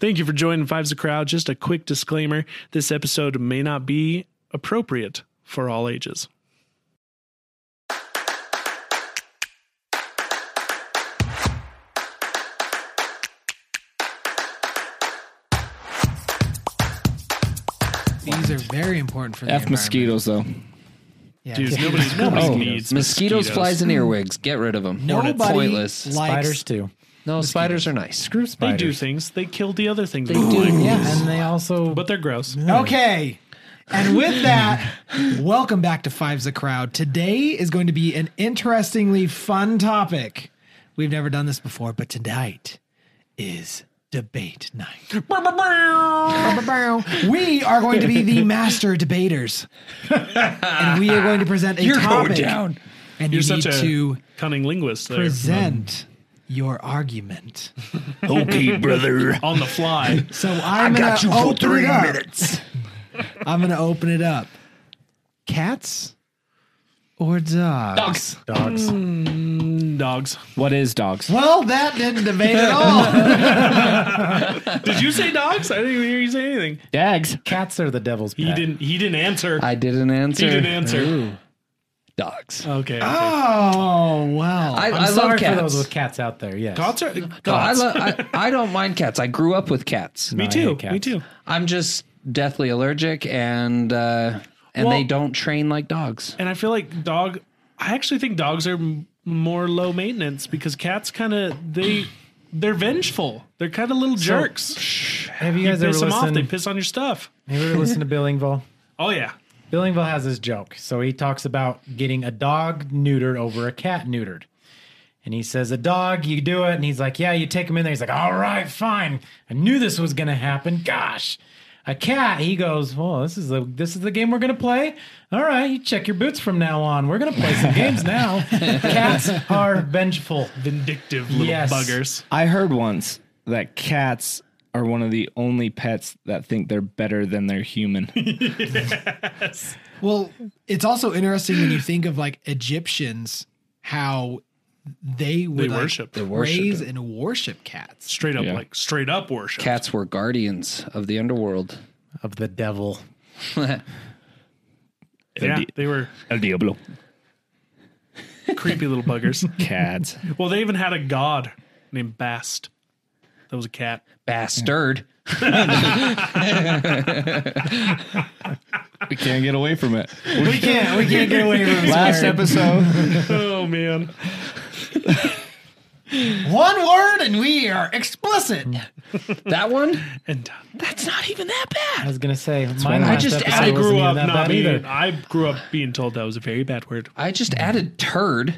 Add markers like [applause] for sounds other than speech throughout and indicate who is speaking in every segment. Speaker 1: Thank you for joining Fives a Crowd. Just a quick disclaimer this episode may not be appropriate for all ages.
Speaker 2: These are very important for the
Speaker 3: F mosquitoes though.
Speaker 2: Yeah.
Speaker 1: Dude,
Speaker 3: [laughs]
Speaker 2: Yeah.
Speaker 1: nobody's nobody
Speaker 3: Oh,
Speaker 1: needs
Speaker 3: mosquitoes, flies, and earwigs. Get rid of them.
Speaker 2: Nobody
Speaker 3: pointless.
Speaker 2: likes
Speaker 4: Spiders too.
Speaker 3: no, spiders are nice.
Speaker 4: Screw
Speaker 1: They
Speaker 4: spiders.
Speaker 1: do things. They kill the other things.
Speaker 3: They
Speaker 1: with
Speaker 3: do.
Speaker 1: them.
Speaker 2: Yeah.
Speaker 4: And they also.
Speaker 1: But they're gross.
Speaker 2: Okay. And with that, welcome back to Five's a Crowd. Today is going to be an interestingly fun topic. We've never done this before, but tonight is debate night. we are going to be
Speaker 1: [laughs]
Speaker 2: the master debaters. and we are going to present a topic. And you
Speaker 1: You're
Speaker 2: need
Speaker 1: such a
Speaker 2: to
Speaker 1: cunning linguist there.
Speaker 2: present your argument.
Speaker 5: Okay, brother.
Speaker 1: On the
Speaker 3: [laughs]
Speaker 1: fly.
Speaker 2: So I'm
Speaker 5: I
Speaker 2: gonna
Speaker 5: got you for
Speaker 2: open
Speaker 5: three
Speaker 2: it up.
Speaker 5: minutes.
Speaker 2: [laughs] I'm gonna open it up. Cats or dogs?
Speaker 3: Dogs.
Speaker 4: Dogs.
Speaker 1: Dogs.
Speaker 3: What is dogs?
Speaker 2: Well, that didn't debate at all.
Speaker 1: Did you say dogs? I didn't even hear you say anything.
Speaker 3: Dags.
Speaker 4: Cats are the [laughs] devil's
Speaker 1: He
Speaker 4: pet.
Speaker 1: didn't he didn't answer.
Speaker 3: I didn't answer. Ah,
Speaker 1: he didn't answer. Uh,
Speaker 3: Dogs.
Speaker 1: Okay. okay.
Speaker 2: oh well.
Speaker 3: I,
Speaker 2: I,
Speaker 3: I
Speaker 4: Sorry
Speaker 3: love cats.
Speaker 4: for those with cats out there. Yes.
Speaker 1: Dogs are-
Speaker 3: No, I,
Speaker 1: dogs.
Speaker 3: lo- I, I don't mind cats. I grew up with cats.
Speaker 1: me
Speaker 4: I
Speaker 1: too.
Speaker 4: hate cats.
Speaker 1: Me too.
Speaker 3: I'm just deathly allergic, and uh, and
Speaker 1: Well-
Speaker 3: they don't train like dogs.
Speaker 1: And I feel like dog. I actually think dogs are m- more low maintenance because cats kind of they they're vengeful. They're kind of little jerks.
Speaker 4: Have you
Speaker 1: You
Speaker 4: guys
Speaker 1: piss them
Speaker 4: ever
Speaker 1: off. They
Speaker 4: listened?
Speaker 1: piss on your stuff.
Speaker 4: Have you ever listened to Bill Engvall?
Speaker 1: Oh yeah.
Speaker 4: Bill Engvall has his joke. So he talks about getting a dog neutered over a cat neutered. And he says, A dog, you do it. And he's like, Yeah, you take him in there. He's like, All right, fine. I knew this was gonna happen. Gosh. A cat, he goes, Well, this is the this is the game we're gonna play. All right, you check your boots from now on. We're gonna play some games now. Cats are vengeful.
Speaker 1: Vindictive little
Speaker 4: Yes.
Speaker 1: buggers.
Speaker 6: I heard once that cats are one of the only pets that think they're better than their human.
Speaker 2: well, it's also interesting when you think of like Egyptians, how they would
Speaker 1: They
Speaker 2: like,
Speaker 1: worship. They
Speaker 3: worship
Speaker 2: raise and worship cats.
Speaker 1: Straight up
Speaker 6: Yeah.
Speaker 1: like straight up worship.
Speaker 3: Cats were guardians of the underworld.
Speaker 4: Of the devil.
Speaker 1: Yeah, they were
Speaker 6: El Diablo.
Speaker 1: creepy little
Speaker 4: [laughs]
Speaker 1: buggers.
Speaker 6: Cats.
Speaker 1: well, they even had a god named Bast. That was a cat.
Speaker 3: Bastard.
Speaker 6: We can't get away from it.
Speaker 2: We can't. We can't get away from
Speaker 6: Last episode.
Speaker 1: Oh man.
Speaker 2: One word, and we are explicit.
Speaker 3: That one?
Speaker 1: And uh, done.
Speaker 3: That's not even that bad.
Speaker 4: I was gonna say, mine
Speaker 3: I
Speaker 4: last
Speaker 3: just-
Speaker 4: episode
Speaker 1: I
Speaker 3: I
Speaker 4: wasn't
Speaker 1: grew
Speaker 4: even
Speaker 1: up
Speaker 4: that
Speaker 1: not
Speaker 4: bad
Speaker 1: being.
Speaker 4: either.
Speaker 1: I grew up being told that was a very bad word.
Speaker 3: I just added turd.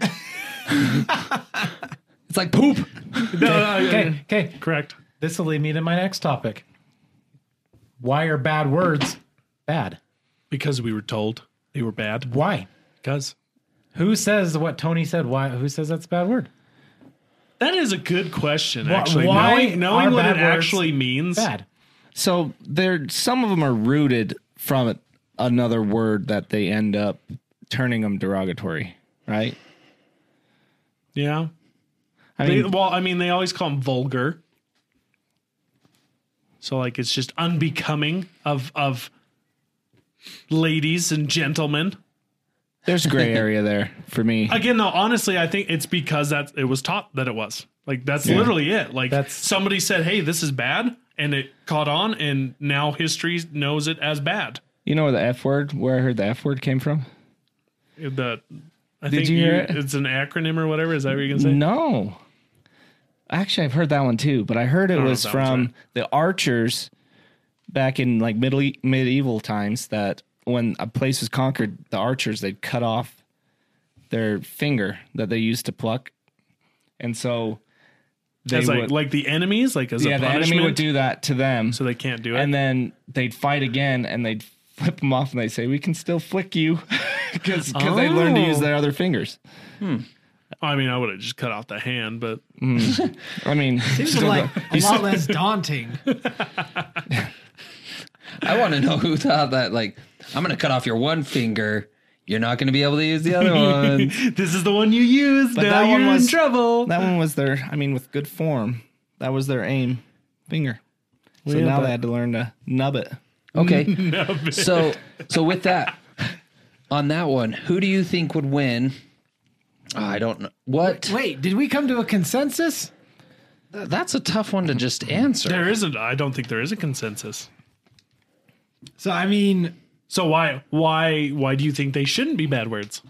Speaker 3: it's like poop.
Speaker 1: [laughs] No, no,
Speaker 4: Okay, okay.
Speaker 1: correct.
Speaker 4: This will lead me to my next topic. Why are bad words bad?
Speaker 1: Because we were told they were bad.
Speaker 4: Why?
Speaker 1: Because
Speaker 4: Who says what Tony said? Why? Who says that's a bad word?
Speaker 1: That is a good question.
Speaker 4: Why-
Speaker 1: Actually,
Speaker 4: why
Speaker 1: knowing, knowing
Speaker 4: are
Speaker 1: what it
Speaker 4: bad words
Speaker 1: actually means,
Speaker 4: Bad.
Speaker 6: So there some of them are rooted from it, another word that they end up turning them derogatory, right?
Speaker 1: yeah.
Speaker 6: I
Speaker 1: They-
Speaker 6: mean,
Speaker 1: well, I mean, they always call them vulgar. So, like, it's just unbecoming of of ladies and gentlemen.
Speaker 6: there's gray area there for me.
Speaker 1: Again, though, honestly, I think it's because that it was taught that it was like that's literally it. Like,
Speaker 4: That's-
Speaker 1: somebody said, "Hey, this is bad," and it caught on, and now history knows it as bad.
Speaker 6: You know where the F word, where I heard the F word came from?
Speaker 1: The I
Speaker 6: Did
Speaker 1: think
Speaker 6: you
Speaker 1: you
Speaker 6: hear it?
Speaker 1: it's an acronym or whatever. Is that what you're gonna say?
Speaker 6: No. Actually, I've heard that one too, but I heard it
Speaker 1: know
Speaker 6: was
Speaker 1: if that one's
Speaker 6: from
Speaker 1: right.
Speaker 6: the archers back in like middle medieval times that when a place was conquered, the archers they'd cut off their finger that they used to pluck. And so they
Speaker 1: as like
Speaker 6: would,
Speaker 1: like the enemies, like as
Speaker 6: yeah,
Speaker 1: a
Speaker 6: the
Speaker 1: punishment,
Speaker 6: enemy would do that to them.
Speaker 1: so they can't do it.
Speaker 6: and then they'd fight again and they'd flip them off and they'd say, We can still flick you [laughs] because they learned to use
Speaker 1: Oh.
Speaker 6: their other fingers.
Speaker 1: I mean, I would have just cut off the hand, but [laughs]
Speaker 6: I mean,
Speaker 2: Seems like a lot less daunting.
Speaker 3: I want to know who thought that. Like, I'm going to cut off your one finger. You're not going to be able to use the other
Speaker 1: [laughs]
Speaker 3: one.
Speaker 1: this is the one you used.
Speaker 6: But
Speaker 1: now
Speaker 6: that
Speaker 1: you're
Speaker 6: one
Speaker 1: in
Speaker 6: was-
Speaker 1: trouble.
Speaker 6: that one was their, I mean, with good form, that was their aim finger. So
Speaker 1: Yeah,
Speaker 6: now
Speaker 1: but-
Speaker 6: they had to learn to nub it.
Speaker 3: Okay. so so with that, on that one, who do you think would win? Ah, I don't know. What?
Speaker 2: Wait, did we come to a consensus?
Speaker 3: That's a tough one to just answer.
Speaker 1: There isn't. I don't think there is a consensus.
Speaker 2: So I mean,
Speaker 1: So why why why do you think they shouldn't be bad words?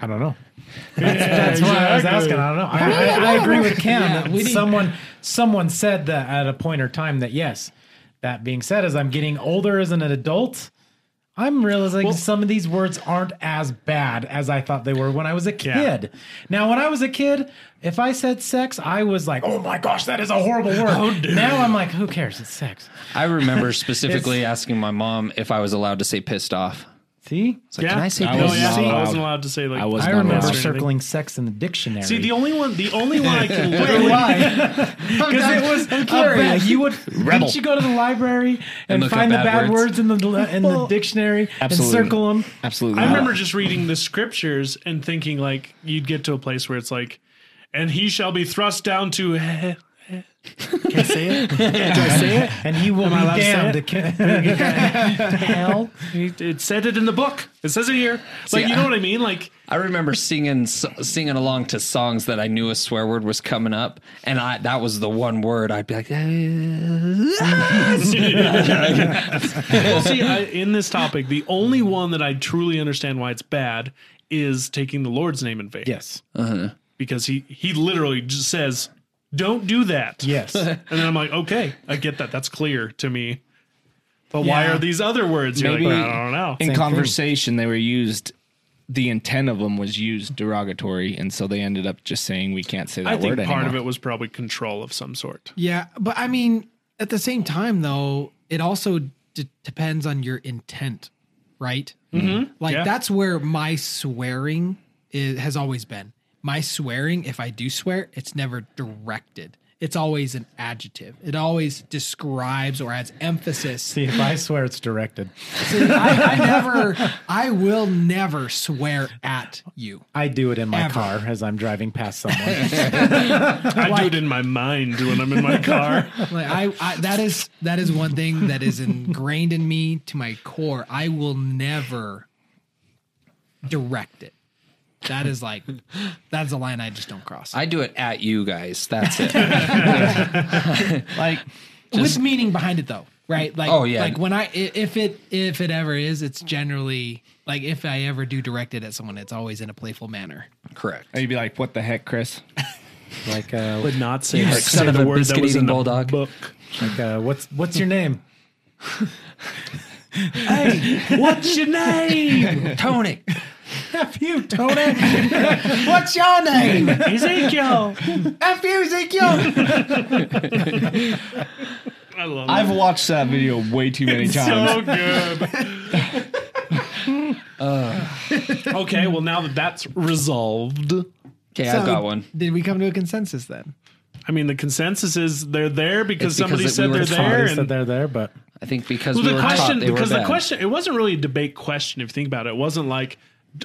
Speaker 4: I don't know. That's, that's why I was asking. I don't know. I, I, I agree with Cam. that
Speaker 2: we didn't-
Speaker 4: someone someone said that at a point or time that yes. That being said, as I'm getting older as an adult, I'm realizing some of these words aren't as bad as I thought they were when I was a
Speaker 1: Yeah.
Speaker 4: kid. Now, when I was a kid, if I said sex, I was like, "Oh my gosh, that is a horrible word." now I'm like, "Who cares? It's sex."
Speaker 1: [laughs]
Speaker 3: I remember [laughs] specifically asking my mom if I was allowed to say pissed off.
Speaker 4: See,
Speaker 3: It's like,
Speaker 1: Yeah.
Speaker 3: can I say
Speaker 6: I
Speaker 3: pissed
Speaker 1: No,
Speaker 6: was
Speaker 1: yeah, Oh,
Speaker 6: not
Speaker 1: see, I
Speaker 6: allowed.
Speaker 1: wasn't allowed to say like.
Speaker 6: I was
Speaker 4: I
Speaker 6: not
Speaker 4: remember
Speaker 6: allowed.
Speaker 1: Or anything.
Speaker 4: circling sex in the dictionary.
Speaker 1: See, the only one, the only one I
Speaker 4: [laughs]
Speaker 1: can literally.
Speaker 2: why?
Speaker 3: [laughs]
Speaker 4: Because it was
Speaker 2: [laughs]
Speaker 4: a bad- you would didn't you go to the library and,
Speaker 3: look up
Speaker 4: find the
Speaker 3: bad
Speaker 4: bad
Speaker 3: words?
Speaker 4: words, in the in the dictionary
Speaker 6: absolutely.
Speaker 4: and circle
Speaker 2: [laughs]
Speaker 4: them.
Speaker 6: Absolutely.
Speaker 1: I
Speaker 6: not.
Speaker 1: remember just reading the scriptures and thinking like you'd get to a place where it's like, and he shall be thrust down to. Can I say it? Can I say it?
Speaker 4: And he will
Speaker 1: allowed
Speaker 4: be
Speaker 1: to say
Speaker 4: damned. [laughs]
Speaker 1: it?
Speaker 4: to hell.
Speaker 1: It it said it in the book. It says it here. Like
Speaker 3: See,
Speaker 1: you know
Speaker 3: I-
Speaker 1: what I mean? Like
Speaker 3: I remember singing so- singing along to songs that I knew a swear word was coming up, and I that was the one word I'd be like,
Speaker 1: well, see, I, in this topic, the only one that I truly understand why it's bad is taking the Lord's name in vain.
Speaker 4: Yes,
Speaker 1: because he he literally just says, "Don't do that."
Speaker 4: yes.
Speaker 1: and then I'm like, okay, I get that. That's clear to me. But why
Speaker 4: Yeah.
Speaker 1: are these other words? You're
Speaker 6: Maybe-
Speaker 1: like, I don't know.
Speaker 6: in
Speaker 4: thing.
Speaker 6: conversation they were used the intent of them was used derogatory and so they ended up just saying we can't say that
Speaker 1: I
Speaker 6: word
Speaker 1: think part
Speaker 6: anymore.
Speaker 1: of it was probably control of some sort.
Speaker 2: [laughs] yeah, but I mean, at the same time, though, it also d- depends on your intent, right? Mm-hmm. Like
Speaker 1: Yeah.
Speaker 2: that's where my swearing is, has always been. My swearing, if I do swear, it's never directed. It's always an adjective. It always describes or adds emphasis
Speaker 4: See, if I swear it's directed,
Speaker 2: I, I never, I will never swear at you.
Speaker 4: I do it in my
Speaker 2: Ever.
Speaker 4: car as I'm driving past [laughs] someone.
Speaker 1: I do it in my mind when I'm in my car.
Speaker 2: Like I, I, that is that is one thing that is ingrained in me to my core. I will never direct it. That is like, that's a line I just don't cross.
Speaker 3: I do it at you
Speaker 1: [laughs]
Speaker 3: guys. That's it.
Speaker 6: like
Speaker 2: With meaning behind it though, right? Like,
Speaker 3: Oh, yeah.
Speaker 2: like when I, i- if it, if it ever is, it's generally like if I ever do direct it at someone, it's always in a playful manner.
Speaker 3: Correct.
Speaker 6: you'd be like what the heck Chris
Speaker 4: like, uh,
Speaker 1: Would not say, like,
Speaker 3: son
Speaker 1: say
Speaker 3: of a
Speaker 1: the word that was
Speaker 3: biscuit-eating
Speaker 1: in the
Speaker 3: bulldog.
Speaker 1: book.
Speaker 4: like uh, what's what's your [laughs] name?
Speaker 1: What's your name?
Speaker 3: Tonic.
Speaker 4: F you, Tony.
Speaker 2: [laughs] What's your name?
Speaker 1: Ezekiel.
Speaker 2: F you, Ezekiel.
Speaker 1: I love
Speaker 6: [laughs] I've watched that video way too many
Speaker 1: it.
Speaker 6: times
Speaker 1: So good. [laughs] okay, well, now that that's resolved,
Speaker 3: Okay, I've got one.
Speaker 2: Did we come to a consensus then?
Speaker 1: I mean, the consensus is they're there because,
Speaker 3: It's because
Speaker 1: somebody
Speaker 3: we
Speaker 1: said
Speaker 3: were
Speaker 1: they're
Speaker 3: taught.
Speaker 1: there.
Speaker 4: They
Speaker 1: and-
Speaker 4: said they're there, but
Speaker 3: I think because
Speaker 1: Well,
Speaker 3: we
Speaker 1: the
Speaker 3: were
Speaker 1: question
Speaker 3: taught they were
Speaker 1: because the
Speaker 3: bad.
Speaker 1: question it wasn't really a debate question if you think about it. It wasn't like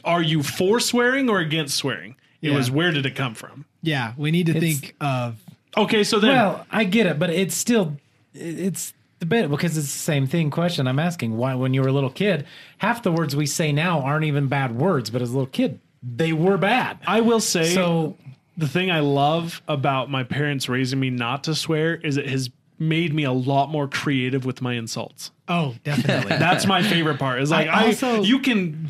Speaker 1: are you for swearing or against swearing? It
Speaker 2: Yeah.
Speaker 1: was where did it come from?
Speaker 2: Yeah, we need to think of
Speaker 1: Okay, so then
Speaker 4: Well, I get it, but it's still it- it's debatable because it's the same thing. Question I'm asking: Why, when you were a little kid, half the words we say now aren't even bad words, but as a little kid, they were bad.
Speaker 1: I will say
Speaker 4: so
Speaker 1: the thing I love about my parents raising me not to swear is it has made me a lot more creative with my insults.
Speaker 2: Oh, [laughs] definitely.
Speaker 1: That's my favorite part. Is like
Speaker 2: I
Speaker 1: I,
Speaker 2: also-
Speaker 1: you can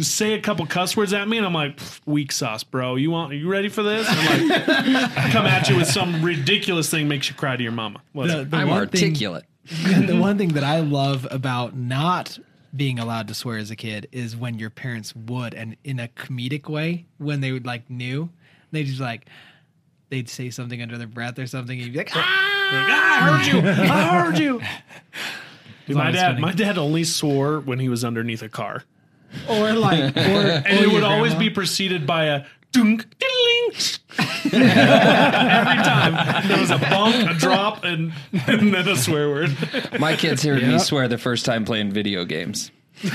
Speaker 1: say a couple cuss words at me and I'm like "Pff, weak sauce, bro. You want are you ready for this? I'm like [laughs] come at you with some ridiculous thing makes you cry to your mama. What's
Speaker 2: the, the
Speaker 3: I'm
Speaker 2: one thing,
Speaker 3: articulate.
Speaker 2: [laughs] the one thing that I love about not being allowed to swear as a kid is when your parents would, and in a comedic way, when they would like knew, they just like, they'd say something under their breath or something, and you'd be like, ah, I heard you. I heard [laughs] you.
Speaker 1: my
Speaker 2: always
Speaker 1: dad,
Speaker 2: funny.
Speaker 1: my dad only swore when he was underneath a car,
Speaker 2: Or
Speaker 3: [laughs]
Speaker 2: like, or,
Speaker 1: and
Speaker 2: or
Speaker 1: it would
Speaker 2: your
Speaker 1: always
Speaker 2: grandma.
Speaker 1: be preceded by a dunk,
Speaker 2: [laughs]
Speaker 1: diddling. Every time there was a bump, a drop, and, and then a swear word.
Speaker 3: My kids heard me swear the first time playing video games.
Speaker 1: [laughs]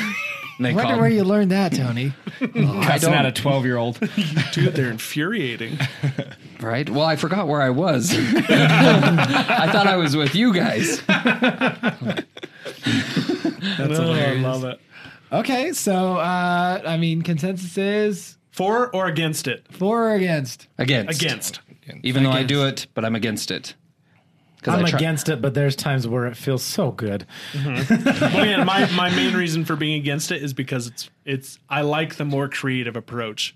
Speaker 3: And they
Speaker 2: I wonder
Speaker 3: called
Speaker 2: where you learned that, Tony.
Speaker 6: cussing out a 12 year old.
Speaker 1: [laughs] Dude, they're infuriating.
Speaker 3: right. Well, I forgot where
Speaker 1: [laughs]
Speaker 3: I was. I thought I was with you guys.
Speaker 1: That's
Speaker 2: hilarious.
Speaker 1: I love it.
Speaker 2: Okay, so uh, I mean, consensus is
Speaker 1: For or against it?
Speaker 2: for or against.
Speaker 3: Against. [laughs]
Speaker 1: Against.
Speaker 3: Even though I do it, but I'm against it. 'Cause
Speaker 4: I'm
Speaker 3: I try-
Speaker 4: against it, but there's times where it feels so good.
Speaker 1: Well, yeah, my, my main reason for being against it is because it's it's I like the more creative approach.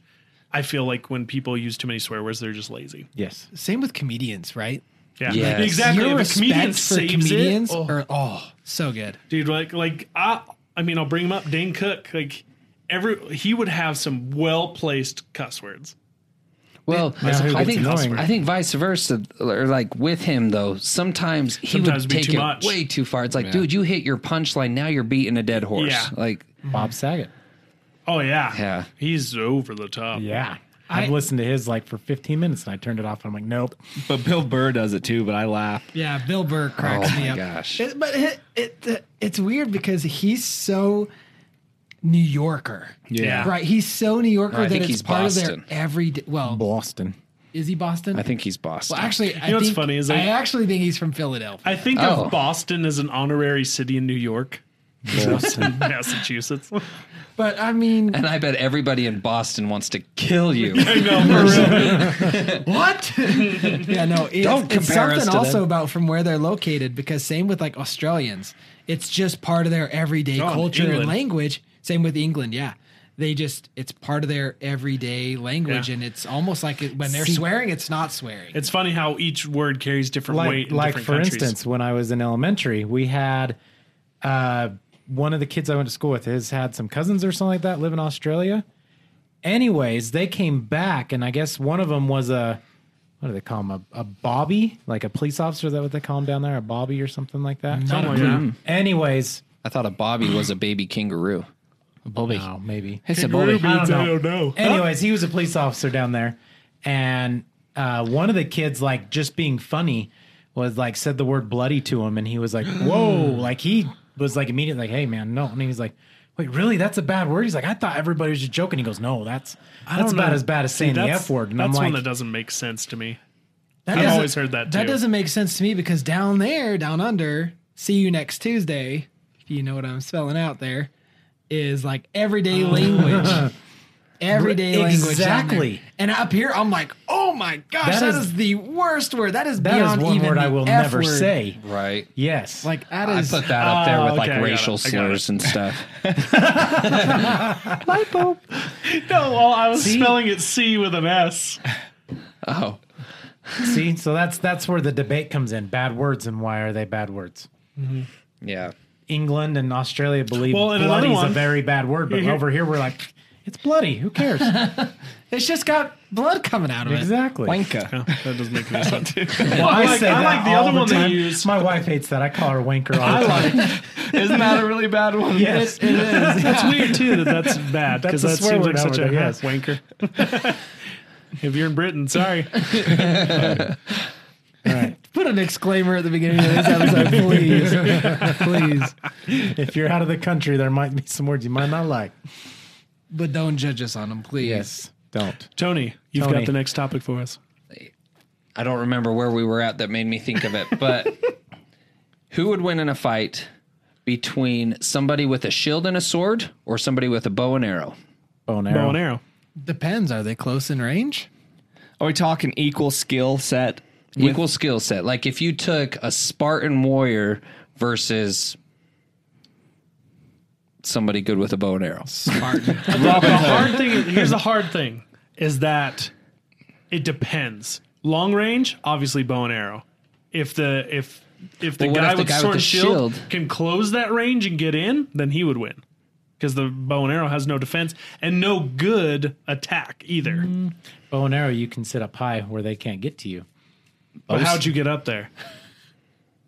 Speaker 1: I feel like when people use too many swear words, they're just lazy.
Speaker 4: Yes.
Speaker 2: Same with comedians, right?
Speaker 1: Yeah,
Speaker 3: Yes.
Speaker 1: exactly.
Speaker 2: Your
Speaker 1: if a comedian
Speaker 2: respect for
Speaker 1: saves
Speaker 2: comedians
Speaker 1: it, oh,
Speaker 2: are oh, so good.
Speaker 1: dude, like like I I mean, I'll bring him up, Dane Cook. Like every he would have some well placed cuss words.
Speaker 3: Well,
Speaker 4: who
Speaker 3: I
Speaker 4: gets
Speaker 3: think
Speaker 4: annoying?
Speaker 3: I think vice versa, or like with him though. Sometimes he
Speaker 1: Sometimes
Speaker 3: would
Speaker 1: it'd be
Speaker 3: take
Speaker 1: too
Speaker 3: it
Speaker 1: much.
Speaker 3: way too far. It's like, dude, you hit your punchline. Now you're beating a dead horse.
Speaker 1: Yeah.
Speaker 3: Like,
Speaker 4: Bob Saget.
Speaker 1: Oh yeah,
Speaker 3: Yeah.
Speaker 1: He's over the top.
Speaker 4: Yeah. I've listened to his like for 15 minutes and I turned it off. And I'm like, nope.
Speaker 6: But Bill Burr does it too, but I laugh.
Speaker 2: Yeah, Bill Burr
Speaker 3: [laughs]
Speaker 2: cracks
Speaker 3: Oh
Speaker 2: me
Speaker 3: my
Speaker 2: up.
Speaker 3: gosh.
Speaker 2: It- but it, it it's weird because he's so New Yorker.
Speaker 1: Yeah.
Speaker 2: Right, he's so New Yorker
Speaker 3: No, I
Speaker 2: that
Speaker 3: think
Speaker 2: it's
Speaker 3: he's
Speaker 2: part
Speaker 3: Boston.
Speaker 2: of their everyday. Well,
Speaker 4: Boston.
Speaker 2: is he Boston?
Speaker 3: I think he's Boston.
Speaker 2: Well, actually, I
Speaker 1: know what's
Speaker 2: think,
Speaker 1: funny is I-
Speaker 2: I, actually think he's from Philadelphia.
Speaker 1: I think
Speaker 3: Oh.
Speaker 1: of Boston as an honorary city in New York, [laughs]
Speaker 4: Boston.
Speaker 1: Massachusetts.
Speaker 2: [laughs] But I mean,
Speaker 3: and I bet everybody in Boston wants to
Speaker 1: [laughs]
Speaker 3: kill you.
Speaker 1: I know, for real.
Speaker 2: What? [laughs] yeah, no. It's,
Speaker 3: Don't
Speaker 2: it's
Speaker 3: compare us
Speaker 2: something
Speaker 3: to
Speaker 2: also
Speaker 3: them.
Speaker 2: about from where they're located because same with like Australians, it's just part of their everyday
Speaker 1: Oh, in
Speaker 2: culture and
Speaker 1: England.
Speaker 2: language. Same with England, yeah. They just it's part of their everyday language,
Speaker 1: Yeah.
Speaker 2: and it's almost like it, when they're swearing, it's not swearing.
Speaker 1: It's funny how each word carries different weight.
Speaker 4: Like,
Speaker 1: In
Speaker 4: like
Speaker 1: different
Speaker 4: for
Speaker 1: countries.
Speaker 4: instance, when I was in elementary, we had uh, one of the kids I went to school with has had some cousins or something like that live in Australia. Anyways, they came back, and I guess one of them was a what do they call him? A, a bobby, like a police officer? Is that what they call him down there? A bobby or something like that?
Speaker 1: Oh, yeah.
Speaker 4: Anyways,
Speaker 3: I thought a Bobby was a baby kangaroo.
Speaker 6: Bobby.
Speaker 4: oh, maybe
Speaker 3: It's a Bobby.
Speaker 4: I don't know.
Speaker 1: know.
Speaker 4: [laughs] Anyways, he was a police officer down there, and uh, one of the kids, like just being funny, was like said the word bloody to him, and he was like, "Whoa!" like he was like immediately like, "Hey, man, no!" And he was like, "Wait, really? That's a bad word." He's like, "I thought everybody was just joking." He goes, "No, that's that's about as bad as saying the f word." And
Speaker 1: that's
Speaker 4: I'm like,
Speaker 1: one that doesn't make sense to me.
Speaker 2: That
Speaker 1: I've
Speaker 2: doesn't-
Speaker 1: always heard that too.
Speaker 2: That doesn't make sense to me because down there, down under, see you next Tuesday. If you know what I'm spelling out there, is like everyday
Speaker 4: Oh. [laughs]
Speaker 2: language. Everyday language. down there.
Speaker 4: Exactly.
Speaker 2: And up here, I'm like, oh my gosh,
Speaker 4: That
Speaker 2: that is,
Speaker 4: is-
Speaker 2: the worst word. That is
Speaker 4: that is
Speaker 2: beyond
Speaker 4: one
Speaker 2: even
Speaker 4: word I
Speaker 2: the
Speaker 4: will
Speaker 2: F
Speaker 4: never
Speaker 2: word.
Speaker 4: say.
Speaker 3: Right.
Speaker 4: Yes,
Speaker 2: Like that
Speaker 3: I
Speaker 2: is.
Speaker 3: put that up there with
Speaker 1: Oh,
Speaker 3: like
Speaker 1: okay, I got
Speaker 3: racial
Speaker 1: it, I got
Speaker 3: slurs
Speaker 1: it.
Speaker 3: and stuff.
Speaker 1: [laughs] No, well, I was spelling it C with an S.
Speaker 3: Oh,
Speaker 4: see, so that's that's where the debate comes in: bad words and why are they bad words?
Speaker 3: yeah.
Speaker 4: England and Australia believe
Speaker 1: Well, and another
Speaker 4: bloody is a
Speaker 1: one-
Speaker 4: very bad word, but over here we're like, it's bloody.
Speaker 1: [laughs]
Speaker 4: Who cares?
Speaker 2: it's just got blood coming out of it.
Speaker 4: exactly.
Speaker 6: Wanka.
Speaker 1: That doesn't make
Speaker 4: [laughs]
Speaker 1: any sense.
Speaker 4: Well,
Speaker 1: I like- I like the
Speaker 4: all
Speaker 1: other one they
Speaker 4: time.
Speaker 1: use.
Speaker 4: My wife hates that. I call her wanker all the time.
Speaker 6: Isn't that a really bad one?
Speaker 4: [laughs] Yes. [laughs]
Speaker 2: It
Speaker 1: [laughs]
Speaker 2: is.
Speaker 1: That's weird too that that's bad because
Speaker 4: a
Speaker 1: that
Speaker 4: swear
Speaker 1: seems
Speaker 4: word
Speaker 1: like
Speaker 4: over
Speaker 1: such a
Speaker 4: there, yes.
Speaker 1: wanker.
Speaker 4: [laughs]
Speaker 1: if you're in Britain, sorry.
Speaker 2: Put an exclaimer at the beginning of
Speaker 4: [laughs]
Speaker 2: this episode, please.
Speaker 1: [laughs]
Speaker 2: please.
Speaker 4: If you're out of the country, there might be some words you might not like.
Speaker 2: But don't judge us on them, please.
Speaker 4: Don't.
Speaker 1: Tony, you've
Speaker 4: Tony.
Speaker 1: got the next topic for us.
Speaker 3: I don't remember where we were at that made me think of it, but who would win in a fight between somebody with a shield and a sword or somebody with a bow and arrow?
Speaker 4: Bow and
Speaker 1: Bow
Speaker 4: arrow.
Speaker 1: and arrow.
Speaker 2: Depends. Are they close in range?
Speaker 6: Are we talking equal skill set?
Speaker 3: Equal skill set. Like if you took a Spartan warrior versus somebody good with a bow and arrow.
Speaker 1: the hard
Speaker 6: [laughs]
Speaker 1: thing is- here's the hard thing is that it depends long range obviously bow and arrow if the if if the
Speaker 3: Well, what
Speaker 1: guy
Speaker 3: if the
Speaker 1: with
Speaker 3: guy
Speaker 1: sword
Speaker 3: with the
Speaker 1: and shield,
Speaker 3: shield-
Speaker 1: can close that range and get in then he would win because the bow and arrow has no defense and no good attack either.
Speaker 4: Bow and arrow, you can sit up high where they can't get to you.
Speaker 1: But how'd you get up there?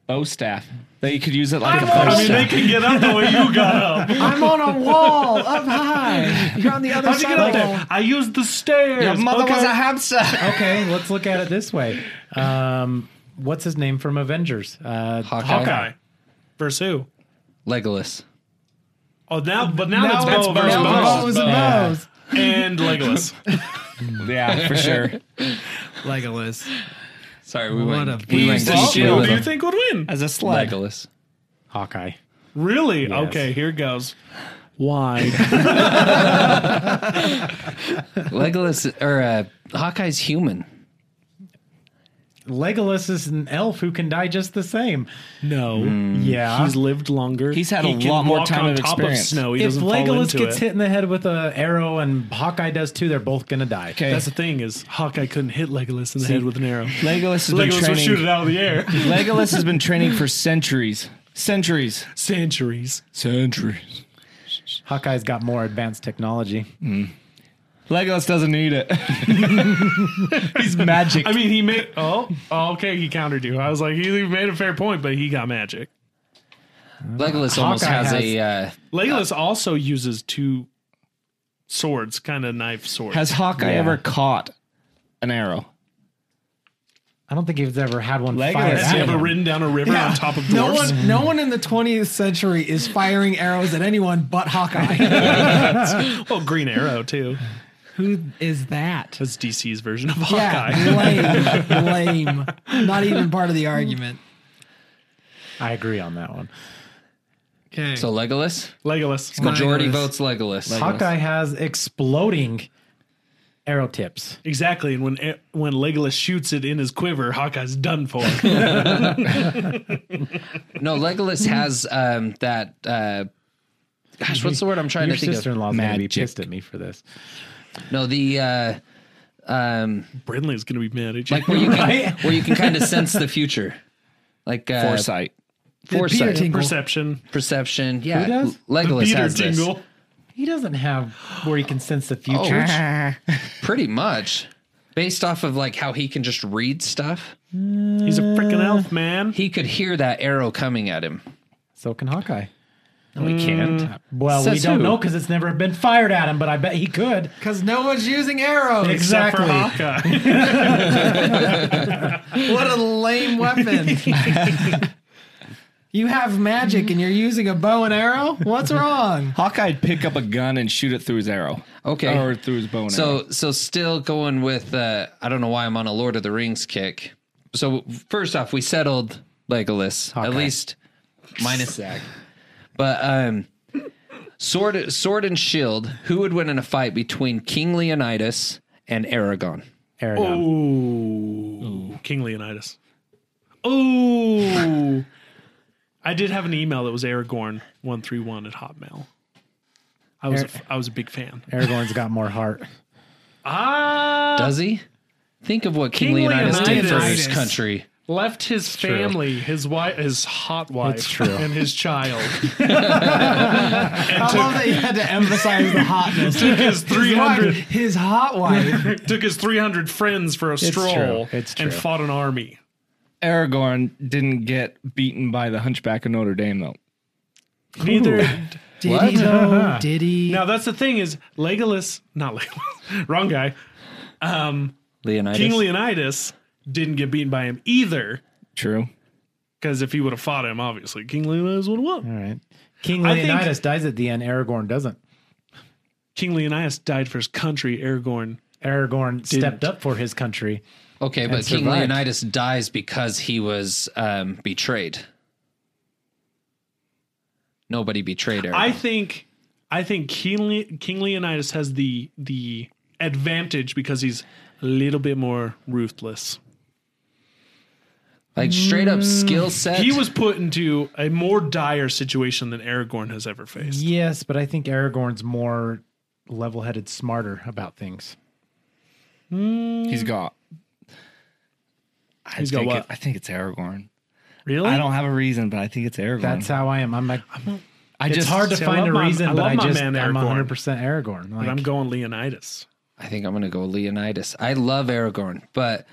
Speaker 6: bow staff. They could use it like a
Speaker 1: I
Speaker 6: bow
Speaker 1: mean, they
Speaker 6: staff.
Speaker 1: can get up the way you got up.
Speaker 6: [laughs]
Speaker 2: I'm on a wall up high. You're on the other
Speaker 1: How'd you
Speaker 2: side
Speaker 1: get
Speaker 2: of
Speaker 1: up
Speaker 2: the wall.
Speaker 1: there? I used the stairs.
Speaker 6: Your mother was
Speaker 1: Okay.
Speaker 6: a hamster.
Speaker 4: Okay, let's look at it this way. Um, what's his name from Avengers? Uh,
Speaker 3: Hawkeye.
Speaker 1: Hawkeye. Versus who?
Speaker 3: Legolas.
Speaker 1: Oh, now, but now, it's Bo versus Bo.
Speaker 2: Now bows and
Speaker 4: Yeah.
Speaker 2: bows.
Speaker 1: and Legolas.
Speaker 6: yeah, [laughs] for sure.
Speaker 2: Legolas.
Speaker 3: Sorry, we
Speaker 2: What
Speaker 3: went.
Speaker 2: a
Speaker 3: We went
Speaker 2: beast.
Speaker 1: Well,
Speaker 3: shield
Speaker 1: who do you
Speaker 3: him.
Speaker 1: think would win?
Speaker 6: As a slug.
Speaker 3: Legolas.
Speaker 4: Hawkeye.
Speaker 1: Really? Okay, here goes. [laughs]
Speaker 4: Why?
Speaker 3: Legolas or uh, Hawkeye's human.
Speaker 4: Legolas is an elf who can die just the same.
Speaker 1: No,
Speaker 3: Hmm.
Speaker 4: Yeah.
Speaker 1: he's lived longer.
Speaker 6: He's had a
Speaker 1: can
Speaker 6: lot more
Speaker 1: walk
Speaker 6: time
Speaker 1: on
Speaker 6: of
Speaker 1: top
Speaker 6: experience.
Speaker 1: snow, he
Speaker 4: if
Speaker 1: doesn't fall
Speaker 4: Legolas
Speaker 1: into
Speaker 4: gets
Speaker 1: it.
Speaker 4: hit in the head with a arrow and Hawkeye does too, they're both gonna die.
Speaker 6: Okay.
Speaker 1: That's the thing is Hawkeye couldn't hit Legolas in the head with an arrow.
Speaker 6: Legolas has been
Speaker 1: Legolas would shoot it
Speaker 6: training.
Speaker 1: out of the air.
Speaker 6: Legolas has been training for centuries. Centuries.
Speaker 1: Centuries.
Speaker 6: Centuries.
Speaker 4: Hawkeye's got more advanced technology.
Speaker 6: Legolas doesn't need it. [laughs] He's magic.
Speaker 1: I mean, he made. Oh, oh, okay. He countered you. I was like, he made a fair point, but he got magic.
Speaker 3: Legolas almost
Speaker 4: Hawkeye
Speaker 3: has, a. Uh,
Speaker 1: Legolas also uses two swords, kind of knife swords.
Speaker 6: Has Hawkeye ever caught an arrow?
Speaker 4: I don't think he's ever had one
Speaker 6: Legolas
Speaker 4: fired
Speaker 1: Has he
Speaker 4: at
Speaker 1: ever
Speaker 4: him.
Speaker 1: ridden down a river on top of dwarfs?
Speaker 2: No one, no one in the 20th century is firing arrows at anyone but Hawkeye.
Speaker 1: Well, Green Arrow too.
Speaker 2: [laughs] Who is that?
Speaker 1: That's DC's version of Hawkeye.
Speaker 2: Yeah, lame, lame. Not even part of the argument.
Speaker 4: I agree on that one.
Speaker 2: Okay.
Speaker 3: so Legolas.
Speaker 1: Legolas.
Speaker 3: Majority
Speaker 2: Legolas.
Speaker 3: votes Legolas.
Speaker 4: Hawkeye has exploding arrow tips.
Speaker 1: Exactly. And when when Legolas shoots it in his quiver, Hawkeye's done for. [laughs] He's
Speaker 3: No, Legolas has um, that. Uh, gosh, what's the word I'm trying
Speaker 4: Your
Speaker 3: to think of?
Speaker 4: sister-in-law's gonna be
Speaker 6: Magic.
Speaker 4: pissed at me for this.
Speaker 3: No, the. Uh, um,
Speaker 1: Brinley's gonna be mad at you.
Speaker 3: like where you can, where you can kind of sense the future, like uh,
Speaker 6: Foresight.
Speaker 3: foresight,
Speaker 2: Tingle.
Speaker 1: Perception.
Speaker 3: perception. Yeah,
Speaker 4: does?
Speaker 3: Legolas
Speaker 1: Peter
Speaker 3: has this.
Speaker 1: Tingle.
Speaker 4: He doesn't have where he can sense the
Speaker 3: Oh, [laughs]
Speaker 4: future.
Speaker 3: pretty much, based off of like how he can just read stuff,
Speaker 1: He's a freaking elf, man.
Speaker 3: he could hear that arrow coming at him.
Speaker 4: So can Hawkeye. Mm.
Speaker 3: No, he can't.
Speaker 4: Well, we
Speaker 3: Says
Speaker 4: don't
Speaker 3: who?
Speaker 4: know because it's never been fired at him, but I bet he could.
Speaker 2: Because no one's using arrows.
Speaker 1: Except for
Speaker 4: Exactly.
Speaker 1: Hawkeye.
Speaker 2: What a lame [laughs] weapon. you have magic and you're using a bow and arrow? What's wrong?
Speaker 6: Hawkeye'd pick up a gun and shoot it through his arrow.
Speaker 3: Okay.
Speaker 6: Or through his bow and arrow.
Speaker 3: So so still going with uh I don't know why I'm on a Lord of the Rings kick. So first off, we settled Legolas. At least minus Zach. But um sword sword and shield, who would win in a fight between King Leonidas and Aragon?
Speaker 4: Aragon.
Speaker 1: Ooh. King Leonidas. Ooh. I did have an email that was Aragorn131 at Hotmail. I was a, f- I was a big fan.
Speaker 4: Aragorn's got more heart.
Speaker 1: Ah,
Speaker 3: Does he? Think of what King,
Speaker 1: King
Speaker 3: Leonidas, did for
Speaker 1: Leonidas.
Speaker 3: his country.
Speaker 1: left his family, his wife, his hot wife,
Speaker 4: true.
Speaker 1: and his child.
Speaker 2: [laughs] I love
Speaker 4: [laughs]
Speaker 2: that you had to emphasize the hotness.
Speaker 1: took his three
Speaker 2: His wife-
Speaker 1: hundred
Speaker 2: His hot wife.
Speaker 1: [laughs] took his three hundred friends for a stroll
Speaker 4: true. It's
Speaker 1: and
Speaker 4: true.
Speaker 1: fought an army.
Speaker 6: Aragorn didn't get beaten by the Hunchback of Notre Dame, though.
Speaker 1: Neither
Speaker 2: Did he
Speaker 4: [laughs]
Speaker 2: though? Did he?
Speaker 1: now that's the thing is Legolas, not Legolas, [laughs] wrong guy.
Speaker 3: Leonidas.
Speaker 1: King Leonidas didn't get beaten by him either.
Speaker 6: True.
Speaker 1: Because if he would have fought him, obviously King Leonidas would have won.
Speaker 4: All right. King
Speaker 1: I think-
Speaker 4: Leonidas dies at the end. Aragorn doesn't.
Speaker 1: King Leonidas died for his country. Aragorn
Speaker 4: Aragorn stepped up for his country.
Speaker 3: okay, but King
Speaker 4: survived.
Speaker 3: Leonidas dies because he was um betrayed. Nobody betrayed Aragon.
Speaker 1: I think I think King, Le- King Leonidas has the the advantage because he's a little bit more ruthless.
Speaker 3: Like straight up
Speaker 4: Mm.
Speaker 3: skill set.
Speaker 1: He was put into a more dire situation than Aragorn has ever faced.
Speaker 4: Yes, but I think Aragorn's more level headed, smarter about things.
Speaker 6: He's got. I
Speaker 1: He's got
Speaker 6: think
Speaker 1: what?
Speaker 6: it- I think it's Aragorn.
Speaker 1: Really?
Speaker 6: I don't have a reason, but I think it's Aragorn.
Speaker 4: That's how I am. Hmm. I'm like,
Speaker 3: I
Speaker 4: It's
Speaker 3: just
Speaker 4: hard to
Speaker 1: See, I
Speaker 4: find
Speaker 1: love
Speaker 4: a
Speaker 1: my-
Speaker 4: reason,
Speaker 1: I
Speaker 4: but
Speaker 1: love
Speaker 4: I
Speaker 1: my
Speaker 4: just
Speaker 1: man
Speaker 4: I'm
Speaker 1: Aragorn.
Speaker 4: 100 percent Aragorn. Like,
Speaker 1: But I'm going Leonidas.
Speaker 3: I think I'm going to go Leonidas. I love Aragorn, but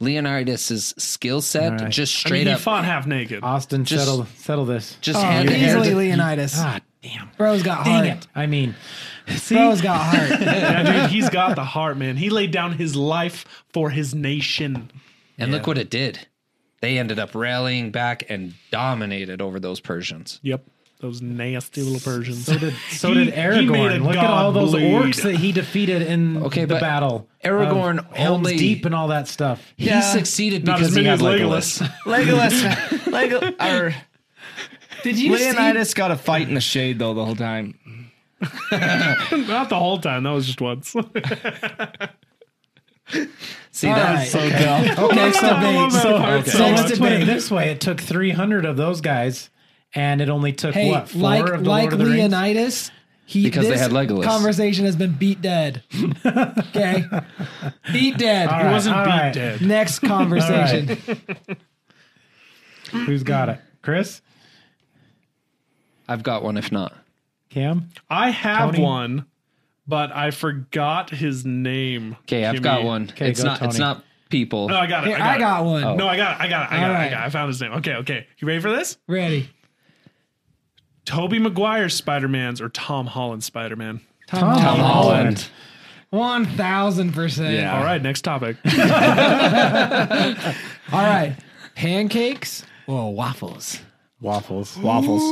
Speaker 3: Leonidas's skill set
Speaker 4: right.
Speaker 1: I
Speaker 3: just
Speaker 1: mean,
Speaker 3: straight
Speaker 1: he
Speaker 3: up
Speaker 1: fought half naked.
Speaker 4: Austin,
Speaker 3: Just-
Speaker 4: settle settle this.
Speaker 3: just
Speaker 2: Oh,
Speaker 3: hand to hand.
Speaker 2: easily Leonidas.
Speaker 4: Ah, damn.
Speaker 2: Bro's got
Speaker 4: Dang
Speaker 2: heart.
Speaker 4: it. I mean, see,
Speaker 2: Bro's got heart.
Speaker 1: yeah, dude, he's got the heart, man. He laid down his life for his nation.
Speaker 3: And look what it did. They ended up rallying back and dominated over those Persians.
Speaker 1: Yep. Those nasty little Persians.
Speaker 4: so did
Speaker 1: [laughs]
Speaker 4: so
Speaker 1: He-
Speaker 4: did
Speaker 1: he made a
Speaker 4: Aragorn. Look at all
Speaker 1: god
Speaker 4: those
Speaker 1: bleed.
Speaker 4: orcs that he defeated in
Speaker 3: Okay,
Speaker 4: the
Speaker 3: but
Speaker 4: battle.
Speaker 3: Aragorn
Speaker 4: of Um, Helm's
Speaker 3: only-
Speaker 4: Deep and all that stuff.
Speaker 3: He succeeded
Speaker 1: Not
Speaker 3: because
Speaker 1: as
Speaker 3: he
Speaker 1: many
Speaker 3: had
Speaker 1: as
Speaker 3: Legolas.
Speaker 1: Legolas.
Speaker 3: [laughs]
Speaker 6: Legolas, Legol- or
Speaker 2: Did you see?
Speaker 6: Leonidas got a fight in the shade though the whole time.
Speaker 1: [laughs] Not the whole time. That was just once. [laughs]
Speaker 3: See,
Speaker 2: All
Speaker 3: that's
Speaker 2: right.
Speaker 6: So dumb.
Speaker 4: [laughs]
Speaker 2: Okay, next debate. Next
Speaker 4: So let's put it
Speaker 2: debate.
Speaker 4: this way: it took 300 of those guys, and it only took
Speaker 2: Hey,
Speaker 4: what four
Speaker 2: like
Speaker 4: of the
Speaker 2: like
Speaker 4: Lord of the Rings?
Speaker 2: Leonidas, he
Speaker 3: Because they
Speaker 2: this
Speaker 3: had Legolas.
Speaker 2: Conversation has been beat
Speaker 4: [laughs]
Speaker 2: dead. okay, beat dead.
Speaker 4: All right,
Speaker 1: wasn't
Speaker 4: all
Speaker 1: beat
Speaker 4: right.
Speaker 1: dead.
Speaker 2: Next conversation.
Speaker 4: [laughs] Who's got it? Chris,
Speaker 3: I've got one if not.
Speaker 4: Cam.
Speaker 1: I have
Speaker 4: Tony?
Speaker 1: one, but I forgot his name.
Speaker 3: Okay, I've
Speaker 1: Jimmy.
Speaker 3: got one. Oh.
Speaker 4: Okay,
Speaker 3: it's
Speaker 4: go,
Speaker 3: not it's
Speaker 4: Tony.
Speaker 3: not people.
Speaker 1: No, I got it.
Speaker 2: Here,
Speaker 1: I got,
Speaker 2: I got
Speaker 1: it.
Speaker 2: one.
Speaker 1: No, I got it. I got it. I got, it.
Speaker 2: All
Speaker 1: I
Speaker 2: right.
Speaker 1: got it. I found his name. Okay, okay. You ready for this?
Speaker 2: Ready?
Speaker 1: Toby Maguire's Spider-Man's or Tom Holland's Spider-Man?
Speaker 2: Tom,
Speaker 4: Tom
Speaker 3: Holland.
Speaker 2: One thousand percent.
Speaker 6: Yeah.
Speaker 1: All right, next topic.
Speaker 2: All right. Pancakes or waffles?
Speaker 4: Waffles.
Speaker 6: Waffles.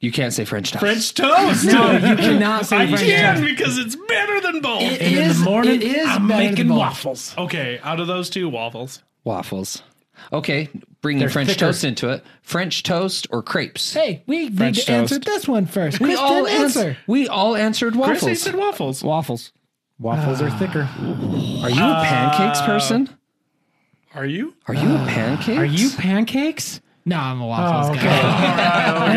Speaker 3: You can't say French toast.
Speaker 1: French
Speaker 4: [laughs]
Speaker 1: toast.
Speaker 2: No, you cannot say
Speaker 1: I
Speaker 2: French
Speaker 1: can
Speaker 2: toast.
Speaker 1: because it's better than both.
Speaker 2: It
Speaker 4: And in
Speaker 2: is-
Speaker 4: the morning,
Speaker 2: it is
Speaker 4: I'm
Speaker 2: better than
Speaker 4: making
Speaker 2: both.
Speaker 4: waffles.
Speaker 1: okay, out of those two, waffles.
Speaker 3: waffles. Okay, bringing
Speaker 4: They're
Speaker 3: French
Speaker 4: thicker.
Speaker 3: toast into it. French toast or crepes?
Speaker 2: Hey, we
Speaker 6: French
Speaker 2: need
Speaker 6: toast.
Speaker 2: to answer this one first. We all
Speaker 3: ans-
Speaker 2: answer.
Speaker 3: We all answered
Speaker 1: Chris, he
Speaker 3: waffles.
Speaker 1: said waffles.
Speaker 6: Waffles.
Speaker 4: Waffles are thicker.
Speaker 3: Are you a pancakes person?
Speaker 1: Are you?
Speaker 3: Are you a pancakes?
Speaker 4: Are you pancakes?
Speaker 2: No, I'm a waffles
Speaker 4: Oh,
Speaker 1: Okay,
Speaker 2: guy.
Speaker 1: okay,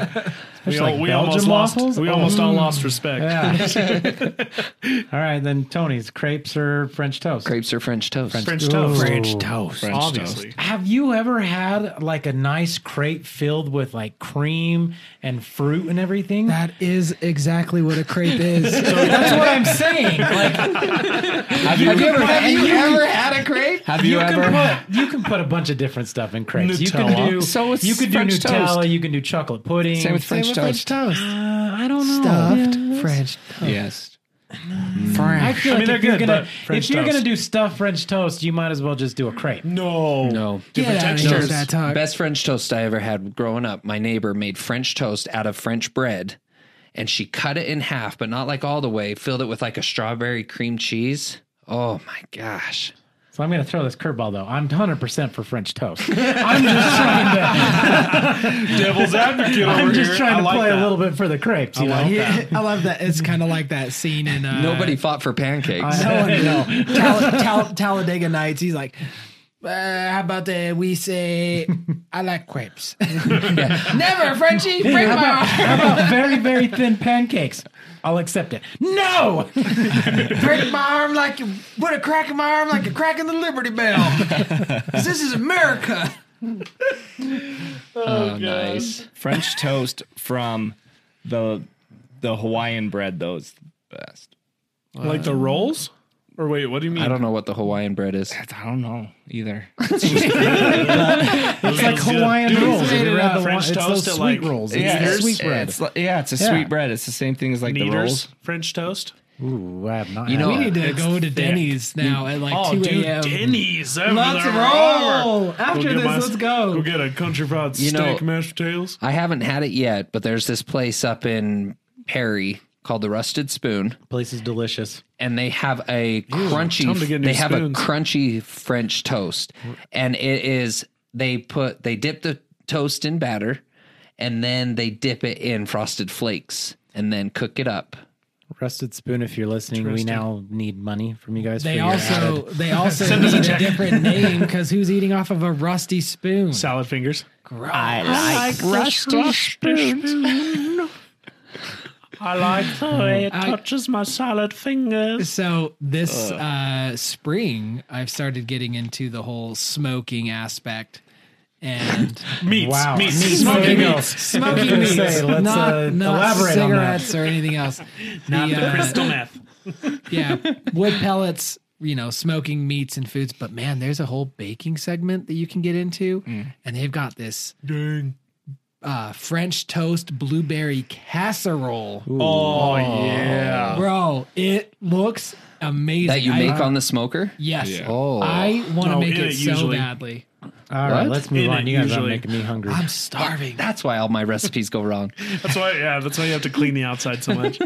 Speaker 4: [laughs]
Speaker 1: okay. We, all,
Speaker 4: like
Speaker 1: we
Speaker 4: Belgian
Speaker 1: almost
Speaker 4: waffles?
Speaker 1: lost.
Speaker 4: Mm.
Speaker 1: We almost all lost respect.
Speaker 4: All right, then Tony's crepes or French toast.
Speaker 3: crepes or French toast?
Speaker 1: [laughs] French toast.
Speaker 4: French
Speaker 2: toast.
Speaker 1: Obviously.
Speaker 4: Have you ever had like a nice crepe filled with like cream and fruit and everything?
Speaker 2: That is exactly what a crepe is.
Speaker 4: [laughs] That's what
Speaker 1: [laughs]
Speaker 4: I'm saying. Like
Speaker 6: Have you,
Speaker 2: Have you ever had a crepe?
Speaker 6: have you
Speaker 4: can
Speaker 6: ever?
Speaker 4: put you can put a bunch of different stuff in crepes. You can
Speaker 1: Nutella.
Speaker 4: do
Speaker 6: So it's
Speaker 4: you can
Speaker 6: French
Speaker 4: do Nutella.
Speaker 6: toast.
Speaker 4: You can do chocolate pudding.
Speaker 6: Same with French
Speaker 2: Same with
Speaker 6: toast.
Speaker 2: French toast.
Speaker 1: Uh,
Speaker 4: I don't know.
Speaker 2: Stuffed French toast.
Speaker 6: Yes.
Speaker 4: I feel
Speaker 1: I
Speaker 4: like
Speaker 1: mean, they're
Speaker 4: if you're
Speaker 1: good,
Speaker 4: gonna
Speaker 1: but French
Speaker 4: if you're
Speaker 1: toast.
Speaker 4: gonna do stuffed French toast, you might as well just do a crepe.
Speaker 1: No.
Speaker 3: No.
Speaker 2: Get out of here
Speaker 1: textures.
Speaker 2: with that talk.
Speaker 3: Best French toast I ever had growing up. My neighbor made French toast out of French bread and she cut it in half, but not like all the way, filled it with like a strawberry cream cheese. Oh my gosh.
Speaker 4: So I'm gonna throw this curveball though. I'm 100 percent for French
Speaker 1: [laughs]
Speaker 4: toast.
Speaker 1: Devil's advocate over
Speaker 4: I'm just
Speaker 1: here.
Speaker 4: trying
Speaker 1: I
Speaker 4: to
Speaker 1: like
Speaker 4: play
Speaker 1: that.
Speaker 4: a little bit for the crepes. You know.
Speaker 2: Yeah, I love that. It's kind of like that scene in uh,
Speaker 3: Nobody fought for pancakes.
Speaker 2: I don't [laughs] even know. Tal- Tal- Talladega Nights. He's like, uh, how about that? We say, I like crepes. [laughs] Never, Frenchie. Bring
Speaker 4: How about,
Speaker 2: my,
Speaker 4: how about very, very thin pancakes? I'll accept it. No!
Speaker 2: [laughs] break my arm like you put a crack in my arm like a crack in the Liberty Bell. [laughs] 'Cause this is America.
Speaker 3: oh, nice.
Speaker 6: French toast from the the Hawaiian bread though is the best.
Speaker 1: Like the
Speaker 4: Uh-huh.
Speaker 1: rolls? Or wait, what do you mean?
Speaker 3: I don't know what the Hawaiian bread is.
Speaker 6: I don't know either.
Speaker 4: It's like
Speaker 1: Sounds good.
Speaker 4: Hawaiian
Speaker 1: Dude,
Speaker 4: rolls. Have
Speaker 1: made
Speaker 4: you
Speaker 1: it
Speaker 4: read
Speaker 1: up.
Speaker 4: the one-
Speaker 1: French
Speaker 4: it's those
Speaker 1: toast at,
Speaker 4: sweet
Speaker 1: like,
Speaker 4: rolls.
Speaker 1: Yeah,
Speaker 4: It's
Speaker 1: it's-
Speaker 4: sweet bread.
Speaker 6: It's, li- yeah, it's a
Speaker 4: Yeah.
Speaker 6: sweet bread. It's the same thing as like the
Speaker 1: Neaters,
Speaker 6: rolls.
Speaker 1: French toast.
Speaker 4: Ooh, I have not.
Speaker 3: You
Speaker 4: had
Speaker 3: know-
Speaker 4: that.
Speaker 2: need to go to Denny's now at like
Speaker 1: Oh,
Speaker 2: 2
Speaker 1: dude,
Speaker 2: a.m.
Speaker 1: Denny's.
Speaker 2: Let's roll. After this, let's go.
Speaker 1: Go get a country fried
Speaker 3: You
Speaker 1: steak,
Speaker 3: know-
Speaker 1: mashed potatoes.
Speaker 3: I haven't had it yet, but there's this place up in Perry called the Rusted Spoon,
Speaker 4: place is delicious.
Speaker 3: and they have a
Speaker 1: time to
Speaker 3: crunchy.
Speaker 1: get new
Speaker 3: They have
Speaker 1: spoons.
Speaker 3: a crunchy French toast, and it is they put they dip the toast in batter, and then they dip it in frosted flakes, and then cook it up.
Speaker 4: Rusted Spoon, if you're listening, we now need money from you guys.
Speaker 2: They
Speaker 4: for your added-
Speaker 2: also they also need a different name because who's eating off of a rusty spoon?
Speaker 1: Salad fingers.
Speaker 2: I like rusty
Speaker 1: I like the way it touches my salad fingers.
Speaker 2: So this uh, spring, I've started getting into the whole smoking aspect,
Speaker 4: [laughs]
Speaker 2: and
Speaker 1: Meats.
Speaker 4: Wow.
Speaker 1: Meats.
Speaker 4: Meats.
Speaker 1: Smoking
Speaker 4: There you go.
Speaker 1: meats.
Speaker 4: I
Speaker 2: smoking
Speaker 4: was
Speaker 2: meats,
Speaker 4: gonna say, let's,
Speaker 2: not,
Speaker 4: uh,
Speaker 2: not
Speaker 4: elaborate on that.
Speaker 2: cigarettes or anything
Speaker 4: [laughs]
Speaker 2: else.
Speaker 1: Not
Speaker 2: The,
Speaker 1: the
Speaker 2: uh,
Speaker 1: crystal meth.
Speaker 2: yeah, wood pellets, you know, smoking meats and foods. But man, there's a whole baking segment that you can get into,
Speaker 4: Mm.
Speaker 2: and they've got this uh, French toast blueberry casserole,
Speaker 1: Oh, yeah.
Speaker 2: bro. It looks amazing.
Speaker 3: that you
Speaker 2: I-
Speaker 3: make on the smoker.
Speaker 2: Yes.
Speaker 3: Oh.
Speaker 2: I want to
Speaker 1: No,
Speaker 2: make
Speaker 1: in
Speaker 2: it,
Speaker 1: it
Speaker 2: so
Speaker 1: usually.
Speaker 2: badly.
Speaker 4: All right,
Speaker 3: What?
Speaker 4: let's move
Speaker 1: In
Speaker 4: on.
Speaker 1: it,
Speaker 4: You guys are
Speaker 1: usually.
Speaker 4: making me hungry.
Speaker 2: I'm starving.
Speaker 3: That's why all my recipes go wrong.
Speaker 1: That's why, yeah, that's why you have to clean the outside so much.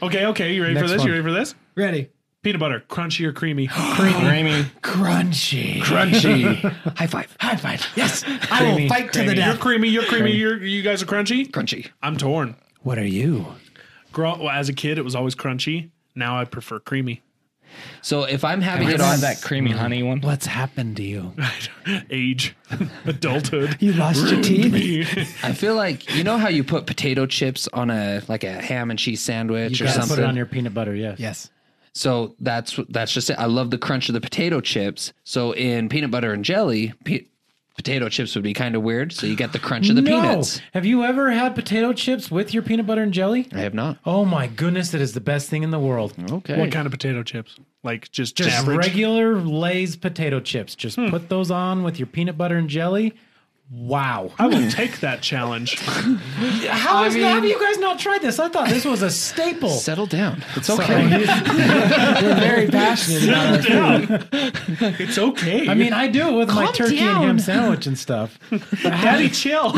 Speaker 1: okay, okay. You ready
Speaker 4: Next
Speaker 1: for this?
Speaker 4: one.
Speaker 1: You ready for this?
Speaker 2: Ready?
Speaker 1: Peanut butter, crunchy or creamy?
Speaker 6: Creamy.
Speaker 2: Crunchy.
Speaker 6: Crunchy.
Speaker 3: High five.
Speaker 2: [laughs] High five. Yes. [laughs] I will
Speaker 4: Creamy,
Speaker 2: fight to the
Speaker 4: creamy.
Speaker 1: You're
Speaker 2: death.
Speaker 1: creamy. You're creamy. You're, you guys are crunchy.
Speaker 3: Crunchy.
Speaker 1: I'm torn.
Speaker 2: What are you?
Speaker 1: Grow, well, as a kid, it was always crunchy. Now I prefer creamy.
Speaker 3: So if I'm having
Speaker 6: Get
Speaker 3: it on
Speaker 6: that creamy honey one.
Speaker 2: What's happened to you?
Speaker 1: Age, [laughs] adulthood.
Speaker 2: [laughs] You lost your teeth.
Speaker 3: I feel like you know how you put potato chips on a like a ham and cheese sandwich
Speaker 4: You
Speaker 3: or
Speaker 4: gotta
Speaker 3: something.
Speaker 4: put it on your peanut butter, yes.
Speaker 2: Yes.
Speaker 3: so that's that's just it. I love the crunch of the potato chips. So in peanut butter and jelly, pe- potato chips would be kind of weird. So you get the crunch of the
Speaker 4: no.
Speaker 3: peanuts.
Speaker 4: Have you ever had potato chips with your peanut butter and jelly?
Speaker 3: I have not.
Speaker 4: Oh my goodness, it is the best thing in the world.
Speaker 3: Okay.
Speaker 1: [laughs] What kind of potato chips? Like just,
Speaker 4: Just
Speaker 1: average.
Speaker 4: regular Lay's potato chips. Just put those on with your peanut butter and jelly. Wow.
Speaker 1: I will take that challenge.
Speaker 4: How, is, how have you guys not tried this? I thought this was a staple.
Speaker 3: Settle down. It's okay. [laughs]
Speaker 2: We're very passionate [laughs] about our
Speaker 1: It's okay.
Speaker 4: I mean, I do it with my
Speaker 3: Calm
Speaker 4: turkey and
Speaker 3: down.
Speaker 4: ham sandwich and stuff.
Speaker 1: Daddy, chill.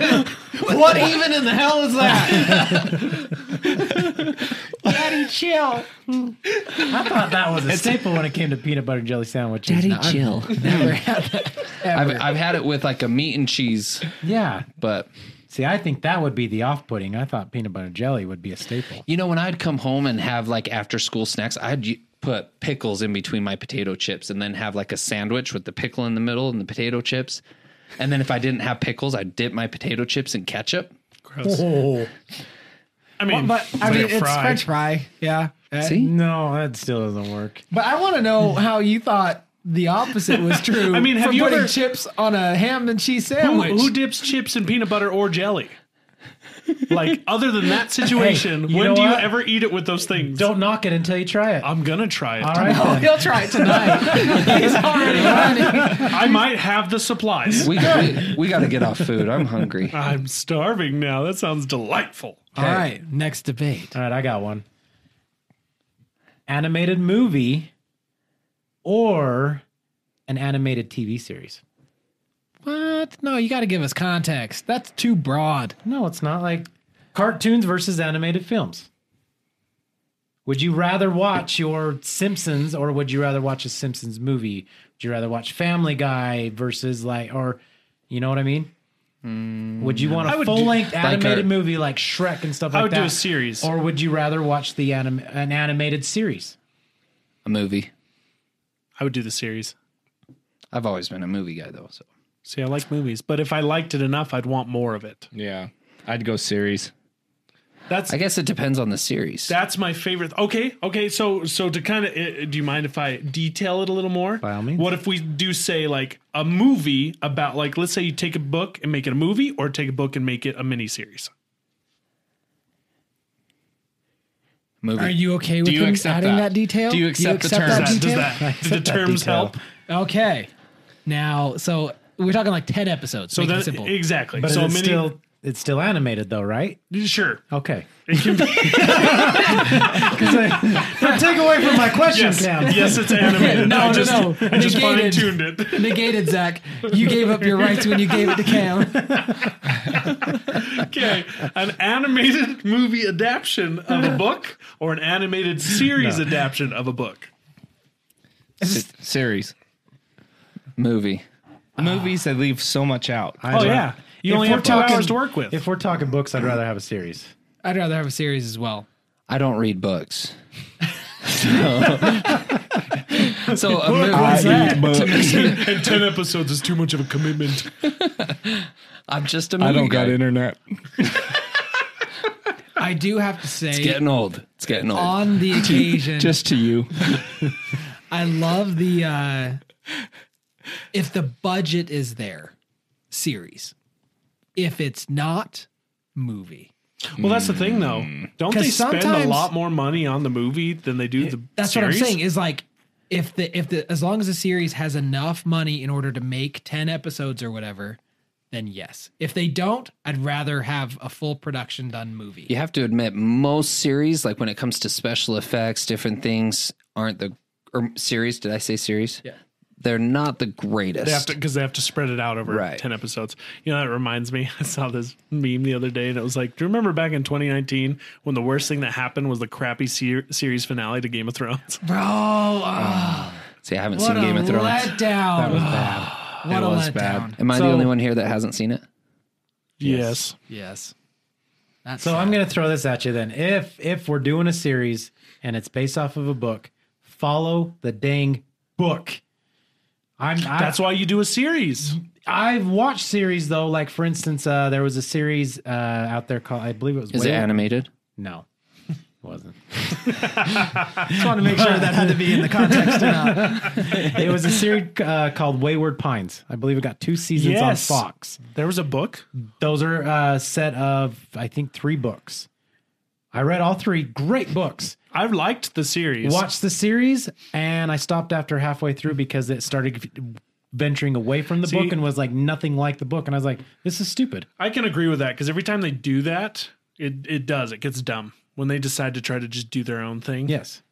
Speaker 3: What even in the hell is that?
Speaker 4: [laughs] Daddy, chill. I thought that was a staple when it came to peanut butter and jelly sandwiches.
Speaker 3: chill. I've, I've had it with like a meat and cheese,
Speaker 4: Yeah.
Speaker 3: but
Speaker 4: See, I think that would be the off putting. I thought peanut butter and jelly would be a staple.
Speaker 3: you know, when I'd come home and have like after school snacks, I'd y- put pickles in between my potato chips and then have like a sandwich with the pickle in the middle and the potato chips. And then if I didn't have pickles, I'd dip my potato chips in ketchup.
Speaker 4: Oh.
Speaker 1: I mean,
Speaker 2: But I mean,
Speaker 1: like a
Speaker 2: it's
Speaker 1: fry.
Speaker 2: French fry. Yeah. Uh,
Speaker 3: See?
Speaker 4: No, that still doesn't work.
Speaker 2: But I want to know how you thought the
Speaker 1: [laughs]
Speaker 2: opposite was true.
Speaker 1: I mean, have
Speaker 2: for
Speaker 1: you
Speaker 2: putting
Speaker 1: ever-
Speaker 2: chips on a ham and cheese
Speaker 1: who,
Speaker 2: sandwich?
Speaker 1: who [laughs] dips chips in peanut butter or jelly? [laughs] Like other than that situation,
Speaker 4: you
Speaker 1: when
Speaker 4: know
Speaker 1: do you
Speaker 4: what?
Speaker 1: ever eat it with those things?
Speaker 4: Don't knock it until you try it. All
Speaker 1: I'm gonna try it.
Speaker 4: right. then.
Speaker 2: Oh, He'll try
Speaker 1: [laughs]
Speaker 2: it tonight. He's already running.
Speaker 1: I might have the supplies.
Speaker 3: We, we, we got to get off food. I'm hungry.
Speaker 1: I'm starving now. That sounds delightful.
Speaker 2: All right, next debate.
Speaker 4: All right, I got one. Animated movie or an animated TV series?
Speaker 2: What? No, you got to give us context. That's too broad.
Speaker 4: No, it's not like cartoons versus animated films. Would you rather watch your Simpsons or would you rather watch a Simpsons movie? Would you rather watch Family Guy versus like or you know what I mean? would you want
Speaker 1: Mm, I
Speaker 4: a
Speaker 1: would do-
Speaker 4: full length animated
Speaker 3: a-
Speaker 4: movie like Shrek and stuff like that?
Speaker 1: I would do a series.
Speaker 4: Or would you rather watch the anim- an animated series?
Speaker 3: A movie.
Speaker 1: I would do the series.
Speaker 3: I've always been a movie guy though. So
Speaker 1: See, I like movies, but if I liked it enough, I'd want more of it.
Speaker 6: Yeah. I'd go series.
Speaker 1: That's
Speaker 3: I guess it depends on the series.
Speaker 1: that's my favorite. Okay, okay. So so to kind of, do you mind if I detail it a little more?
Speaker 4: By all means.
Speaker 1: What if we do say like a movie about like let's say you take a book and make it a movie, or take a book and make it a miniseries?
Speaker 3: movie.
Speaker 2: Are you okay with
Speaker 6: you
Speaker 2: him
Speaker 6: accept
Speaker 2: adding that,
Speaker 6: that?
Speaker 2: detail?
Speaker 6: Do you accept the terms?
Speaker 2: that
Speaker 1: Does that, does
Speaker 2: detail?
Speaker 1: that do the terms
Speaker 4: detail.
Speaker 1: help?
Speaker 2: Okay. Now, so we're talking like ten episodes.
Speaker 1: So
Speaker 2: make it
Speaker 1: that
Speaker 2: simple.
Speaker 1: exactly.
Speaker 4: But
Speaker 1: so
Speaker 4: it's
Speaker 1: mini-
Speaker 4: still it's still animated though, right?
Speaker 1: sure.
Speaker 4: Okay. [laughs]
Speaker 1: [laughs] 'Cause I-
Speaker 4: Don't take away from my question,
Speaker 1: yes, [laughs]
Speaker 4: Cam.
Speaker 1: yes,
Speaker 4: [laughs]
Speaker 1: it's animated.
Speaker 2: No,
Speaker 1: I
Speaker 2: no,
Speaker 1: just,
Speaker 2: no.
Speaker 1: I just fine
Speaker 2: Negated.
Speaker 1: tuned it.
Speaker 2: [laughs]
Speaker 1: [laughs]
Speaker 2: Negated, Zach. You gave up your rights when you gave it to Cam.
Speaker 1: Okay, an animated movie adaptation of a book or an animated series adaptation of a book.
Speaker 6: S- series.
Speaker 3: movie.
Speaker 6: Movies that leave so much out.
Speaker 4: I
Speaker 1: Oh,
Speaker 4: don't-
Speaker 1: you
Speaker 4: If
Speaker 1: only
Speaker 4: we're
Speaker 1: have two
Speaker 4: talking-
Speaker 1: hours to work with.
Speaker 4: If we're talking books, I'd rather have a series.
Speaker 2: I'd rather have a series as well.
Speaker 3: I don't read books. so, so a movie.
Speaker 1: [laughs] and ten episodes is too much of a commitment.
Speaker 3: I'm just a movie guy.
Speaker 6: internet.
Speaker 2: I do have to say,
Speaker 3: It's getting old. It's getting old.
Speaker 2: on the occasion,
Speaker 6: Just to you.
Speaker 2: I love the uh, if the budget is there, series. If it's not, movie.
Speaker 1: Well, that's the thing, though. Don't
Speaker 2: 'Cause
Speaker 1: they spend a
Speaker 2: sometimes-
Speaker 1: lot more money on the movie than they do the?
Speaker 2: That's
Speaker 1: series?
Speaker 2: what I'm saying. Is like if the if the as long as the series has enough money in order to make ten episodes or whatever, then yes. If they don't, I'd rather have a full production done movie.
Speaker 3: You have to admit, most series, like when it comes to special effects, different things aren't the or series. Did I say series? Yeah, they're not the greatest.
Speaker 1: They have to because they have to spread it out over
Speaker 3: Right.
Speaker 1: ten episodes. You know, that reminds me. [laughs] I saw this meme the other day, and it was like, "Do you remember back in 2019 when the worst thing that happened was the crappy ser- series finale to Game of Thrones?"
Speaker 2: Bro, ah,
Speaker 3: See, I haven't
Speaker 2: what
Speaker 3: seen
Speaker 2: a
Speaker 3: Game of Thrones.
Speaker 2: letdown. [sighs] What a
Speaker 6: was
Speaker 2: letdown.
Speaker 6: bad.
Speaker 3: Am I the
Speaker 4: So-
Speaker 3: only one here that hasn't seen it?
Speaker 1: yes.
Speaker 2: Yes. That's
Speaker 4: So I'm going to throw this at you then. If if we're doing a series and it's based off of a book, follow the dang book. I'm I,
Speaker 1: That's why you do a series.
Speaker 4: I've watched series though. Like for instance, uh, there was a series uh, out there called I believe it was
Speaker 3: Is it
Speaker 4: Whale-
Speaker 3: animated?
Speaker 4: No, it wasn't.
Speaker 2: just want to make sure that had to be in the context or not.
Speaker 4: [laughs] it was a series uh, called Wayward Pines. I believe it got two seasons
Speaker 1: Yes.
Speaker 4: on Fox.
Speaker 1: There was a book.
Speaker 4: Those are a set of I think three books. I read all three. Great books.
Speaker 1: I've liked the series.
Speaker 4: watched the series and I stopped after halfway through because it started venturing away from the
Speaker 1: See-
Speaker 4: book and was like nothing like the book. And I was like, this is stupid.
Speaker 1: I can agree with that because every time they do that, it it does. It gets dumb when they decide to try to just do their own thing.
Speaker 4: Yes.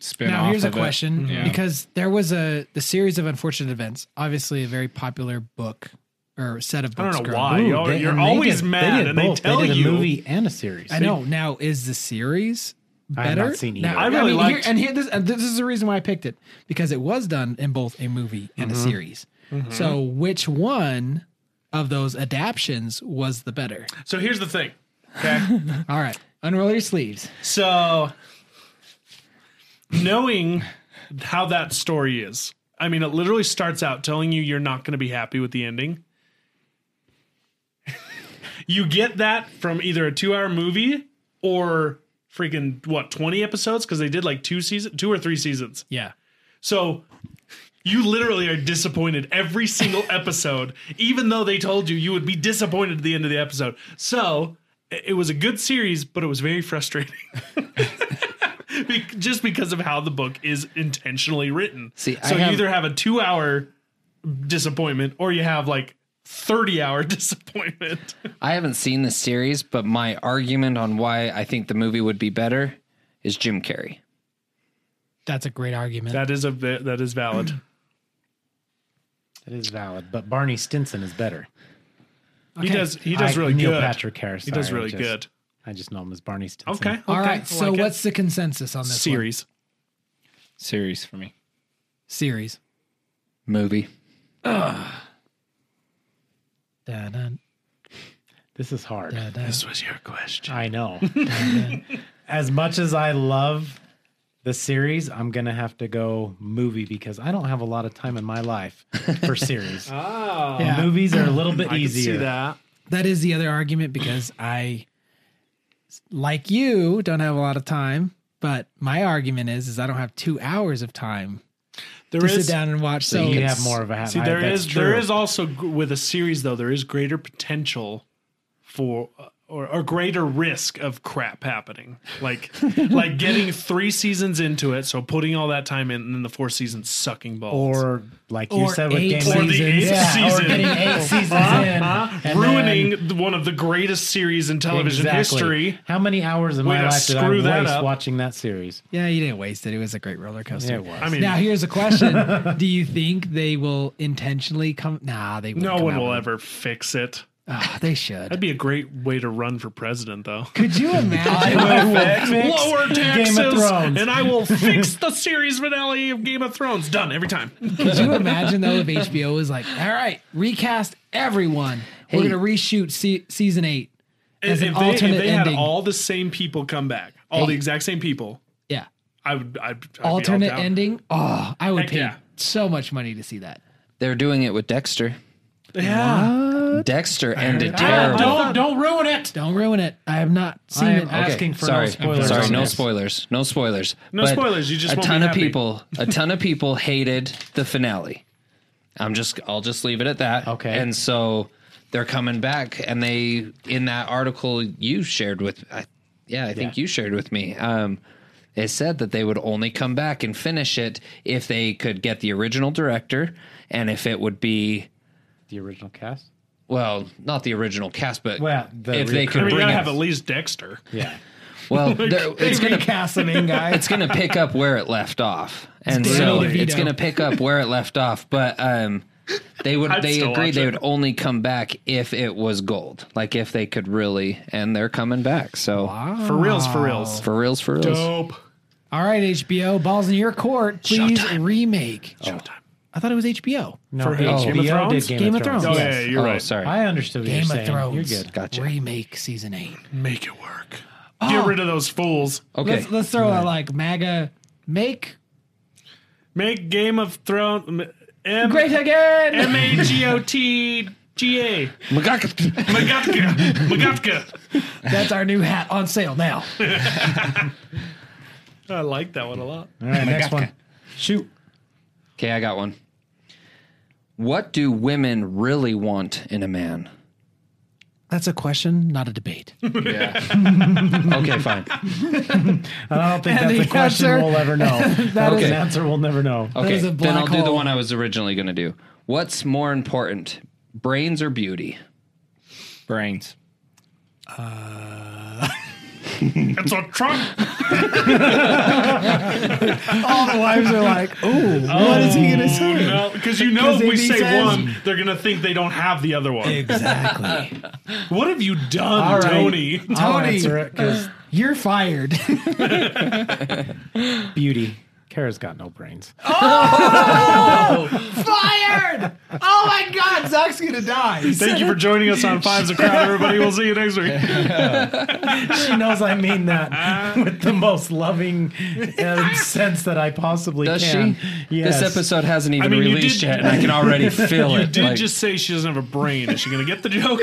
Speaker 6: Spin
Speaker 2: Now
Speaker 6: off
Speaker 2: here's a
Speaker 6: of it.
Speaker 2: question
Speaker 6: Yeah.
Speaker 2: because there was a the series of unfortunate events, obviously a very popular book or set of
Speaker 1: I
Speaker 2: books.
Speaker 1: don't know
Speaker 2: growing
Speaker 1: why.
Speaker 4: Ooh,
Speaker 1: you're
Speaker 4: they-
Speaker 1: you're
Speaker 4: and they
Speaker 1: always
Speaker 4: did- they
Speaker 1: mad,
Speaker 4: did
Speaker 1: and they
Speaker 4: both.
Speaker 1: tell
Speaker 4: did a
Speaker 1: you.
Speaker 4: movie and a series.
Speaker 2: I know. Now, is the series
Speaker 4: I
Speaker 2: better?
Speaker 4: have not seen either.
Speaker 2: Now,
Speaker 4: I
Speaker 1: really
Speaker 2: mean, here-
Speaker 1: liked-
Speaker 2: and here this and this is the reason why I picked it because it was done in both a movie and
Speaker 4: Mm-hmm.
Speaker 2: a series. So, which one of those adaptions was the better?
Speaker 1: So here's the thing. Okay. [laughs]
Speaker 2: All right, unroll your sleeves.
Speaker 1: So, knowing how that story is, I mean, it literally starts out telling you you're not going to be happy with the ending. [laughs] you get that from either a two hour movie or freaking what 20 episodes because they did like two season two or three seasons
Speaker 2: Yeah.
Speaker 1: so you literally are disappointed every single [laughs] episode, even though they told you you would be disappointed at the end of the episode. So i- it was a good series, but it was very frustrating. [laughs] Be- just because of how the book is intentionally written.
Speaker 3: See, I
Speaker 1: so
Speaker 3: have-
Speaker 1: you either have a two hour disappointment or you have like 30 hour [laughs] disappointment.
Speaker 3: I haven't seen the series, but my argument on why I think the movie would be better is Jim Carrey.
Speaker 2: That's a great argument.
Speaker 1: That is a bit, that is
Speaker 2: [clears throat]
Speaker 1: valid.
Speaker 4: That is valid. But Barney Stinson is better.
Speaker 1: He does he does
Speaker 4: I-
Speaker 1: really
Speaker 4: Neil
Speaker 1: good.
Speaker 4: Patrick Harris.
Speaker 1: he does
Speaker 4: sorry, I
Speaker 1: really
Speaker 4: just-
Speaker 1: good.
Speaker 4: I just know him as Barney Stinson.
Speaker 1: Okay.
Speaker 2: All
Speaker 1: okay,
Speaker 2: right.
Speaker 1: I
Speaker 2: so,
Speaker 1: like it.
Speaker 2: what's the consensus on this One?
Speaker 1: series?
Speaker 6: Series for me.
Speaker 2: Series.
Speaker 3: Movie.
Speaker 2: Da, da,
Speaker 4: This is hard.
Speaker 2: da, da.
Speaker 1: This was your question. [laughs]
Speaker 4: I know. [laughs] as much as I love the series, I'm gonna have to go movie because I don't have a lot of time in my life
Speaker 1: [laughs]
Speaker 4: for series.
Speaker 2: Yeah.
Speaker 4: Movies are a little bit
Speaker 1: Ah. I can see
Speaker 4: easier.
Speaker 1: that.
Speaker 2: That is the other argument
Speaker 4: [clears throat]
Speaker 2: because I, like you, don't have a lot of time. But my argument is, is I don't have two hours of time
Speaker 1: There
Speaker 2: to
Speaker 1: is.
Speaker 2: sit down and watch. So,
Speaker 4: You have more of a hat.
Speaker 1: See, there is there is also g- with a series though there is greater potential for uh, or, or greater risk of crap happening.
Speaker 4: [laughs]
Speaker 1: Like like getting three seasons into it, so putting all that time in, and then the fourth season sucking balls
Speaker 4: or like you
Speaker 2: Or
Speaker 4: said with
Speaker 2: eight
Speaker 4: Game of
Speaker 1: or the
Speaker 4: Thrones.
Speaker 1: eighth
Speaker 4: Yeah,
Speaker 1: season,
Speaker 4: or
Speaker 1: [laughs]
Speaker 4: getting eight seasons in,
Speaker 1: Huh?
Speaker 4: and
Speaker 1: Uh-huh. ruining
Speaker 4: then-
Speaker 1: the- one of the greatest series in television
Speaker 4: Exactly.
Speaker 1: history.
Speaker 4: How many hours of
Speaker 1: Way
Speaker 4: my
Speaker 1: to
Speaker 4: life did I
Speaker 1: screw that
Speaker 4: waste
Speaker 1: up.
Speaker 4: watching that series?
Speaker 2: yeah, you didn't waste it. It was a great roller coaster.
Speaker 4: It was.
Speaker 1: I mean,
Speaker 2: Now, here's
Speaker 1: [laughs]
Speaker 2: a question: Do you think they will intentionally come? Nah, they. wouldn't
Speaker 1: no
Speaker 2: come
Speaker 1: one
Speaker 2: out
Speaker 1: will
Speaker 2: with-
Speaker 1: ever fix it.
Speaker 2: Ah, they should.
Speaker 1: That'd be a great way to run for president, though.
Speaker 2: Could you
Speaker 1: [laughs]
Speaker 2: imagine?
Speaker 4: I will fix
Speaker 1: Lower taxes,
Speaker 4: [laughs] Game of Thrones.
Speaker 1: and I
Speaker 4: [laughs]
Speaker 1: will fix the series finale of Game of Thrones. Done every time.
Speaker 2: Could you imagine though if HBO was like, all right, recast everyone. We're
Speaker 3: Hey.
Speaker 2: gonna reshoot se- season eight as an
Speaker 1: if, they, if
Speaker 2: alternate
Speaker 1: they
Speaker 2: ending.
Speaker 1: had all the same people come back, all the exact same people,
Speaker 2: yeah,
Speaker 1: I would. I'd, I'd be all
Speaker 2: alternate
Speaker 1: down.
Speaker 2: ending. Oh, I would
Speaker 1: Heck
Speaker 2: pay
Speaker 1: yeah.
Speaker 2: so much money to see that.
Speaker 3: They're doing it with Dexter.
Speaker 1: Yeah,
Speaker 3: Dexter ended terrible.
Speaker 4: don't don't ruin it.
Speaker 2: Don't ruin it. I have not seen
Speaker 4: I am
Speaker 2: it.
Speaker 4: asking for
Speaker 3: sorry,
Speaker 4: no spoilers.
Speaker 3: sorry,
Speaker 4: on
Speaker 3: no
Speaker 4: this.
Speaker 3: spoilers, no spoilers.
Speaker 1: No spoilers, you just
Speaker 3: a
Speaker 1: won't
Speaker 3: ton
Speaker 4: [laughs]
Speaker 1: be
Speaker 3: of
Speaker 1: happy.
Speaker 3: people, a ton of people hated the finale. I'm just I'll just leave it at that.
Speaker 4: Okay.
Speaker 3: And so they're coming back, and they in that article you shared with, I, yeah, I think you shared with me. Um, it said that they would only come back and finish it if they could get the original director, and if it would be
Speaker 4: The original cast.
Speaker 3: well, not the original cast, but
Speaker 4: Well, the
Speaker 3: if they
Speaker 4: reoccurring-
Speaker 3: could
Speaker 1: I mean, you
Speaker 3: bring
Speaker 1: gotta
Speaker 3: it,
Speaker 1: have at least Dexter.
Speaker 4: Yeah. [laughs]
Speaker 3: well, there- it's gonna
Speaker 2: Recast the main guy.
Speaker 3: it's going to pick up where it left off, and so
Speaker 2: Danny DeVito.
Speaker 3: it's going to pick up where it left off. But um, they would
Speaker 1: I'd
Speaker 3: they
Speaker 1: still
Speaker 3: agreed
Speaker 1: watch
Speaker 3: they
Speaker 1: it.
Speaker 3: would only come back if it was gold, like if they could really, and they're coming back. So
Speaker 1: For reals, for reals.
Speaker 3: for reals, for reals,
Speaker 1: Dope.
Speaker 2: All right, HBO, balls in your court. Please remake.
Speaker 1: Showtime.
Speaker 2: I thought it was HBO.
Speaker 4: No,
Speaker 1: For who?
Speaker 4: HBO
Speaker 1: Game of Thrones?
Speaker 4: did Game,
Speaker 2: Game
Speaker 4: of
Speaker 2: of
Speaker 4: Thrones.
Speaker 1: Oh,
Speaker 2: Thrones.
Speaker 1: yeah,
Speaker 4: yes.
Speaker 1: you're
Speaker 3: oh,
Speaker 1: right.
Speaker 3: sorry.
Speaker 4: I understood what
Speaker 2: Game
Speaker 4: you're
Speaker 2: of
Speaker 4: saying.
Speaker 2: Thrones. [laughs]
Speaker 4: You're good.
Speaker 3: Gotcha.
Speaker 2: Remake season eight.
Speaker 1: Make it work.
Speaker 2: Oh.
Speaker 1: Get rid of those fools.
Speaker 3: okay,
Speaker 2: Let's, let's throw out like MAGA. Make
Speaker 1: Make Game of Thrones. M-
Speaker 2: great again.
Speaker 1: M
Speaker 2: [laughs]
Speaker 1: A G O T G A. Magatka. Magatka.
Speaker 2: That's our new hat on sale now.
Speaker 1: I like that one a lot.
Speaker 4: All right, next one. Shoot.
Speaker 3: okay, I got one. What do women really want in a man?
Speaker 2: That's a question, not a [laughs] debate.
Speaker 3: Okay,
Speaker 2: [laughs]
Speaker 3: fine.
Speaker 4: I don't think
Speaker 2: And
Speaker 4: that's
Speaker 2: the
Speaker 4: a question
Speaker 2: answer- [laughs]
Speaker 4: we'll ever know. that
Speaker 3: is-
Speaker 4: an answer we'll never know.
Speaker 3: Okay,
Speaker 2: is a
Speaker 3: then I'll
Speaker 2: black
Speaker 3: do the
Speaker 2: hole.
Speaker 3: one I was originally going to do. What's more important, brains or beauty?
Speaker 6: Brains.
Speaker 1: It's a truck.
Speaker 2: All the wives are like, [laughs] "Oh, what is he gonna say?"
Speaker 1: No, because you know if
Speaker 2: if
Speaker 1: we
Speaker 2: he
Speaker 1: say
Speaker 2: says-
Speaker 1: one, they're gonna think they don't have the other one.
Speaker 2: Exactly,
Speaker 1: [laughs] What have you done,
Speaker 4: All right.
Speaker 1: Tony?
Speaker 4: I'll
Speaker 2: Tony.
Speaker 4: answer it 'cause
Speaker 2: [laughs] you're fired. [laughs]
Speaker 4: beauty. Kara's got no brains.
Speaker 2: fired! Oh my God, Zach's gonna
Speaker 1: [laughs]
Speaker 2: die.
Speaker 1: Thank you for joining us on Fives a
Speaker 4: [laughs]
Speaker 1: Crowd, everybody. We'll see you next week.
Speaker 4: She knows I mean that [laughs] with the most loving uh, sense that I possibly
Speaker 3: Does
Speaker 4: can.
Speaker 3: she?
Speaker 4: Yes.
Speaker 3: This episode hasn't even
Speaker 1: I mean, you
Speaker 3: released
Speaker 1: did-
Speaker 3: yet, and I
Speaker 1: [laughs]
Speaker 3: can already feel
Speaker 1: You
Speaker 3: it.
Speaker 1: did
Speaker 3: like-
Speaker 1: just say she doesn't have a brain. Is she gonna get the joke?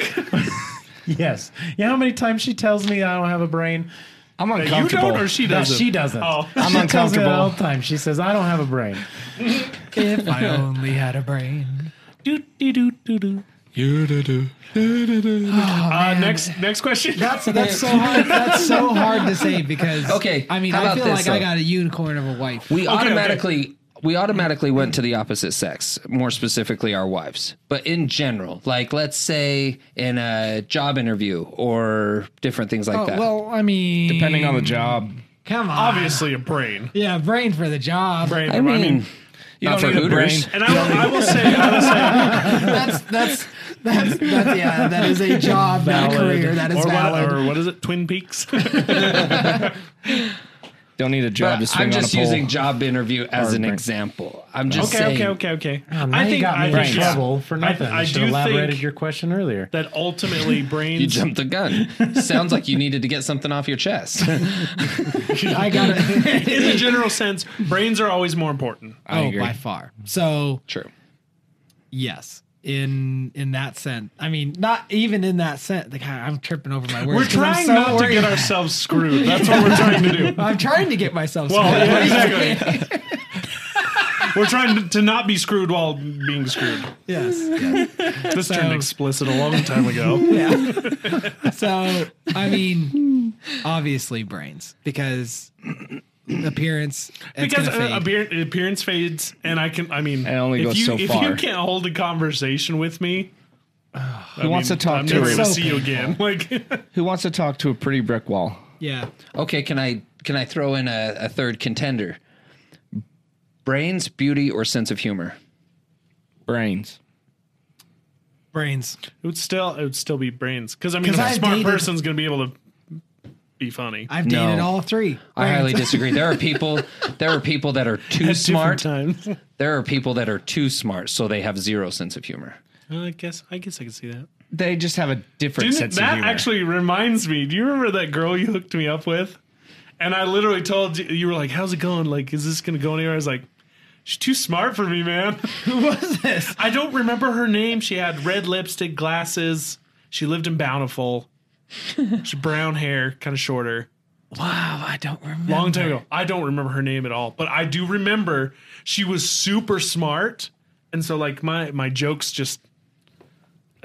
Speaker 4: Yes. You know how many times she tells me I don't have a brain?
Speaker 6: I'm
Speaker 1: you
Speaker 6: uncomfortable.
Speaker 1: don't, or she
Speaker 4: No,
Speaker 1: doesn't?
Speaker 4: she doesn't.
Speaker 1: Oh.
Speaker 4: I'm she tells me that
Speaker 6: uncomfortable.
Speaker 4: all the time. She says, I don't have a brain.
Speaker 2: If I only had a brain.
Speaker 1: Do, do, do, do, do. Uh, next, next question.
Speaker 2: That's
Speaker 3: [laughs]
Speaker 2: that's so hard. That's so hard to say because
Speaker 3: Okay,
Speaker 2: I mean,
Speaker 3: how
Speaker 2: I
Speaker 3: about
Speaker 2: feel
Speaker 3: this,
Speaker 2: like I
Speaker 3: though?
Speaker 2: got a unicorn of a wife.
Speaker 3: we automatically we automatically went to the opposite sex, more specifically our wives. But in general, like let's say in a job interview or different things like
Speaker 2: Oh,
Speaker 3: that.
Speaker 2: well, I mean,
Speaker 6: Depending on the job.
Speaker 2: come on,
Speaker 1: Obviously, a brain.
Speaker 2: yeah, brain for the job.
Speaker 1: Brain.
Speaker 3: I mean, not for
Speaker 6: don't need a brain.
Speaker 3: Hooters.
Speaker 1: and I will, I will say,
Speaker 4: [laughs]
Speaker 1: I will say,
Speaker 2: That's that's that's that's yeah. That
Speaker 1: [laughs]
Speaker 2: is a job, not a
Speaker 4: Valid.
Speaker 2: career. That is
Speaker 1: or
Speaker 2: valid.
Speaker 1: what, uh, or what is it? Twin Peaks. [laughs]
Speaker 6: Don't need a job to
Speaker 3: But
Speaker 6: swing
Speaker 3: Uh, I'm just
Speaker 6: on a pole.
Speaker 3: using job interview as
Speaker 6: Or
Speaker 3: an
Speaker 6: brain.
Speaker 3: example. I'm just
Speaker 1: okay,
Speaker 3: saying.
Speaker 1: okay, okay, okay.
Speaker 4: now you Ah, got me in
Speaker 6: think-
Speaker 4: trouble for nothing.
Speaker 1: I,
Speaker 4: I,
Speaker 1: I
Speaker 4: should
Speaker 1: do
Speaker 4: have elaborated
Speaker 1: think
Speaker 4: your question earlier.
Speaker 1: that
Speaker 4: [laughs]
Speaker 1: ultimately brains.
Speaker 3: You jumped the gun.
Speaker 6: [laughs]
Speaker 3: Sounds like you needed to get something off your chest.
Speaker 2: I got
Speaker 1: [laughs]
Speaker 2: it.
Speaker 1: in a general sense, brains are always more important.
Speaker 6: I
Speaker 2: oh,
Speaker 6: agree.
Speaker 2: by far. So
Speaker 3: True.
Speaker 2: yes, in in that sense. I mean, not even in that sense. Like I- I'm tripping over my words.
Speaker 1: We're
Speaker 2: 'cause I'm
Speaker 1: trying
Speaker 2: so
Speaker 1: not
Speaker 2: worried.
Speaker 1: to get ourselves screwed. That's what we're trying to do.
Speaker 2: I'm trying to get myself.
Speaker 1: Well,
Speaker 2: screwed.
Speaker 1: yeah, exactly. We're trying to, to not be screwed while being screwed.
Speaker 2: [laughs] yes.
Speaker 1: This turned explicit a long time
Speaker 6: [laughs]
Speaker 1: ago.
Speaker 2: Yeah. so I mean, obviously brains because appearance. It's
Speaker 1: because
Speaker 2: gonna
Speaker 1: uh,
Speaker 2: fade.
Speaker 1: appear, appearance fades, and I can. I mean,
Speaker 6: It only
Speaker 1: if
Speaker 6: goes
Speaker 1: you,
Speaker 6: so
Speaker 1: if
Speaker 6: far.
Speaker 1: you can't hold a conversation with me,
Speaker 6: Who wants to talk
Speaker 1: I'm
Speaker 6: to
Speaker 1: never
Speaker 6: a,
Speaker 1: gonna
Speaker 2: So
Speaker 1: see you again. [laughs] Like,
Speaker 6: Who wants to talk to a pretty brick wall?
Speaker 2: yeah.
Speaker 3: Okay, can I can I throw in a, a third contender? Brains, beauty, or sense of humor?
Speaker 6: Brains.
Speaker 2: Brains.
Speaker 1: It would still it would still be brains because I mean
Speaker 2: 'Cause
Speaker 1: if a
Speaker 2: I've
Speaker 1: smart
Speaker 2: dated-
Speaker 1: person's gonna be able to be funny.
Speaker 2: I've
Speaker 3: No.
Speaker 2: dated all three.
Speaker 3: I highly
Speaker 2: Brains.
Speaker 3: disagree. There are people there are people that are too smart.
Speaker 1: times.
Speaker 3: There are people that are too smart, so they have zero sense of humor.
Speaker 1: I guess I guess I can see that.
Speaker 6: They just have a different
Speaker 1: Didn't,
Speaker 6: sense
Speaker 1: that
Speaker 6: of humor.
Speaker 1: actually reminds me. Do you remember that girl you hooked me up with? And I literally told you you were like, "How's it going? Like, is this gonna go anywhere?" I was like, "She's too smart for me,
Speaker 6: [laughs]
Speaker 1: man."
Speaker 2: Who was this?
Speaker 1: I don't remember her name. She had red lipstick, glasses. She lived in
Speaker 6: [laughs]
Speaker 1: Bountiful. She had brown hair, kind of shorter.
Speaker 2: Wow, I don't remember.
Speaker 1: long time ago. I don't remember her name at all, but I do remember she was super smart. and so like my my jokes just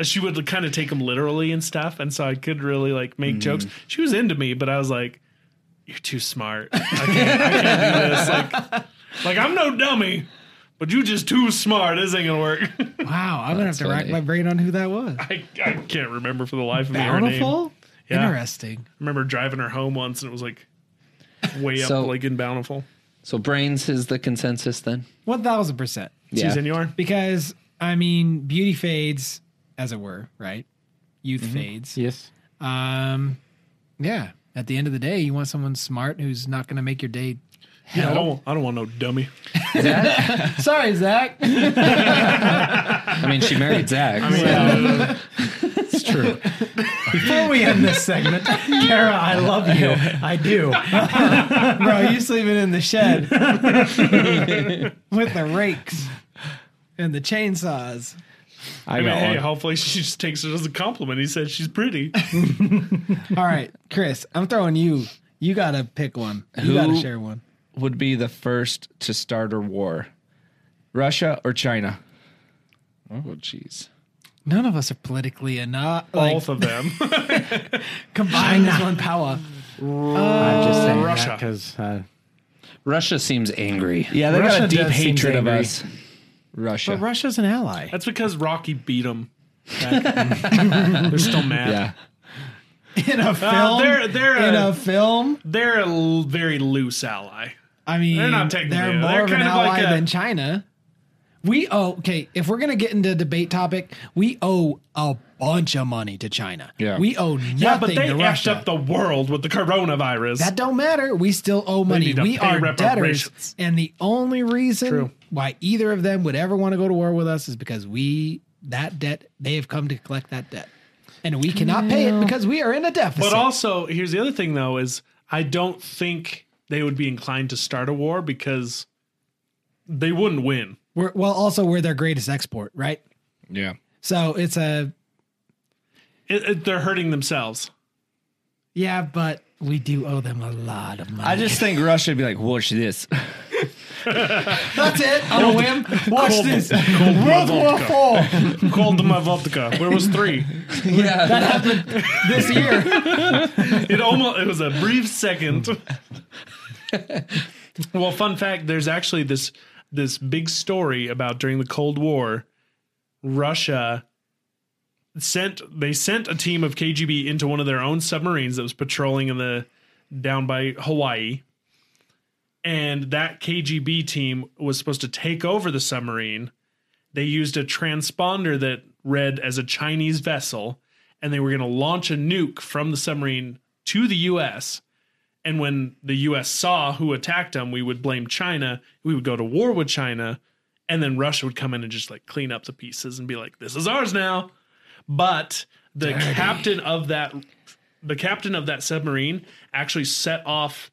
Speaker 1: she would kind of take them literally and stuff, and so I could really like make
Speaker 3: Mm.
Speaker 1: jokes. She was into me, but I was like, "You're too smart. I can't, I can't do this. Like, like I'm no dummy." But you just too smart. This ain't gonna work. [laughs]
Speaker 2: Wow, I'm gonna have to rack
Speaker 3: funny.
Speaker 2: my brain on who that was.
Speaker 1: I, I can't remember for the life of me her name. I
Speaker 2: Bountiful.
Speaker 1: Yeah.
Speaker 2: Interesting.
Speaker 1: remember driving her home once, and it was like way up,
Speaker 3: So-
Speaker 1: like in Bountiful.
Speaker 3: So brains is the consensus then.
Speaker 2: One thousand percent.
Speaker 3: Yeah.
Speaker 1: Susan, you are.
Speaker 2: Because I mean, beauty fades, as it were, right? Youth
Speaker 3: Mm-hmm.
Speaker 2: fades.
Speaker 4: Yes.
Speaker 2: Um, yeah. At the end of the day, you want someone smart who's not going to make your day.
Speaker 1: Yeah, I don't. I don't want no dummy.
Speaker 2: Sorry, Zach.
Speaker 3: I mean, she married Zach.
Speaker 4: It's true. Before we end this
Speaker 2: [laughs]
Speaker 4: segment, Kara, I love you. I
Speaker 1: [laughs]
Speaker 4: do.
Speaker 2: Bro, you sleeping in the [laughs] shed with the rakes and the chainsaws.
Speaker 6: I
Speaker 1: I mean,
Speaker 6: got
Speaker 1: hey,
Speaker 6: one.
Speaker 1: hopefully she just takes it as a compliment. He said she's pretty.
Speaker 2: All right, Chris, I'm throwing you. You got to pick one. You got to
Speaker 6: Who-
Speaker 2: share one.
Speaker 6: Would be the first to start a war, Russia or China?
Speaker 3: Oh jeez.
Speaker 2: None of us are politically enough. Like,
Speaker 1: Both of them. [laughs]
Speaker 2: combined as one power.
Speaker 4: I'm
Speaker 2: Oh.
Speaker 4: just saying
Speaker 1: Russia.
Speaker 4: because
Speaker 3: Russia seems angry.
Speaker 6: Yeah, they
Speaker 4: Russia
Speaker 6: got a deep
Speaker 4: does seem
Speaker 6: hatred of
Speaker 4: angry.
Speaker 6: us. Russia.
Speaker 4: but Russia's an ally.
Speaker 1: That's because Rocky beat him. they're still mad.
Speaker 6: yeah.
Speaker 2: [laughs] In a film.
Speaker 1: Uh, they're they're
Speaker 2: in
Speaker 1: a,
Speaker 2: a film.
Speaker 1: they're a l- very loose ally.
Speaker 2: I mean,
Speaker 1: They're not technically-
Speaker 2: they're
Speaker 1: they're
Speaker 2: more of an
Speaker 1: kind of like
Speaker 2: ally
Speaker 1: a-
Speaker 2: than China. We owe okay. If we're gonna get into debate topic, we owe a bunch of money to China.
Speaker 6: Yeah.
Speaker 2: we owe nothing
Speaker 1: Yeah, but they
Speaker 2: to
Speaker 1: effed
Speaker 2: Russia.
Speaker 1: up the world with the coronavirus.
Speaker 2: that don't matter. We still owe money.
Speaker 1: need to
Speaker 2: We
Speaker 1: pay
Speaker 2: are debtors,
Speaker 1: reparations.
Speaker 2: and the only reason
Speaker 1: True.
Speaker 2: why either of them would ever want to go to war with us is because we that debt they have come to collect that debt, and we cannot pay it because we are in a deficit.
Speaker 1: but also, here's the other thing though: is I don't think they would be inclined to start a war because they wouldn't win.
Speaker 2: we're, well, also we're their greatest export, right?
Speaker 6: Yeah.
Speaker 2: So it's a
Speaker 1: It, it- they're hurting
Speaker 2: [laughs]
Speaker 1: themselves.
Speaker 2: Yeah, but we do owe them a lot of money.
Speaker 6: I just think Russia would be like, watch this.
Speaker 2: that's it on a whim. Watch
Speaker 1: Cold-
Speaker 2: this.
Speaker 1: cold
Speaker 2: World War
Speaker 1: vodka.
Speaker 2: Four
Speaker 1: Called them my vodka. Where was three?
Speaker 3: [laughs]
Speaker 2: this year.
Speaker 1: [laughs] It almost it was a brief second. well, fun fact, there's actually this this big story about during the Cold War, Russia sent they sent a team of KGB into one of their own submarines that was patrolling in the down by Hawaii. And that KGB team was supposed to take over the submarine. They used a transponder that read as a Chinese vessel and they were going to launch a nuke from the submarine to the US. And when the US saw who attacked them, we would blame China. We would go to war with China. And then Russia would come in and just like clean up the pieces and be like, this is ours now. But the captain of that the captain of that submarine actually set off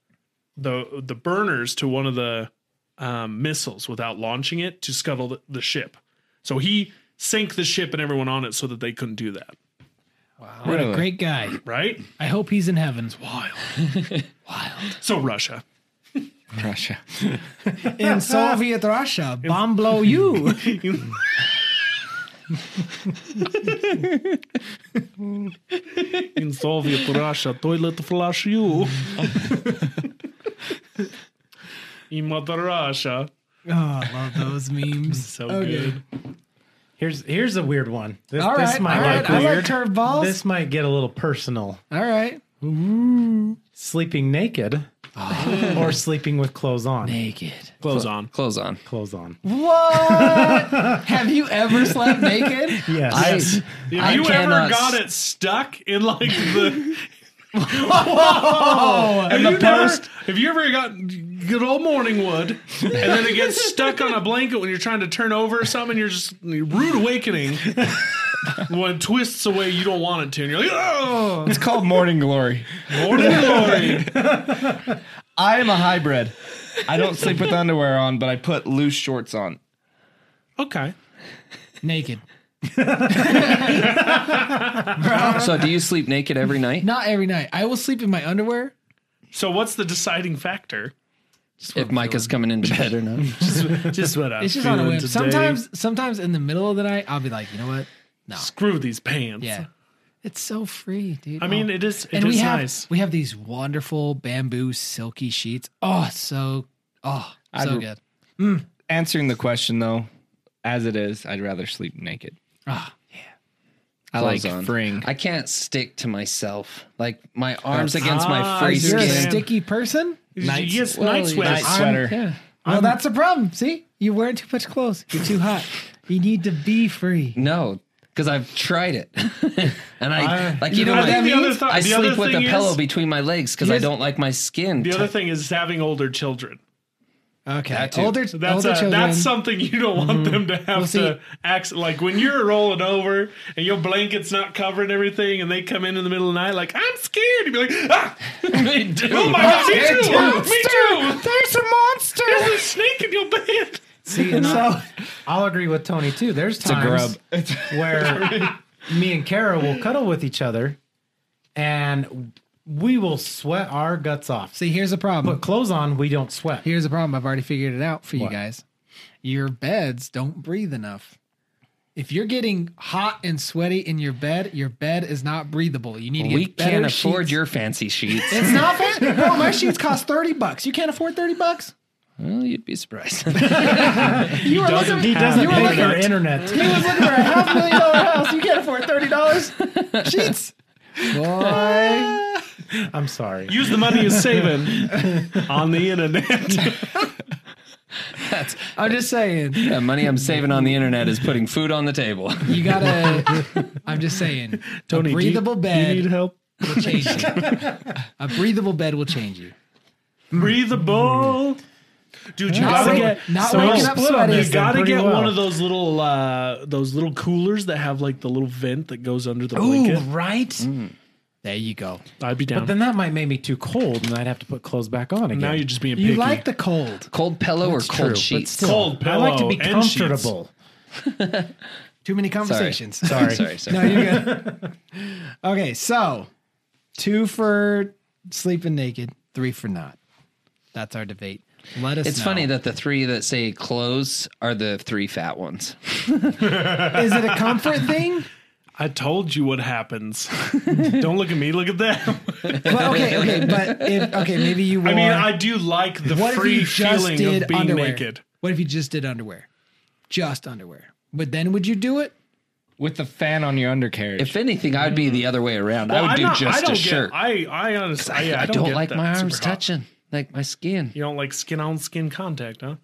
Speaker 1: the the burners to one of the um, missiles without launching it to scuttle the, the ship. So he sank the ship and everyone on it so that they couldn't do that.
Speaker 2: What a great guy.
Speaker 1: Right?
Speaker 2: I hope he's in heaven.
Speaker 1: Wild. Wild. So Russia.
Speaker 6: [laughs] Russia.
Speaker 2: In Soviet Russia, bomb
Speaker 1: [laughs]
Speaker 2: blow you.
Speaker 1: In Soviet Russia, toilet flush you. [laughs] In Mother Russia.
Speaker 2: Oh, I love those memes.
Speaker 1: So
Speaker 2: Okay.
Speaker 1: good.
Speaker 4: Here's here's a weird one. This,
Speaker 2: All
Speaker 4: this
Speaker 2: right,
Speaker 4: might
Speaker 2: all right.
Speaker 4: get
Speaker 2: I like
Speaker 4: weird.
Speaker 2: curveballs.
Speaker 4: This might get a little personal.
Speaker 2: All right.
Speaker 4: Sleeping naked or sleeping with clothes on.
Speaker 2: Oh. Naked.
Speaker 1: Clothes on.
Speaker 3: Clothes on.
Speaker 4: Clothes on.
Speaker 2: What? Have you ever slept
Speaker 3: [laughs]
Speaker 2: naked?
Speaker 4: Yes.
Speaker 1: If
Speaker 3: I
Speaker 1: you ever
Speaker 3: cannot
Speaker 1: got
Speaker 3: s-
Speaker 1: it stuck in like [laughs] the. Whoa! Have, you
Speaker 2: post?
Speaker 1: Ever, have you ever got good old morning wood and then it gets stuck on a blanket when you're trying to turn over or something? You're just rude awakening [laughs] when it twists away you don't want it to. And you're like, oh!
Speaker 6: It's called Morning Glory. [laughs]
Speaker 1: Morning glory.
Speaker 6: I am a hybrid. I don't sleep with underwear on, but I put loose shorts on.
Speaker 1: Okay.
Speaker 2: [laughs] Naked.
Speaker 3: So do you sleep naked every night?
Speaker 2: Not every night. I will sleep in my underwear.
Speaker 1: So what's the deciding factor?
Speaker 3: if Micah's coming into bed or not.
Speaker 1: Just what I'm
Speaker 2: It's just on a
Speaker 1: feeling
Speaker 2: whim.
Speaker 1: today.
Speaker 2: Sometimes, sometimes in the middle of the night, I'll be like, you know what? No,
Speaker 1: screw these pants.
Speaker 2: yeah, it's so free, dude. Oh.
Speaker 1: I mean, it is. It is
Speaker 2: and we have
Speaker 1: nice.
Speaker 2: we have these wonderful bamboo silky sheets. Oh, so oh, so
Speaker 6: I'd-
Speaker 2: good.
Speaker 6: Answering the question though, as it is, I'd rather sleep naked.
Speaker 2: Ah,
Speaker 6: I
Speaker 3: Clothes
Speaker 6: like
Speaker 3: on.
Speaker 6: fring.
Speaker 3: I can't stick to myself. Like my arms against my
Speaker 1: Ah,
Speaker 3: free
Speaker 2: you're a
Speaker 1: understand.
Speaker 3: skin.
Speaker 2: sticky person.
Speaker 1: Nights, yes,
Speaker 6: well,
Speaker 1: night sweats.
Speaker 6: night sweater.
Speaker 2: Yeah. Well, that's the problem. See, you're wearing too much clothes. You're too hot. you need to be free.
Speaker 3: No, because I've tried it, [laughs] and I, like you
Speaker 2: know
Speaker 3: know
Speaker 2: what
Speaker 3: I,
Speaker 2: that means?
Speaker 1: thought-
Speaker 3: I
Speaker 1: the other
Speaker 3: sleep with a
Speaker 1: thing
Speaker 3: pillow
Speaker 1: is-
Speaker 3: between my legs because I don't like my skin.
Speaker 1: The
Speaker 3: t-
Speaker 1: other thing is having older children.
Speaker 2: Okay,
Speaker 3: That too. [laughs]
Speaker 2: older,
Speaker 1: So that's
Speaker 2: older
Speaker 1: a,
Speaker 2: children.
Speaker 1: that's something you don't want them to have
Speaker 2: see-
Speaker 1: to act like when you're rolling over and your blanket's not covering everything, and they come in in the middle of the night like I'm scared. You'd be like, [laughs] ah,
Speaker 3: They do.
Speaker 1: oh my god, me
Speaker 3: They're
Speaker 1: too,
Speaker 3: dudes.
Speaker 1: me too.
Speaker 6: There's a monster.
Speaker 1: There's a snake in your bed.
Speaker 4: See, and I, I'll agree with Tony too. There's times where me and Kara will cuddle with each other, and we will sweat our guts off.
Speaker 2: See, here's the problem.
Speaker 4: Put clothes on, we don't sweat.
Speaker 2: Here's the problem. I've already figured it out for you guys. Your beds don't breathe enough. If you're getting hot and sweaty in your bed, your bed is not breathable. You need to get
Speaker 3: We
Speaker 2: better
Speaker 3: can't afford
Speaker 2: sheets.
Speaker 3: your fancy sheets. [laughs]
Speaker 2: It's not fair. Bro, my sheets cost 30 bucks. You can't afford 30 bucks?
Speaker 3: well, you'd be surprised. [laughs]
Speaker 2: You were looking,
Speaker 4: He doesn't
Speaker 2: you were
Speaker 4: pay
Speaker 2: looking,
Speaker 4: for internet.
Speaker 2: he was looking for a half million dollar house. You can't afford $30 sheets. Boy.
Speaker 4: I'm sorry.
Speaker 1: Use the money you're [laughs] saving on the internet.
Speaker 3: That's,
Speaker 2: I'm just saying.
Speaker 3: that money I'm saving on the internet is putting food on the table. [laughs]
Speaker 2: You gotta. I'm just saying. a breathable bed
Speaker 1: help?
Speaker 2: will change you. [laughs] a breathable bed will change you.
Speaker 1: Breathable. Dude, you
Speaker 2: Not
Speaker 1: gotta
Speaker 2: wake-
Speaker 1: get
Speaker 2: not
Speaker 1: so
Speaker 2: waking up
Speaker 1: split on
Speaker 2: sweaty.
Speaker 1: this. You
Speaker 2: Done
Speaker 1: gotta
Speaker 4: pretty
Speaker 1: get
Speaker 4: well.
Speaker 1: one of those little uh those little coolers that have like the little vent that goes under the
Speaker 4: Ooh,
Speaker 1: blanket.
Speaker 4: right.
Speaker 3: Mm.
Speaker 2: There you go.
Speaker 1: I'd be down.
Speaker 4: Then that might make me too cold, and I'd have to put clothes back on again.
Speaker 1: now you're just being picky.
Speaker 2: You like the cold.
Speaker 3: Cold pillow or
Speaker 4: True,
Speaker 3: cold
Speaker 4: but
Speaker 3: sheets?
Speaker 4: still,
Speaker 1: Cold
Speaker 4: I like to be
Speaker 1: pillow and sheets.
Speaker 4: comfortable.
Speaker 2: Too many conversations. [laughs]
Speaker 3: Sorry, sorry, sorry.
Speaker 2: No, you're good. [laughs] okay, so two for sleeping naked, three for not. That's our debate. Let us.
Speaker 3: It's
Speaker 2: know.
Speaker 3: funny that the three that say clothes are the three fat ones.
Speaker 2: is it a
Speaker 3: [laughs]
Speaker 2: comfort thing?
Speaker 1: I told you what happens. Don't look at me. Look at them.
Speaker 2: But okay, okay, but if okay, maybe you. Wore,
Speaker 1: I mean, I do like the
Speaker 2: what if
Speaker 1: free
Speaker 2: you just
Speaker 1: feeling
Speaker 2: did
Speaker 1: of being
Speaker 2: underwear?
Speaker 1: naked.
Speaker 2: What if you just did underwear? Just underwear. But then would you do it?
Speaker 6: With the fan on your undercarriage.
Speaker 3: If anything, I'd be the other way around. I would
Speaker 1: I'm
Speaker 3: do
Speaker 1: not-
Speaker 3: just
Speaker 1: I don't
Speaker 3: a
Speaker 1: get,
Speaker 3: shirt.
Speaker 1: I I honestly I,
Speaker 3: I,
Speaker 1: I
Speaker 3: don't,
Speaker 1: get
Speaker 3: like
Speaker 1: that.
Speaker 3: my
Speaker 1: Super
Speaker 3: arms
Speaker 1: hot.
Speaker 3: touching, like my skin.
Speaker 1: You don't like skin on skin contact, huh?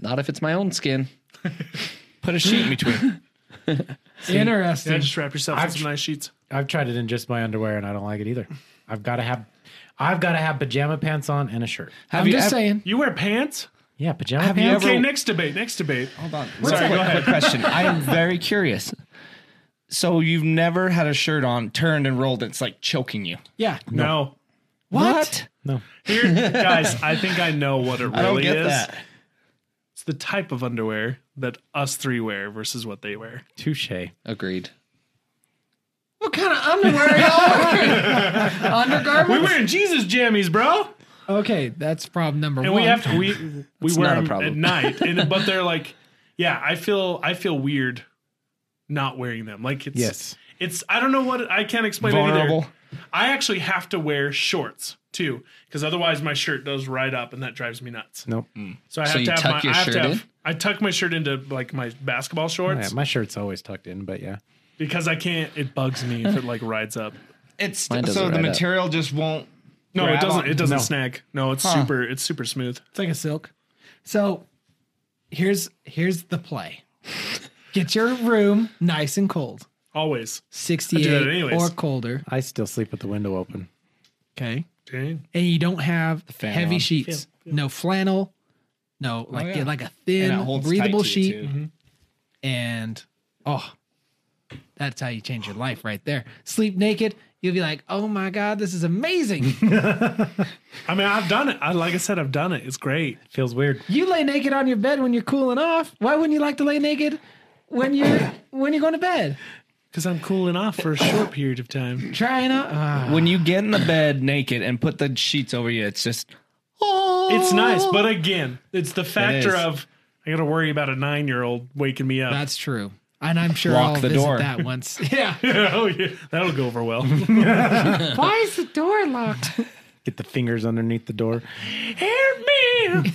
Speaker 3: Not if it's my own skin.
Speaker 6: Put a sheet in [laughs] between.
Speaker 2: Interesting.
Speaker 1: Yeah, just wrap yourself in
Speaker 4: I've-
Speaker 1: some nice sheets.
Speaker 4: I've tried it in just my underwear, and I don't like it either. I've got to have, I've got to have pajama pants on and a shirt.
Speaker 2: I'm just saying.
Speaker 1: You wear pants?
Speaker 4: Yeah, pajama
Speaker 6: you
Speaker 4: pants.
Speaker 6: ever-
Speaker 1: Okay, next debate. Next debate.
Speaker 6: Hold on.
Speaker 1: Sorry, go
Speaker 6: Quick
Speaker 1: ahead.
Speaker 6: question. I am very curious. So you've never had a shirt on, turned and rolled, and it's like choking you.
Speaker 2: Yeah.
Speaker 1: No.
Speaker 6: What?
Speaker 1: Here,
Speaker 6: [laughs]
Speaker 1: guys, I think I know what it really
Speaker 6: I don't get
Speaker 1: is.
Speaker 6: that.
Speaker 1: It's the type of underwear that us three wear versus what they wear.
Speaker 4: Touche.
Speaker 3: Agreed.
Speaker 2: What kind of underwear are y'all wearing?
Speaker 1: We're
Speaker 2: Undergarments?
Speaker 1: wearing Jesus jammies, bro.
Speaker 2: Okay, that's problem number
Speaker 1: And
Speaker 2: one.
Speaker 1: we have to we we wear
Speaker 3: not a
Speaker 1: them
Speaker 3: problem.
Speaker 1: at night. And but
Speaker 6: [laughs]
Speaker 1: they're like, yeah, I feel I feel weird not wearing them. Like it's
Speaker 4: Yes.
Speaker 1: it's I don't know what I can't explain it
Speaker 6: Vulnerable.
Speaker 1: either. I actually have to wear shorts too, because otherwise my shirt does right up and that drives me nuts.
Speaker 4: Nope.
Speaker 1: So I have
Speaker 3: Hmm. you
Speaker 1: to have
Speaker 3: tuck
Speaker 1: my
Speaker 3: your
Speaker 1: I have
Speaker 3: shirt
Speaker 1: to have,
Speaker 3: in?
Speaker 1: I tuck my shirt into like my basketball shorts
Speaker 4: Oh, Yeah, my shirt's always tucked in, but yeah.
Speaker 1: because I can't it bugs me if it like rides up.
Speaker 6: It's
Speaker 3: Mine doesn't
Speaker 6: so the
Speaker 3: ride up.
Speaker 6: material just won't.
Speaker 1: No, it
Speaker 6: grab
Speaker 1: doesn't.
Speaker 6: on.
Speaker 1: It doesn't
Speaker 4: No.
Speaker 1: snag. No, it's super. It's super smooth.
Speaker 2: It's like a silk. So here's here's the play. Get your room nice and cold,
Speaker 1: Always.
Speaker 2: sixty-eight
Speaker 1: anyways.
Speaker 2: or colder.
Speaker 4: I still sleep with the window open.
Speaker 2: Okay,
Speaker 1: Dang.
Speaker 2: and you don't have
Speaker 6: fan
Speaker 2: heavy
Speaker 6: on.
Speaker 2: sheets. No flannel. No, like
Speaker 6: yeah.
Speaker 2: like a
Speaker 6: And it
Speaker 2: thin,
Speaker 6: holds tight
Speaker 2: breathable
Speaker 6: to you,
Speaker 2: sheet, Mm-hmm.
Speaker 6: too.
Speaker 2: and oh, that's how you change your life right there. Sleep naked. You'll be like, oh my god, this is amazing.
Speaker 4: [laughs]
Speaker 1: I mean, I've done it. I like I said, I've done it. It's great.
Speaker 4: It feels weird.
Speaker 2: you lay naked on your bed when you're cooling off. Why wouldn't you like to lay naked when
Speaker 4: [laughs]
Speaker 2: you're when you're going to bed?
Speaker 1: Because I'm cooling off for a short period of time.
Speaker 2: Trying out. ah.
Speaker 6: When you get in the bed naked and put the sheets over you, it's just
Speaker 1: It's nice, but again, it's the factor
Speaker 6: is.
Speaker 1: of I got to worry about a nine year old waking me up.
Speaker 2: That's true. And I'm sure
Speaker 6: Lock
Speaker 2: I'll
Speaker 6: the
Speaker 2: visit
Speaker 6: door.
Speaker 2: that once. [laughs] Yeah.
Speaker 1: oh yeah, that'll go over well.
Speaker 4: [laughs]
Speaker 1: Oh,
Speaker 4: Why is the door locked? Get the fingers underneath the door.
Speaker 1: Help me!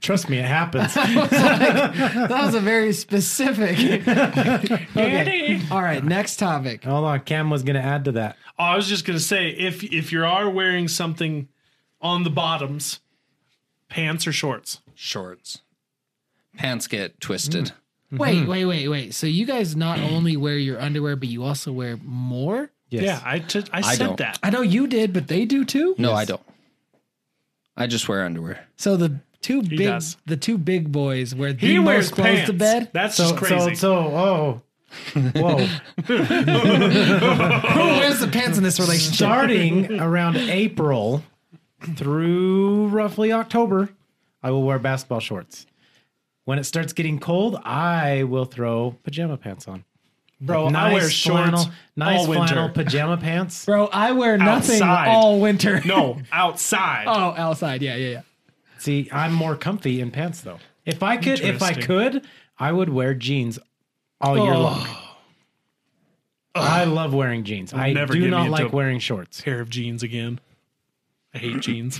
Speaker 4: Trust me, it happens.
Speaker 2: [laughs] That was a very specific. [laughs] okay. All right. Next topic.
Speaker 4: [laughs] Hold on, Cam was gonna add to that.
Speaker 1: Oh, I was just gonna say if if you are wearing something on the bottoms, pants or shorts.
Speaker 3: Shorts. Pants get twisted.
Speaker 4: Mm-hmm.
Speaker 2: Wait, wait, wait, wait. So you guys not only wear your underwear, but you also wear more?
Speaker 4: Yes.
Speaker 1: Yeah, I t- I
Speaker 3: I
Speaker 1: said
Speaker 3: don't.
Speaker 1: that.
Speaker 2: I know you did, but they do too.
Speaker 3: No, I don't. I just wear underwear.
Speaker 2: So the two big
Speaker 1: does.
Speaker 2: the two big boys wear the
Speaker 1: He
Speaker 2: most
Speaker 1: wears
Speaker 2: clothes
Speaker 1: pants.
Speaker 2: to bed.
Speaker 1: That's
Speaker 4: So,
Speaker 1: just crazy.
Speaker 4: so, so, oh,
Speaker 1: [laughs]
Speaker 4: whoa.
Speaker 2: Who wears the pants
Speaker 1: [laughs]
Speaker 2: in this relationship?
Speaker 4: Starting around April through roughly October, I will wear basketball shorts. When it starts getting cold, I will throw pajama pants on.
Speaker 1: Bro, I wear shorts
Speaker 4: flannel, nice
Speaker 1: all winter.
Speaker 4: flannel pajama pants.
Speaker 2: Bro, I wear nothing
Speaker 1: Outside.
Speaker 2: all winter.
Speaker 1: [laughs] No, outside.
Speaker 2: [laughs] Oh, outside. Yeah, yeah, yeah.
Speaker 4: See, I'm more comfy in pants though. If I could, if I
Speaker 1: Interesting. Oh.
Speaker 4: could, I would wear jeans all year long. I love wearing jeans. I
Speaker 1: never
Speaker 4: do
Speaker 1: get me
Speaker 4: not
Speaker 1: into
Speaker 4: like
Speaker 1: a-
Speaker 4: wearing shorts.
Speaker 1: Pair of jeans again. I hate jeans.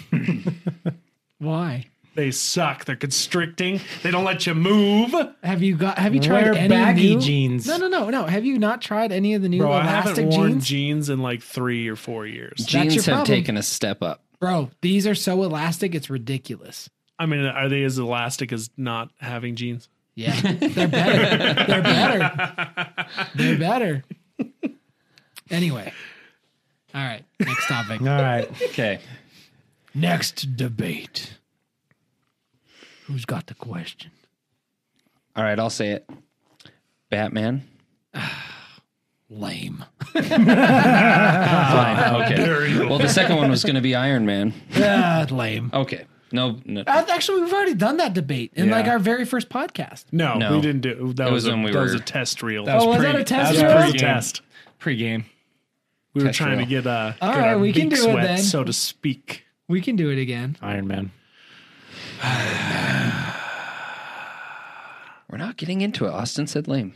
Speaker 2: Why?
Speaker 1: They suck. They're constricting. They don't let you move.
Speaker 2: Have you got have you tried
Speaker 4: Wear
Speaker 2: any
Speaker 4: baggy
Speaker 2: new-
Speaker 4: jeans.
Speaker 2: No, no, no, no. Have you not tried any of the new
Speaker 1: Bro, I
Speaker 2: elastic
Speaker 1: haven't worn
Speaker 2: jeans?
Speaker 1: jeans? in like three or four years.
Speaker 2: your
Speaker 3: Jeans have
Speaker 2: problem.
Speaker 3: taken a step up.
Speaker 2: Bro, these are so elastic, it's ridiculous.
Speaker 1: I mean, are they as elastic as not having jeans?
Speaker 2: Yeah. They're better. They're better. They're better. Anyway. All right. Next topic.
Speaker 1: [laughs]
Speaker 4: All right.
Speaker 6: [laughs]
Speaker 3: Okay.
Speaker 2: Next debate. Who's got the question?
Speaker 3: All right, I'll say it. Batman.
Speaker 2: [laughs] Lame.
Speaker 3: Fine. Okay. Well, the second one was going to be Iron Man.
Speaker 2: Ah, lame.
Speaker 3: Okay. No, no.
Speaker 2: Uh, Actually, we've already done that debate in like our very first podcast.
Speaker 1: No,
Speaker 3: No.
Speaker 1: we didn't do that.
Speaker 3: It
Speaker 1: was,
Speaker 3: was
Speaker 1: a,
Speaker 3: when we
Speaker 1: that was
Speaker 3: were-
Speaker 1: a test reel.
Speaker 2: oh, was that a test?
Speaker 6: was
Speaker 2: reel?
Speaker 1: That was a
Speaker 6: Pregame.
Speaker 1: test.
Speaker 6: [laughs] Pre-game.
Speaker 1: We were
Speaker 6: Test
Speaker 1: trying to
Speaker 6: reel.
Speaker 1: get uh,
Speaker 2: All
Speaker 1: get
Speaker 2: right,
Speaker 1: our
Speaker 2: we can
Speaker 1: beaks
Speaker 2: do it
Speaker 1: wet,
Speaker 2: then.
Speaker 1: so to speak.
Speaker 2: We can do it again.
Speaker 4: Iron Man.
Speaker 3: We're not getting into it. Austin said lame.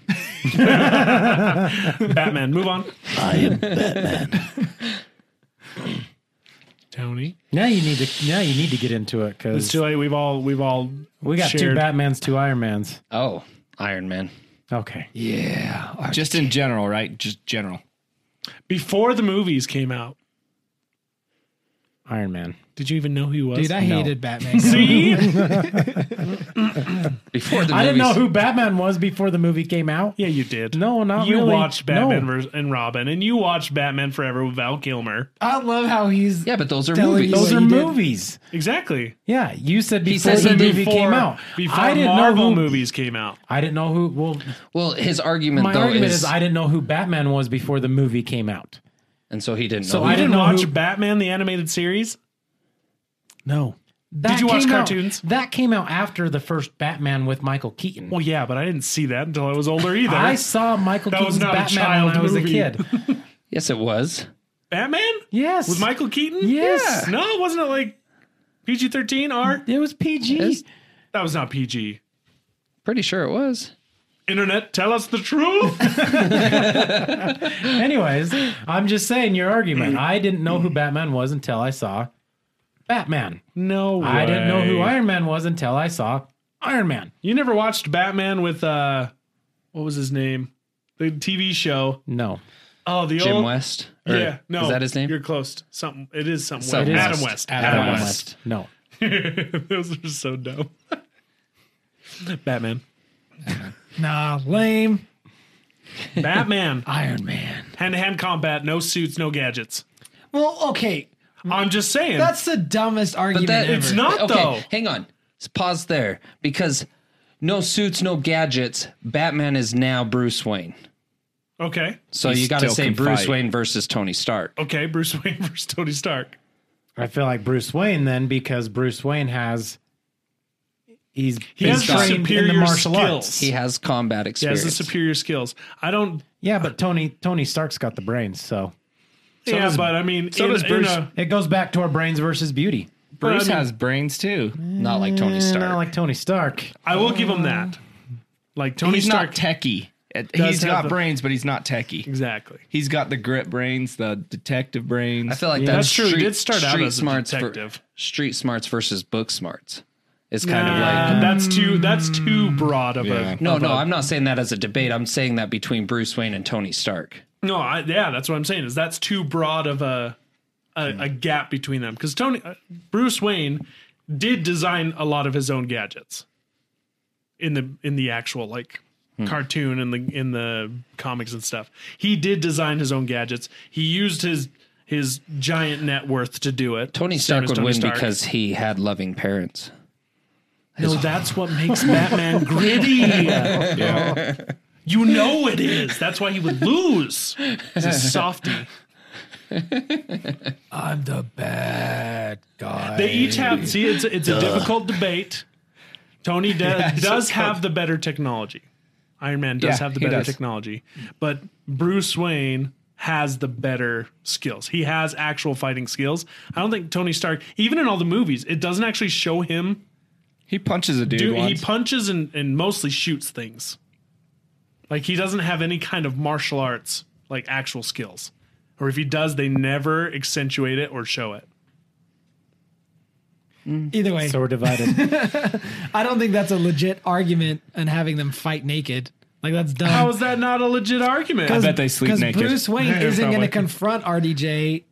Speaker 1: Batman, move on.
Speaker 5: [laughs] I am Batman.
Speaker 1: Tony,
Speaker 4: Now you need to now you need to get into it
Speaker 1: it's
Speaker 4: because
Speaker 1: too late. We've all we've all
Speaker 4: we got
Speaker 1: shared-
Speaker 4: two Batmans, two Iron Mans.
Speaker 3: Oh, Iron Man.
Speaker 4: Okay.
Speaker 6: Just in general, right? Just general.
Speaker 1: before the movies came out.
Speaker 4: Iron Man.
Speaker 1: Did you even know who he was?
Speaker 2: Dude, I
Speaker 4: No.
Speaker 2: hated Batman.
Speaker 1: See,
Speaker 3: Before the
Speaker 4: I didn't know
Speaker 3: movies-
Speaker 4: who Batman was before the movie came out.
Speaker 1: [laughs] yeah, you did.
Speaker 4: No, not
Speaker 1: you
Speaker 4: really.
Speaker 1: watched Batman
Speaker 4: No.
Speaker 1: vers- and Robin, and you watched Batman Forever with Val Kilmer.
Speaker 2: I love how he's.
Speaker 3: Yeah, but those are
Speaker 2: Telling
Speaker 3: movies.
Speaker 2: you
Speaker 4: Those
Speaker 2: what
Speaker 4: are
Speaker 2: he did.
Speaker 4: movies.
Speaker 1: Exactly.
Speaker 4: Yeah, you said before
Speaker 3: says
Speaker 4: the
Speaker 3: he did
Speaker 4: movie
Speaker 1: Before-
Speaker 4: came out.
Speaker 1: Before
Speaker 4: I didn't
Speaker 1: Marvel
Speaker 4: know who,
Speaker 1: movies came out.
Speaker 4: I didn't know who. Well,
Speaker 3: Well, his argument
Speaker 4: my
Speaker 3: though
Speaker 4: argument
Speaker 3: is,
Speaker 4: is I didn't know who Batman was before the movie came out.
Speaker 3: and so he didn't
Speaker 4: So
Speaker 3: know.
Speaker 4: I
Speaker 1: You
Speaker 4: didn't
Speaker 1: didn't
Speaker 4: know
Speaker 1: watch
Speaker 4: who-
Speaker 1: Batman the animated series.
Speaker 4: No. That
Speaker 1: you watch
Speaker 4: came out-
Speaker 1: cartoons?
Speaker 4: that came out after the first Batman with Michael Keaton.
Speaker 1: Well, yeah, but I didn't see that until I was older either.
Speaker 4: I saw Michael
Speaker 1: That was
Speaker 4: Keaton's
Speaker 1: not a
Speaker 4: Batman
Speaker 1: child
Speaker 4: when I was
Speaker 1: movie.
Speaker 4: a
Speaker 1: [laughs]
Speaker 4: kid.
Speaker 3: yes, it was.
Speaker 1: Batman
Speaker 4: Yes.
Speaker 1: with Michael Keaton.
Speaker 4: Yes.
Speaker 1: Yeah. No, wasn't it like PG thirteen R?
Speaker 4: It was PG.
Speaker 3: Yes.
Speaker 1: That was not PG.
Speaker 3: Pretty sure it was.
Speaker 1: Internet, tell us the truth.
Speaker 4: Anyways, I'm just saying
Speaker 1: [clears throat]
Speaker 4: your argument. I didn't know who Batman was until I saw Batman.
Speaker 1: no, way.
Speaker 4: [laughs] I didn't know who Iron Man was until I saw Iron Man.
Speaker 1: You never watched Batman with uh, what was his name? The TV show.
Speaker 4: No.
Speaker 1: Oh, the
Speaker 3: Jim
Speaker 1: old
Speaker 3: West. Or-
Speaker 1: Yeah, no,
Speaker 3: Is that his name?
Speaker 1: You're close. Something. It is something.
Speaker 3: Something
Speaker 1: West. Adam West.
Speaker 3: West. Adam West.
Speaker 4: No.
Speaker 1: [laughs] Those are so dumb. [laughs] Batman.
Speaker 2: Nah, lame.
Speaker 3: [laughs]
Speaker 1: Batman.
Speaker 2: Iron Man.
Speaker 1: Hand to hand combat. No suits. No gadgets.
Speaker 2: Well, okay.
Speaker 1: I'm just saying.
Speaker 2: That's the dumbest argument
Speaker 3: that-
Speaker 2: ever.
Speaker 1: it's not
Speaker 3: okay,
Speaker 1: though.
Speaker 3: hang on. Let's pause there because no suits, no gadgets. Batman is now Bruce Wayne.
Speaker 1: Okay.
Speaker 3: So
Speaker 6: He
Speaker 3: you got to
Speaker 6: still
Speaker 3: say
Speaker 6: can
Speaker 3: Bruce
Speaker 6: fight.
Speaker 3: Wayne versus Tony Stark.
Speaker 1: Okay. Bruce Wayne [laughs] versus Tony Stark.
Speaker 4: I feel like Bruce Wayne then because Bruce Wayne has he's
Speaker 1: He has
Speaker 3: got
Speaker 4: trained in the
Speaker 1: superior
Speaker 4: martial
Speaker 1: skills.
Speaker 4: arts.
Speaker 3: He has combat
Speaker 1: He has
Speaker 3: experience.
Speaker 1: the superior skills. I don't.
Speaker 4: Yeah, but Tony Tony Stark's got the brains, so
Speaker 1: yeah, but I mean,
Speaker 6: so
Speaker 1: in,
Speaker 6: does
Speaker 1: in
Speaker 6: Bruce.
Speaker 1: a-
Speaker 4: It goes back to our brains versus beauty.
Speaker 6: Bruce
Speaker 1: I mean-
Speaker 6: has brains too.
Speaker 3: Not like Tony
Speaker 4: Eh,
Speaker 3: Stark.
Speaker 4: Not like Tony Stark.
Speaker 1: I will give him that. Like Tony
Speaker 6: he's
Speaker 1: Stark,
Speaker 6: not techie. It-
Speaker 1: does
Speaker 6: He's
Speaker 1: have
Speaker 6: got
Speaker 1: the-
Speaker 6: brains, but he's not techie.
Speaker 1: exactly.
Speaker 6: He's got the grit brains, the detective brains.
Speaker 3: I feel like
Speaker 1: that's
Speaker 3: that's,
Speaker 1: true. He
Speaker 3: Street,
Speaker 1: did start out
Speaker 3: street
Speaker 1: as a
Speaker 3: smarts ver-
Speaker 1: detective.
Speaker 3: street smarts versus book smarts. It's kind
Speaker 1: Kind
Speaker 3: of like
Speaker 1: Uh, that's too that's too broad of
Speaker 6: Yeah.
Speaker 1: a
Speaker 3: no, no. I'm not saying that as a debate. I'm saying that between Bruce Wayne and Tony Stark.
Speaker 1: no. I, yeah, that's what I'm saying. Is that's too broad of a a, a
Speaker 3: Hmm.
Speaker 1: gap between them because Tony uh, Bruce Wayne did design a lot of his own gadgets in the in the actual like
Speaker 3: Hmm.
Speaker 1: cartoon and the in the comics and stuff. He did design his own gadgets. He used his his giant net worth to do it.
Speaker 3: Tony
Speaker 1: Same
Speaker 3: Stark
Speaker 1: as
Speaker 3: would
Speaker 1: Tony
Speaker 3: win
Speaker 1: Stark.
Speaker 3: because he had loving parents.
Speaker 1: No, that's what makes Batman gritty. You know it is. That's why he would lose. He's a softie.
Speaker 2: I'm the bad guy.
Speaker 1: They each have. See, it's a, it's a difficult debate.
Speaker 2: [laughs]
Speaker 1: Tony does does have the better technology. Iron Man does
Speaker 6: Yeah,
Speaker 1: have the
Speaker 6: he
Speaker 1: better
Speaker 6: does.
Speaker 1: technology, but Bruce Wayne has the better skills. He has actual fighting skills. I don't think Tony Stark, even in all the movies, it doesn't actually show him.
Speaker 6: he punches a dude.
Speaker 1: Do he
Speaker 6: once.
Speaker 1: punches and, and mostly shoots things. Like he doesn't have any kind of martial arts like actual skills, or if he does, they never accentuate it or show it.
Speaker 2: Either way,
Speaker 4: So we're divided.
Speaker 2: I don't think that's a legit argument on having them fight naked. Like that's dumb. [laughs]
Speaker 1: How is that not a legit argument?
Speaker 6: I bet they sleep
Speaker 2: Because
Speaker 6: naked.
Speaker 2: Bruce Wayne isn't going
Speaker 1: Probably.
Speaker 2: to confront RDJ,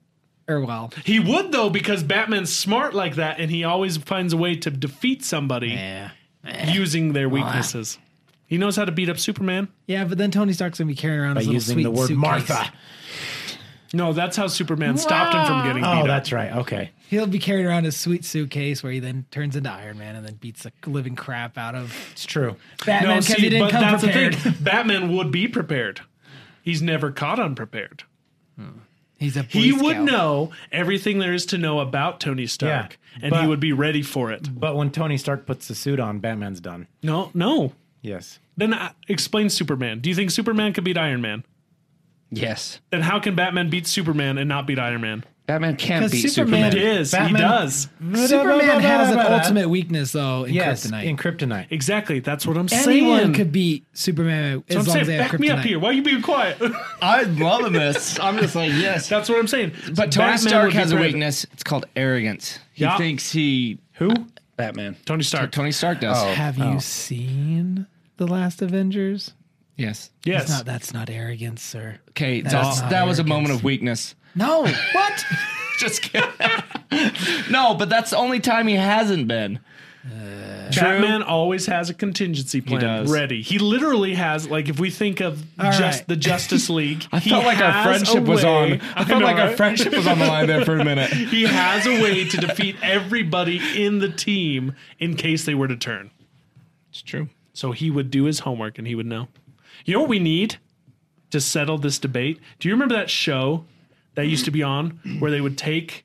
Speaker 2: or well,
Speaker 1: He would though because Batman's smart like that, and he always finds a way to defeat somebody
Speaker 2: Eh.
Speaker 1: using their weaknesses. He knows how to beat up Superman.
Speaker 2: yeah, but then Tony Stark's going to be carrying around
Speaker 4: By
Speaker 2: his [laughs] little
Speaker 4: using
Speaker 2: sweet
Speaker 4: the word
Speaker 2: suitcase.
Speaker 4: Martha.
Speaker 1: No, that's how Superman stopped him from getting
Speaker 4: Oh,
Speaker 1: beat up.
Speaker 4: that's right. Okay.
Speaker 2: He'll be carrying around his sweet suitcase where he then turns into Iron Man and then beats the living crap out of
Speaker 4: It's true.
Speaker 2: Batman because he didn't come prepared. [laughs]
Speaker 1: Batman would be prepared. He's never caught unprepared.
Speaker 2: He's a
Speaker 1: He
Speaker 2: Boy
Speaker 1: would
Speaker 2: Scout.
Speaker 1: know everything there is to know about Tony Stark,
Speaker 4: Yeah,
Speaker 1: and he
Speaker 4: but-
Speaker 1: would be ready for it.
Speaker 4: But when Tony Stark puts the suit on, Batman's done.
Speaker 1: No, no.
Speaker 4: Yes.
Speaker 1: Then uh, explain Superman. Do you think Superman could beat Iron Man?
Speaker 3: Yes,
Speaker 1: Then how can Batman beat Superman and not beat Iron Man?
Speaker 3: Batman can't
Speaker 2: 'Cause
Speaker 3: beat
Speaker 2: Superman-
Speaker 3: Superman.
Speaker 1: It is.
Speaker 4: Batman-
Speaker 1: He does.
Speaker 2: Superman has an ultimate weakness though in
Speaker 4: Yes,
Speaker 2: kryptonite.
Speaker 1: [laughs]
Speaker 4: in kryptonite.
Speaker 1: Exactly. That's what I'm
Speaker 2: Anyone
Speaker 1: saying.
Speaker 2: could beat Superman
Speaker 1: I'm
Speaker 2: as long
Speaker 1: saying,
Speaker 2: as they have
Speaker 1: back me up
Speaker 2: kryptonite.
Speaker 1: here. Why are you being quiet?
Speaker 6: I'm loving this. [laughs] I'm just like yes.
Speaker 1: That's what I'm saying.
Speaker 6: But
Speaker 1: Batman
Speaker 6: Tony
Speaker 1: would
Speaker 6: Stark
Speaker 1: be
Speaker 6: has a
Speaker 1: brave.
Speaker 6: weakness. It's called arrogance. He
Speaker 1: Yeah.
Speaker 6: thinks he.
Speaker 1: Who?
Speaker 3: Batman.
Speaker 1: Tony Stark.
Speaker 6: Tony Stark does.
Speaker 3: Oh.
Speaker 2: Have
Speaker 1: Oh.
Speaker 2: you seen the Last Avengers?
Speaker 6: Yes.
Speaker 1: yes.
Speaker 2: Not, that's not arrogance, sir.
Speaker 6: Okay.
Speaker 2: That's
Speaker 6: That's,
Speaker 2: not
Speaker 6: that was a
Speaker 2: arrogance.
Speaker 6: moment of weakness.
Speaker 2: No, what?
Speaker 6: [laughs] Just kidding. no, but that's the only time he hasn't been.
Speaker 1: Batman always has a contingency plan
Speaker 6: does.
Speaker 1: ready. He literally has, like, if we think of just
Speaker 2: right.
Speaker 1: the Justice League,
Speaker 6: [laughs] I felt like our friendship was on. I felt like our friendship was on the line there for a minute.
Speaker 1: He has a way to defeat everybody in the team in case they were to turn.
Speaker 6: It's true.
Speaker 1: So he would do his homework and he would know. You know what we need to settle this debate? Do you remember that show that used to be on where they would take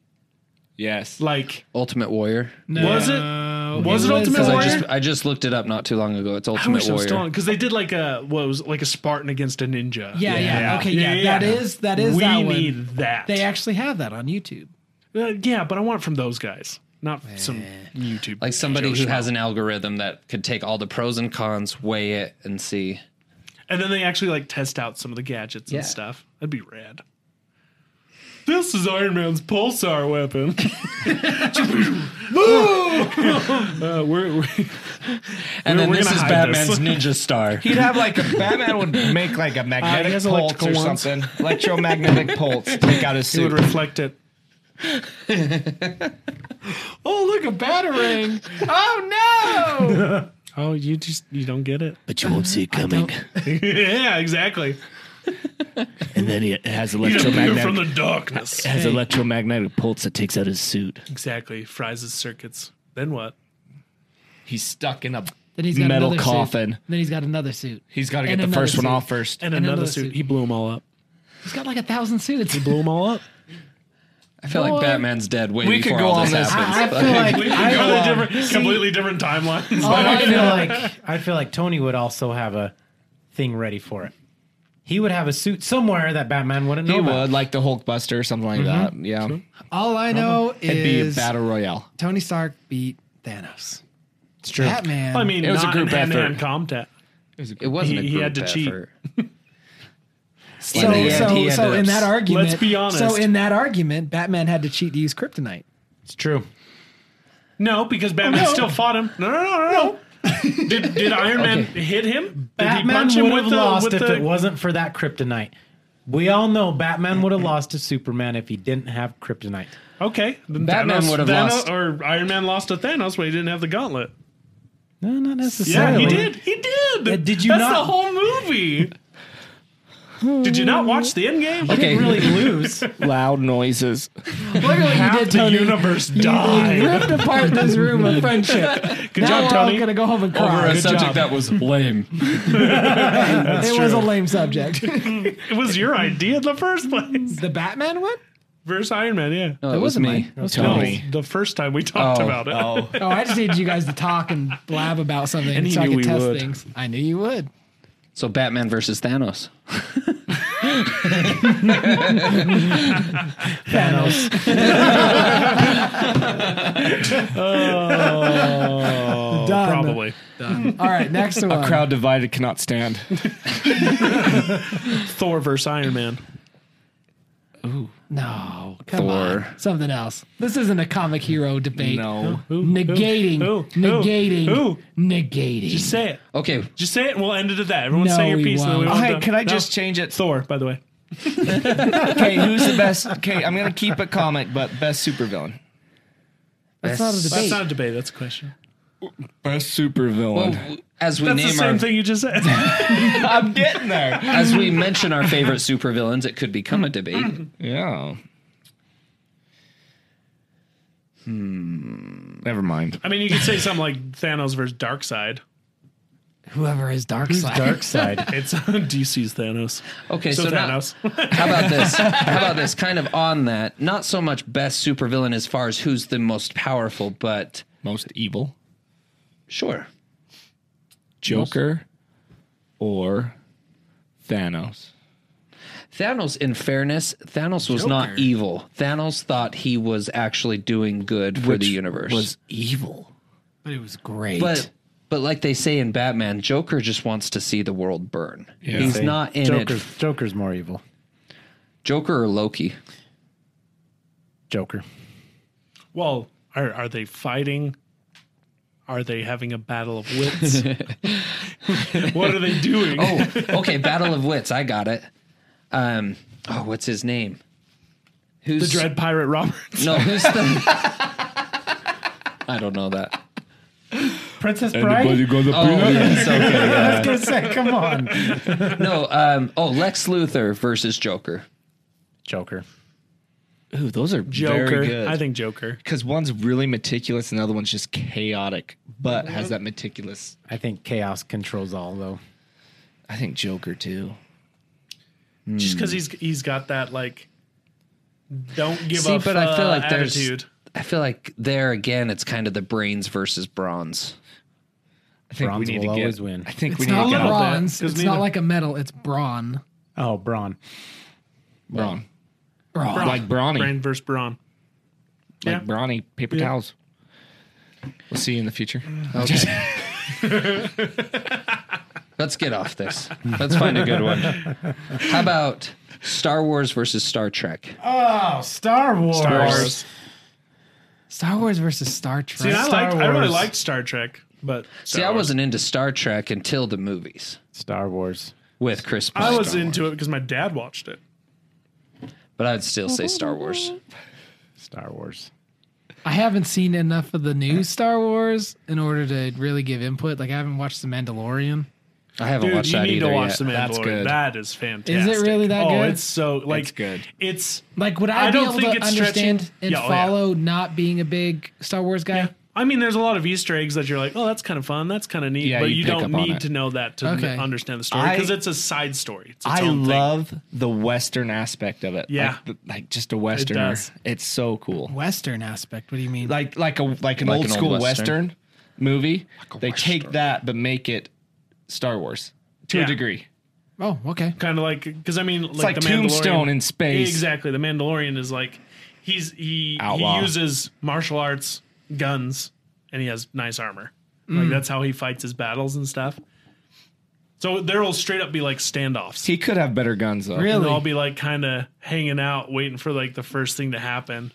Speaker 6: Yes.
Speaker 1: like
Speaker 3: Ultimate Warrior.
Speaker 1: was it was it,
Speaker 2: was-
Speaker 1: Ultimate
Speaker 3: Because
Speaker 1: Warrior?
Speaker 3: I just I just looked it up not too long ago. It's
Speaker 1: I wish
Speaker 3: Ultimate
Speaker 1: it was still
Speaker 3: Warrior.
Speaker 1: on because they did like a what was it, like a Spartan against a ninja.
Speaker 2: Yeah, yeah, okay, yeah, that is that is
Speaker 1: we
Speaker 2: that one.
Speaker 1: need that.
Speaker 2: They actually have that on YouTube.
Speaker 1: Uh, yeah, but I want it from those guys, not some YouTube.
Speaker 3: Like somebody
Speaker 1: Joe
Speaker 3: who
Speaker 1: Schmo.
Speaker 3: has an algorithm that could take all the pros and cons, weigh it, and see.
Speaker 1: And then they actually like test out some of the gadgets
Speaker 3: Yeah.
Speaker 1: and stuff. That'd be rad. This is Iron Man's pulsar weapon. uh, we're, we're,
Speaker 3: And
Speaker 1: We're-
Speaker 3: then
Speaker 1: we're
Speaker 3: this
Speaker 1: gonna
Speaker 3: is
Speaker 1: hide
Speaker 3: Batman's ninja star.
Speaker 6: [laughs] He'd have like a Batman would make like a
Speaker 1: Uh, he
Speaker 6: magnetic
Speaker 1: has
Speaker 6: pulse
Speaker 1: electrical
Speaker 6: or
Speaker 1: ones.
Speaker 6: something, electromagnetic pulse. Take out his
Speaker 1: it would
Speaker 6: suit.
Speaker 1: reflect it.
Speaker 2: Oh, look, a
Speaker 6: [laughs]
Speaker 2: battering. oh, no.
Speaker 1: Oh, you just you don't get it.
Speaker 5: But you won't see it coming.
Speaker 1: [laughs] yeah, exactly.
Speaker 5: And then he has
Speaker 1: You appear
Speaker 5: electromagnetic
Speaker 1: from the darkness.
Speaker 5: has electromagnetic pulse that takes out his suit.
Speaker 1: Exactly. Fries his circuits. Then what?
Speaker 6: He's stuck in a.
Speaker 2: Then he's got
Speaker 6: Metal
Speaker 2: another
Speaker 6: coffin.
Speaker 2: Suit. Then he's got another suit.
Speaker 6: He's got to
Speaker 2: And
Speaker 6: get the
Speaker 2: another
Speaker 6: first one
Speaker 2: suit.
Speaker 6: off first.
Speaker 1: And,
Speaker 2: And
Speaker 1: another,
Speaker 2: another
Speaker 1: suit.
Speaker 2: suit.
Speaker 1: He blew them all up.
Speaker 2: He's got like a thousand suits.
Speaker 1: Blew them all up.
Speaker 3: I feel like Batman's dead way
Speaker 6: We could
Speaker 3: before
Speaker 6: go
Speaker 3: all
Speaker 6: on
Speaker 3: this
Speaker 6: this.
Speaker 2: I, I
Speaker 3: happens.
Speaker 2: feel like I,
Speaker 1: completely different, completely different timelines.
Speaker 4: But I feel like I feel like Tony would also have a thing ready for it. he would have a suit somewhere that Batman wouldn't know
Speaker 6: He
Speaker 4: about.
Speaker 6: would like the Hulkbuster or something like that. Yeah,
Speaker 2: All I know
Speaker 6: it'd be a
Speaker 2: is
Speaker 6: battle royale.
Speaker 2: Tony Stark beat Thanos.
Speaker 6: It's true.
Speaker 1: [laughs]
Speaker 2: Batman.
Speaker 1: I mean,
Speaker 6: It was a
Speaker 1: not
Speaker 6: group
Speaker 1: in hand-to-hand
Speaker 6: effort.
Speaker 1: combat.
Speaker 3: It
Speaker 1: He-
Speaker 3: wasn't. a
Speaker 1: he
Speaker 3: group
Speaker 1: had to cheat.
Speaker 3: effort.
Speaker 2: so
Speaker 3: in the
Speaker 2: so
Speaker 3: end, he
Speaker 2: so
Speaker 3: ended
Speaker 2: in
Speaker 3: up-
Speaker 2: that argument.
Speaker 1: Let's be honest.
Speaker 2: So in that argument, Batman had to cheat to use kryptonite.
Speaker 4: It's true.
Speaker 1: No, because Batman
Speaker 2: no.
Speaker 1: still fought him. No, no, no, no. no. did, did Iron Man hit him?
Speaker 4: Batman
Speaker 1: did he punch him
Speaker 4: would
Speaker 1: with
Speaker 4: have
Speaker 1: the-
Speaker 4: lost
Speaker 1: with
Speaker 4: if
Speaker 1: the-
Speaker 4: it wasn't for that kryptonite. We all know Batman would have lost to Superman if he didn't have kryptonite.
Speaker 1: Okay, then
Speaker 3: Batman
Speaker 1: Thanos-
Speaker 3: would have
Speaker 1: Thanos-
Speaker 3: lost.
Speaker 1: or Iron Man lost to Thanos when he didn't have the gauntlet.
Speaker 4: No, not
Speaker 1: Yeah,
Speaker 4: necessarily.
Speaker 1: he did. He did.
Speaker 4: Yeah, did you
Speaker 1: That's
Speaker 4: not-
Speaker 1: the whole movie. did you not watch the end game?
Speaker 4: He
Speaker 3: Okay. [laughs]
Speaker 4: didn't really lose.
Speaker 6: Loud noises.
Speaker 2: [laughs] Literally,
Speaker 1: Half the universe
Speaker 2: [laughs]
Speaker 1: died.
Speaker 2: ripped apart this room [laughs] of friendship.
Speaker 1: Good
Speaker 2: now
Speaker 1: job,
Speaker 2: we're all
Speaker 1: Tony.
Speaker 2: gonna go home and
Speaker 3: Over
Speaker 2: cry.
Speaker 3: a
Speaker 2: Good
Speaker 3: subject
Speaker 2: job.
Speaker 3: that
Speaker 1: [laughs]
Speaker 3: was lame.
Speaker 2: it was a lame subject.
Speaker 1: It was your idea in the first place.
Speaker 2: [laughs] the Batman one?
Speaker 1: Versus Iron Man, yeah.
Speaker 3: No, it, was
Speaker 2: wasn't
Speaker 3: me.
Speaker 2: mine. That was
Speaker 1: No,
Speaker 2: Tony's.
Speaker 1: the first time we talked
Speaker 3: Oh,
Speaker 1: about it.
Speaker 2: Oh, I just needed you guys to talk and blab about something
Speaker 1: he
Speaker 2: so I
Speaker 1: knew
Speaker 2: could
Speaker 1: we
Speaker 2: test
Speaker 1: would.
Speaker 2: things. I knew you would.
Speaker 3: So Batman versus Thanos.
Speaker 2: [laughs]
Speaker 4: Thanos.
Speaker 2: Done.
Speaker 1: Probably.
Speaker 2: All right, next one.
Speaker 6: A crowd divided cannot stand.
Speaker 1: Thor versus Iron Man.
Speaker 2: No, Oh, come
Speaker 3: Thor.
Speaker 2: on. Something else. This isn't a comic hero debate.
Speaker 6: no.
Speaker 2: Negating.
Speaker 1: Who? Who?
Speaker 2: Negating.
Speaker 1: Who?
Speaker 2: Negating.
Speaker 1: Just say it.
Speaker 3: Okay,
Speaker 1: Just say it and we'll end it at that. Everyone
Speaker 2: No,
Speaker 1: say your
Speaker 2: we
Speaker 1: piece. and then
Speaker 2: won't.
Speaker 1: we'll be
Speaker 6: Oh, Hey,
Speaker 1: done.
Speaker 6: can I
Speaker 1: No.
Speaker 6: just change
Speaker 2: [laughs]
Speaker 6: it?
Speaker 1: Thor, by the way.
Speaker 6: Okay, who's the best? Okay, I'm gonna keep it comic, but best supervillain.
Speaker 2: That's not a debate.
Speaker 1: That's not a debate. That's a question.
Speaker 6: Best supervillain.
Speaker 3: well, as we
Speaker 1: That's the
Speaker 3: name
Speaker 1: same
Speaker 3: our
Speaker 1: thing you just said.
Speaker 6: I'm getting there.
Speaker 3: as we mention our favorite supervillains, it could become a debate.
Speaker 1: Mm-hmm.
Speaker 6: Yeah. Hmm. Never mind.
Speaker 1: I mean, you could say something like Thanos versus Darkseid.
Speaker 2: Whoever is dark side.
Speaker 4: Dark
Speaker 1: [laughs]
Speaker 4: side.
Speaker 1: It's DC's Thanos.
Speaker 3: Okay,
Speaker 1: So,
Speaker 3: so, now,
Speaker 1: Thanos. [laughs]
Speaker 3: how about this? How about this? Kind of on that, not so much best supervillain as far as who's the most powerful, but
Speaker 6: Most evil
Speaker 3: sure.
Speaker 6: Joker or Thanos.
Speaker 3: Thanos, in fairness, Thanos was not evil. Thanos thought he was actually doing good for the universe.
Speaker 6: Was evil.
Speaker 2: But it was great.
Speaker 3: but but like they say in Batman, Joker just wants to see the world burn. He's not in
Speaker 4: Joker.
Speaker 3: it.
Speaker 4: Joker's more evil.
Speaker 3: Joker or Loki?
Speaker 4: Joker.
Speaker 1: Well, are, are they fighting? Are they having a battle of wits? [laughs] what are they doing?
Speaker 3: Oh, okay. Battle of Wits. I got it. Um. Oh, what's his name? Who's
Speaker 1: The Dread Pirate Roberts.
Speaker 3: No, who's the? I don't know that.
Speaker 4: Princess [laughs] Bride.
Speaker 6: got the
Speaker 3: Oh, yes, okay.
Speaker 4: I was gonna say, come on.
Speaker 3: No, um, oh, Lex Luthor versus Joker.
Speaker 4: Joker.
Speaker 6: Ooh, those are very
Speaker 1: Joker.
Speaker 6: good.
Speaker 1: I think Joker.
Speaker 6: because one's really meticulous and the other one's just chaotic, but has that meticulous.
Speaker 4: I think chaos controls all, though.
Speaker 6: I think Joker too.
Speaker 1: Just because he's he's got that like don't give
Speaker 3: See,
Speaker 1: up
Speaker 3: but I feel
Speaker 1: uh,
Speaker 3: like there's-
Speaker 1: attitude.
Speaker 3: I feel like there again, it's kind of the brains versus bronze.
Speaker 6: I think
Speaker 4: Bronze
Speaker 6: we need
Speaker 4: will
Speaker 6: to
Speaker 4: always
Speaker 6: get.
Speaker 4: win.
Speaker 6: I think we
Speaker 2: it's
Speaker 6: need
Speaker 2: not
Speaker 6: to get
Speaker 1: little-
Speaker 6: out
Speaker 2: bronze.
Speaker 1: that, 'cause
Speaker 2: It's not
Speaker 1: neither-
Speaker 2: like a metal. It's brawn.
Speaker 4: Oh, Braun.
Speaker 6: Braun.
Speaker 2: Brawn.
Speaker 6: like Brawny,
Speaker 1: Brain versus brawn.
Speaker 6: like
Speaker 1: yeah.
Speaker 6: Brawny paper towels. We'll see you in the future.
Speaker 3: [laughs] Let's get
Speaker 1: [laughs]
Speaker 3: off this. Let's find a good one. How about Star Wars versus Star Trek?
Speaker 4: Oh, Star Wars.
Speaker 1: Star Wars.
Speaker 2: Star Wars versus Star Trek.
Speaker 1: See, and I
Speaker 4: Star
Speaker 1: liked, I really
Speaker 4: Wars.
Speaker 1: liked Star Trek, but
Speaker 3: See, I wasn't into Star Trek until the movies
Speaker 4: Star Wars.
Speaker 3: with Chris. Pine.
Speaker 1: I was into it because my dad watched it.
Speaker 3: but I'd still say Star Wars.
Speaker 4: Star Wars.
Speaker 2: I haven't seen enough of the new Star Wars in order to really give input. Like I haven't watched The Mandalorian.
Speaker 3: I haven't
Speaker 1: Dude,
Speaker 3: watched
Speaker 1: you
Speaker 3: that
Speaker 1: need
Speaker 3: either
Speaker 1: to watch
Speaker 3: yet.
Speaker 1: The Mandalorian.
Speaker 6: That's good.
Speaker 1: That is fantastic.
Speaker 2: really that
Speaker 1: oh,
Speaker 2: good?
Speaker 1: it's so like
Speaker 6: It's good.
Speaker 1: It's
Speaker 2: Like would
Speaker 1: I
Speaker 2: I, be
Speaker 1: don't
Speaker 2: able
Speaker 1: think
Speaker 2: to
Speaker 1: it's
Speaker 2: understand
Speaker 1: stretching.
Speaker 2: and
Speaker 1: Yeah, oh, yeah.
Speaker 2: follow not being a big Star Wars guy?
Speaker 1: I mean, there's a lot of Easter eggs that you're like, oh, that's kind of fun. That's kind of neat.
Speaker 6: Yeah,
Speaker 1: but
Speaker 6: you
Speaker 1: you,
Speaker 6: pick
Speaker 1: don't
Speaker 6: up on
Speaker 1: need
Speaker 6: it.
Speaker 1: to know that to
Speaker 2: Okay.
Speaker 1: n- understand the story because
Speaker 6: I-
Speaker 1: it's a side story. It's its
Speaker 6: I
Speaker 1: own
Speaker 6: love the Western aspect of it.
Speaker 1: Yeah.
Speaker 6: like, the- like just a Westerner.
Speaker 1: does.
Speaker 6: It's so cool.
Speaker 2: Western aspect. What do you mean?
Speaker 6: Like like a like an
Speaker 3: Like
Speaker 6: old
Speaker 3: an old
Speaker 6: school
Speaker 3: Western.
Speaker 6: Western, movie. they take that but make it Star Wars to
Speaker 1: Yeah.
Speaker 6: a degree.
Speaker 2: Oh, okay.
Speaker 1: kind of like because I mean,
Speaker 6: like Tombstone in space.
Speaker 1: Exactly, the Mandalorian is like he's he
Speaker 6: Outlaw.
Speaker 1: he uses martial arts guns and he has nice armor. Like that's how he fights his battles and stuff. So there'll straight up be like standoffs.
Speaker 6: He could have better guns though.
Speaker 1: And
Speaker 2: Really?
Speaker 1: they'll all be like kind of hanging out, waiting for like the first thing to happen,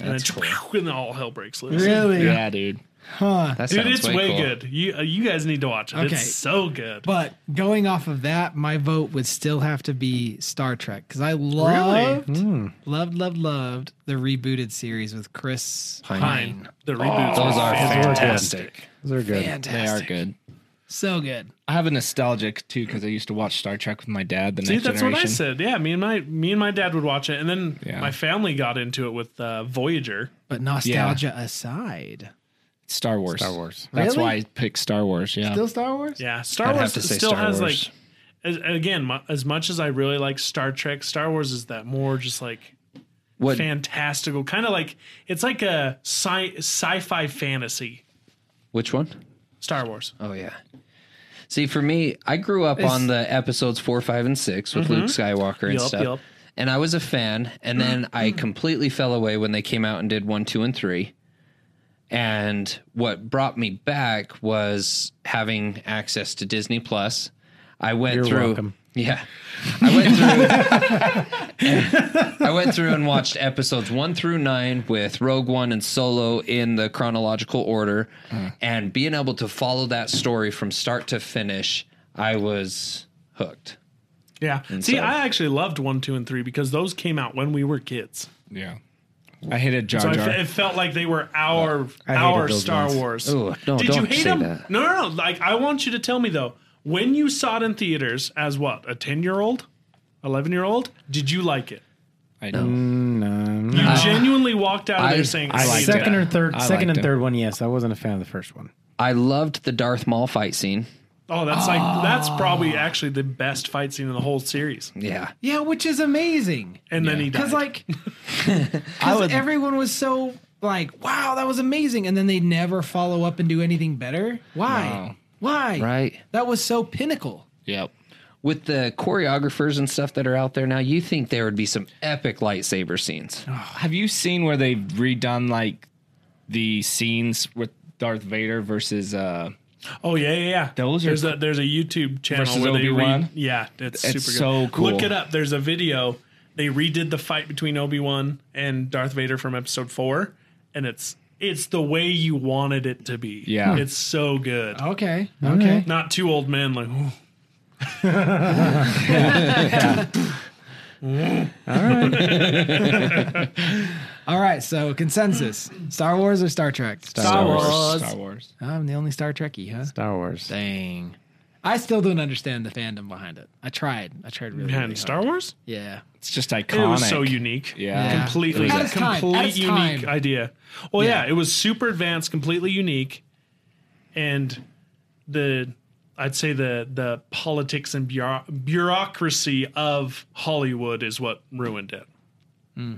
Speaker 1: and then [laughs] and then all hell breaks loose.
Speaker 2: Really?
Speaker 6: Yeah, dude.
Speaker 3: That
Speaker 1: Dude,
Speaker 3: sounds
Speaker 1: it's way
Speaker 3: cool.
Speaker 1: good. You uh, you guys need to watch it.
Speaker 2: Okay.
Speaker 1: It's so good.
Speaker 2: But going off of that, my vote would still have to be Star Trek because I loved, loved, loved, loved the rebooted series with Chris Pine.
Speaker 1: Fine. The reboots
Speaker 6: Oh,
Speaker 3: Those
Speaker 1: are
Speaker 3: are
Speaker 1: fantastic.
Speaker 4: Those are good.
Speaker 6: They are
Speaker 2: Fantastic,
Speaker 6: good.
Speaker 2: so good.
Speaker 6: I have a nostalgic too because I used to watch Star Trek with my dad. The
Speaker 1: See,
Speaker 6: next
Speaker 1: that's
Speaker 6: generation.
Speaker 1: what I said. Yeah, me and my me and my dad would watch it, and then
Speaker 6: Yeah.
Speaker 1: my family got into it with uh, Voyager.
Speaker 2: But nostalgia aside,
Speaker 6: Star Wars.
Speaker 3: Star Wars.
Speaker 6: That's
Speaker 2: Really?
Speaker 6: why I picked Star Wars. Yeah.
Speaker 2: still Star Wars.
Speaker 1: Yeah, Star
Speaker 3: I'd have
Speaker 1: Wars
Speaker 3: to say
Speaker 1: still
Speaker 3: Star
Speaker 1: has
Speaker 3: Wars.
Speaker 1: like, as, again, mu as much as I really like Star Trek, Star Wars is that more just like
Speaker 3: What
Speaker 1: fantastical, kind of like it's like a sci sci-fi fantasy.
Speaker 3: which one?
Speaker 1: Star Wars.
Speaker 3: Oh yeah. See, for me, I grew up on the episodes four, five, and six with Luke Skywalker
Speaker 1: Mm-hmm.
Speaker 3: and
Speaker 1: Yup,
Speaker 3: stuff.
Speaker 1: yup.
Speaker 3: And I was a fan,
Speaker 1: [clears throat]
Speaker 3: and then I completely fell away when they came out and did one, two, and three. And what brought me back was having access to Disney Plus. I went through.
Speaker 4: welcome.
Speaker 3: Yeah, I went
Speaker 1: [laughs]
Speaker 3: through. I went through and watched episodes one through nine with Rogue One and Solo in the chronological order,
Speaker 1: Uh-huh.
Speaker 3: and being able to follow that story from start to finish, I was hooked.
Speaker 1: Yeah. See,
Speaker 3: so-
Speaker 1: I actually loved one, two, and three because those came out when we were kids.
Speaker 6: yeah. I hated Jar
Speaker 1: So I
Speaker 6: Jar.
Speaker 1: fe- it felt like they were our
Speaker 4: hated
Speaker 1: our
Speaker 4: those
Speaker 1: Star
Speaker 4: ones.
Speaker 1: Wars.
Speaker 3: Ooh, no,
Speaker 1: Did you
Speaker 3: don't
Speaker 1: hate
Speaker 3: say
Speaker 1: them?
Speaker 3: that.
Speaker 1: No, no, no. Like I want you to tell me though, when you saw it in theaters as what a ten year old, eleven year old, did you like it?
Speaker 6: I know.
Speaker 4: Mm,
Speaker 1: You genuinely walked out of
Speaker 3: I-
Speaker 1: there saying,
Speaker 3: I
Speaker 1: hated
Speaker 3: liked
Speaker 1: that."
Speaker 4: Second or third,
Speaker 6: I
Speaker 4: second
Speaker 6: liked
Speaker 4: and
Speaker 6: it.
Speaker 4: third one. Yes, I wasn't a fan of the first one.
Speaker 3: I loved the Darth Maul fight scene.
Speaker 1: Oh, that's like that's probably actually the best fight scene in the whole series.
Speaker 3: Yeah,
Speaker 2: Yeah, which is amazing.
Speaker 1: And then he died.
Speaker 2: Because like, because everyone was so like, wow, that was amazing, and then they never follow up and do anything better. Why?
Speaker 6: No.
Speaker 2: Why?
Speaker 3: right.
Speaker 2: That was so pinnacle.
Speaker 6: Yep.
Speaker 3: With the choreographers and stuff that are out there now, you think there would be some epic lightsaber scenes?
Speaker 6: Have you seen where they've redone like the scenes with Darth Vader versus uh
Speaker 1: oh yeah, yeah, yeah.
Speaker 6: Those are
Speaker 1: there's a there's a YouTube channel
Speaker 6: Versus
Speaker 1: where they
Speaker 6: Obi-Wan?
Speaker 1: read. Yeah, it's,
Speaker 6: It's
Speaker 1: super good.
Speaker 6: so cool.
Speaker 1: Look it up. There's a video. They redid the fight between Obi Wan and Darth Vader from Episode Four, and it's it's the way you wanted it to be.
Speaker 6: Yeah.
Speaker 1: it's so good.
Speaker 2: Okay. Okay.
Speaker 1: Not two old men like. "Ooh."
Speaker 2: All right. So consensus: Star Wars or Star Trek?
Speaker 4: Star Wars.
Speaker 6: Star Wars?
Speaker 2: I'm the only Star Trekkie, huh?
Speaker 4: Star Wars.
Speaker 2: Dang. I still don't understand the fandom behind it. I tried. I tried really.
Speaker 1: Man,
Speaker 2: really
Speaker 1: Star
Speaker 2: hard.
Speaker 1: Wars.
Speaker 2: Yeah.
Speaker 6: It's just iconic.
Speaker 1: It was so unique.
Speaker 6: Yeah.
Speaker 2: Yeah.
Speaker 1: completely
Speaker 2: At its time,
Speaker 1: complete
Speaker 2: at its
Speaker 1: unique
Speaker 2: time.
Speaker 1: idea. Well, yeah. it was super advanced, completely unique, and the I'd say the the politics and bureau- bureaucracy of Hollywood is what ruined it.
Speaker 6: Hmm.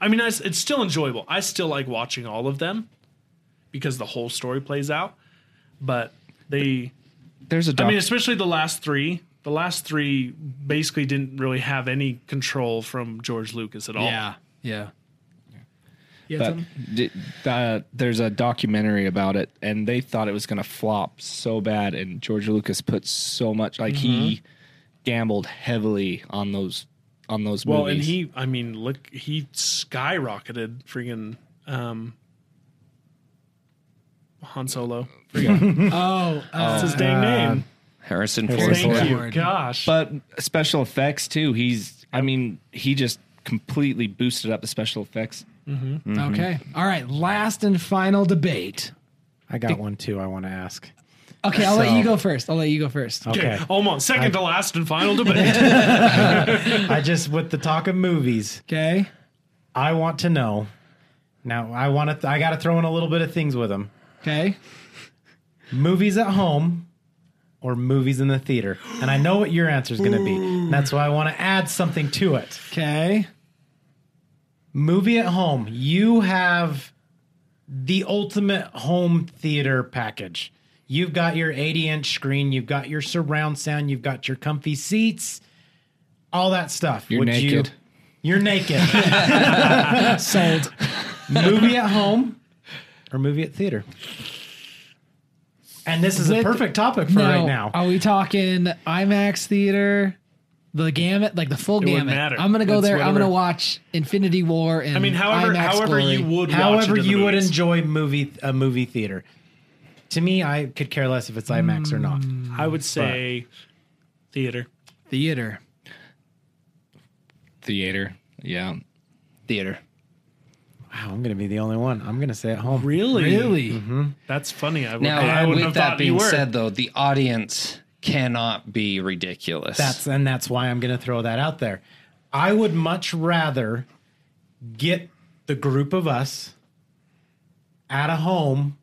Speaker 1: I mean, I s it's still enjoyable. I still like watching all of them because the whole story plays out, but they
Speaker 6: There's a doc-
Speaker 1: I mean, especially the last three. The last three basically didn't really have any control from George Lucas at all.
Speaker 2: Yeah. Yeah. Yeah.
Speaker 6: but
Speaker 2: Tim?
Speaker 6: d- the- there's a documentary about it, and they thought it was going to flop so bad. And George Lucas put so much, like
Speaker 1: Mm-hmm.
Speaker 6: he gambled heavily on those on those
Speaker 1: Well,
Speaker 6: movies.
Speaker 1: and he, I mean, look, he skyrocketed friggin' um, Han Solo.
Speaker 2: Oh. Uh,
Speaker 1: That's his dang name.
Speaker 3: Harrison
Speaker 4: Harrison
Speaker 3: Ford.
Speaker 4: Ford.
Speaker 1: Thank you.
Speaker 2: Lord.
Speaker 1: Gosh.
Speaker 6: but special effects too. He's, I mean, he just completely boosted up the special effects.
Speaker 2: Okay. Um, mhm. All right. Last and final debate.
Speaker 4: I got one too. I want to ask.
Speaker 2: Okay, I'll let
Speaker 4: So-
Speaker 2: you go first. I'll let you go first.
Speaker 1: okay. Oh
Speaker 4: okay.
Speaker 1: Almost second to last and final debate.
Speaker 4: I just with the talk of movies.
Speaker 2: Okay.
Speaker 4: I want to know. Now I want to. Th- I got to throw in a little bit of things with them.
Speaker 2: Okay.
Speaker 4: Movies at home or movies in the theater. And I know what your answer is going to be. And that's why I want to add something to it.
Speaker 2: Okay.
Speaker 4: Movie at home. You have the ultimate home theater package. You've got your 80 inch screen, you've got your surround sound, you've got your comfy seats, all that stuff.
Speaker 6: You're naked.
Speaker 4: You, are naked. Sold. movie at home or movie at theater. And this is a
Speaker 2: With-
Speaker 4: perfect topic for right now.
Speaker 2: Are we talking IMAX theater? The gamut, like the full
Speaker 1: wouldn't
Speaker 2: gamut.
Speaker 1: matter.
Speaker 2: I'm gonna go
Speaker 1: It's
Speaker 2: there. I'm gonna
Speaker 1: whatever.
Speaker 2: watch Infinity War and
Speaker 1: I
Speaker 2: [laughs]
Speaker 1: mean, however,
Speaker 2: IMAX
Speaker 1: however
Speaker 2: glory.
Speaker 1: you would,
Speaker 4: However,
Speaker 1: watch it in the
Speaker 4: you would
Speaker 1: movies.
Speaker 4: enjoy movie a movie theater. To me, I could care less if it's IMAX or not.
Speaker 1: I would say theater.
Speaker 2: theater.
Speaker 6: Theater. Yeah.
Speaker 3: Theater.
Speaker 4: Wow, I'm gonna be the only one. I'm gonna say at home.
Speaker 1: Really?
Speaker 2: Really?
Speaker 1: Mm-hmm. That's funny. I, would,
Speaker 3: Now,
Speaker 1: I wouldn't
Speaker 3: with
Speaker 1: have
Speaker 3: that
Speaker 1: thought you
Speaker 3: being
Speaker 1: were.
Speaker 3: said, though, the audience cannot be ridiculous.
Speaker 4: That's and that's why I'm gonna throw that out there. I would much rather get the group of us at a home,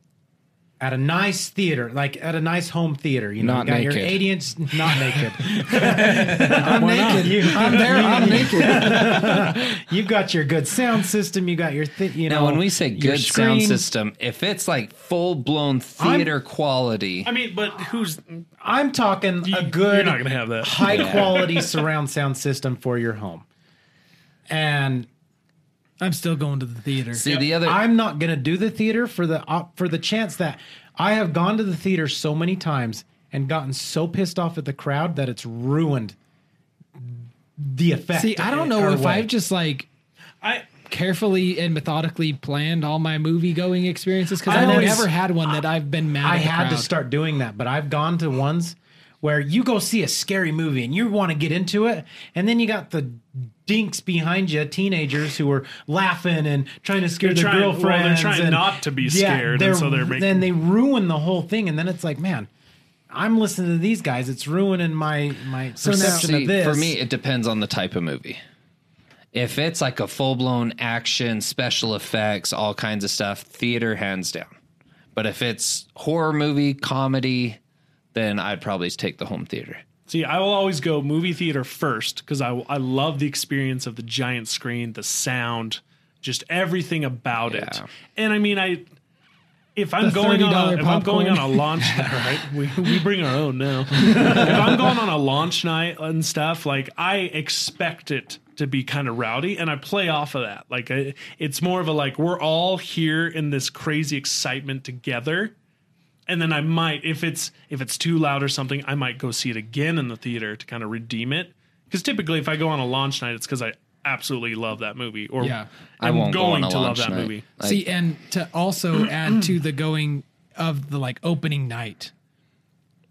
Speaker 4: at a nice theater, like at a nice home theater. You know,
Speaker 6: Not
Speaker 4: you got your
Speaker 6: naked.
Speaker 4: 80 inch, not
Speaker 3: [laughs]
Speaker 4: naked.
Speaker 2: I'm naked.
Speaker 4: You-
Speaker 2: I'm there. I'm naked.
Speaker 4: [laughs] You've got your good sound system. You got your, thi- you know.
Speaker 3: now, when we say
Speaker 4: your
Speaker 3: good sound
Speaker 4: screen.
Speaker 3: system, if it's like full blown theater quality,
Speaker 1: I mean, but who's
Speaker 4: I'm talking a
Speaker 1: You-
Speaker 4: good
Speaker 1: You're not going to have that.
Speaker 4: high quality surround sound system for your home. And
Speaker 2: I'm still going to the theater.
Speaker 3: see the other.
Speaker 4: I'm not going to do the theater for the op- for the chance that I have gone to the theater so many times and gotten so pissed off at the crowd that it's ruined the effect.
Speaker 2: See, I don't know
Speaker 4: or
Speaker 2: if
Speaker 4: way.
Speaker 2: I've just like
Speaker 1: I
Speaker 2: carefully and methodically planned all my movie going experiences because
Speaker 4: I
Speaker 2: I've
Speaker 4: always-
Speaker 2: never had one that I've been mad.
Speaker 4: I
Speaker 2: at the
Speaker 4: had to
Speaker 2: crowd.
Speaker 4: start doing that, but I've gone to ones where you go see a scary movie and you want to get into it, and then you got the dinks behind you, teenagers who are laughing and trying to scare
Speaker 1: They're
Speaker 4: their
Speaker 1: trying- well, they're
Speaker 4: girlfriends.
Speaker 1: trying
Speaker 4: and-
Speaker 1: not to be scared, and so they're making-
Speaker 4: then they ruin the whole thing, and then it's like, man, I'm listening to these guys. It's ruining my my perception
Speaker 3: See,
Speaker 4: of this.
Speaker 3: For me, [laughs] it depends on the type of movie. If it's like a full blown action, special effects, all kinds of stuff, theater hands down. But if it's horror movie, comedy, then I'd probably take the home theater.
Speaker 1: See, I will always go movie theater first because I, I love the experience of the giant screen, the sound, just everything about it.
Speaker 3: Yeah.
Speaker 1: And I mean, I if I'm
Speaker 2: The
Speaker 1: going on
Speaker 2: $30
Speaker 1: a, if I'm going on
Speaker 2: popcorn.
Speaker 1: a launch
Speaker 2: [laughs]
Speaker 1: night, right? We, we bring our own now. if I'm going on a launch night and stuff, like I expect it to be kind of rowdy, and I play off of that. Like I, it's more of a like we're all here in this crazy excitement together and then I might if it's if it's too loud or something, I might go see it again in the theater to kind of redeem it. Because typically, if I go on a launch night, it's because I absolutely love that movie, or
Speaker 2: Yeah.
Speaker 3: I
Speaker 1: I'm
Speaker 3: won't go
Speaker 1: going
Speaker 3: on a
Speaker 1: to love
Speaker 3: launch
Speaker 1: that
Speaker 3: night.
Speaker 1: movie.
Speaker 3: Like,
Speaker 2: See, and to also add to the going of the like opening night,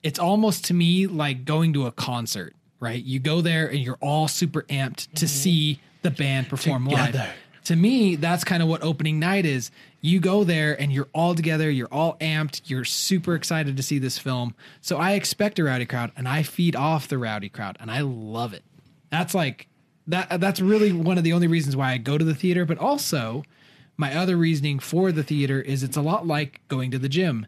Speaker 2: it's almost to me like going to a concert, right? You go there and you're all super amped to see the band perform live. To me, that's kind of what opening night is. You go there and you're all together, you're all amped, you're super excited to see this film. So I expect a rowdy crowd and I feed off the rowdy crowd and I love it. That's like that that's really one of the only reasons why I go to the theater, but also my other reasoning for the theater is it's a lot like going to the gym.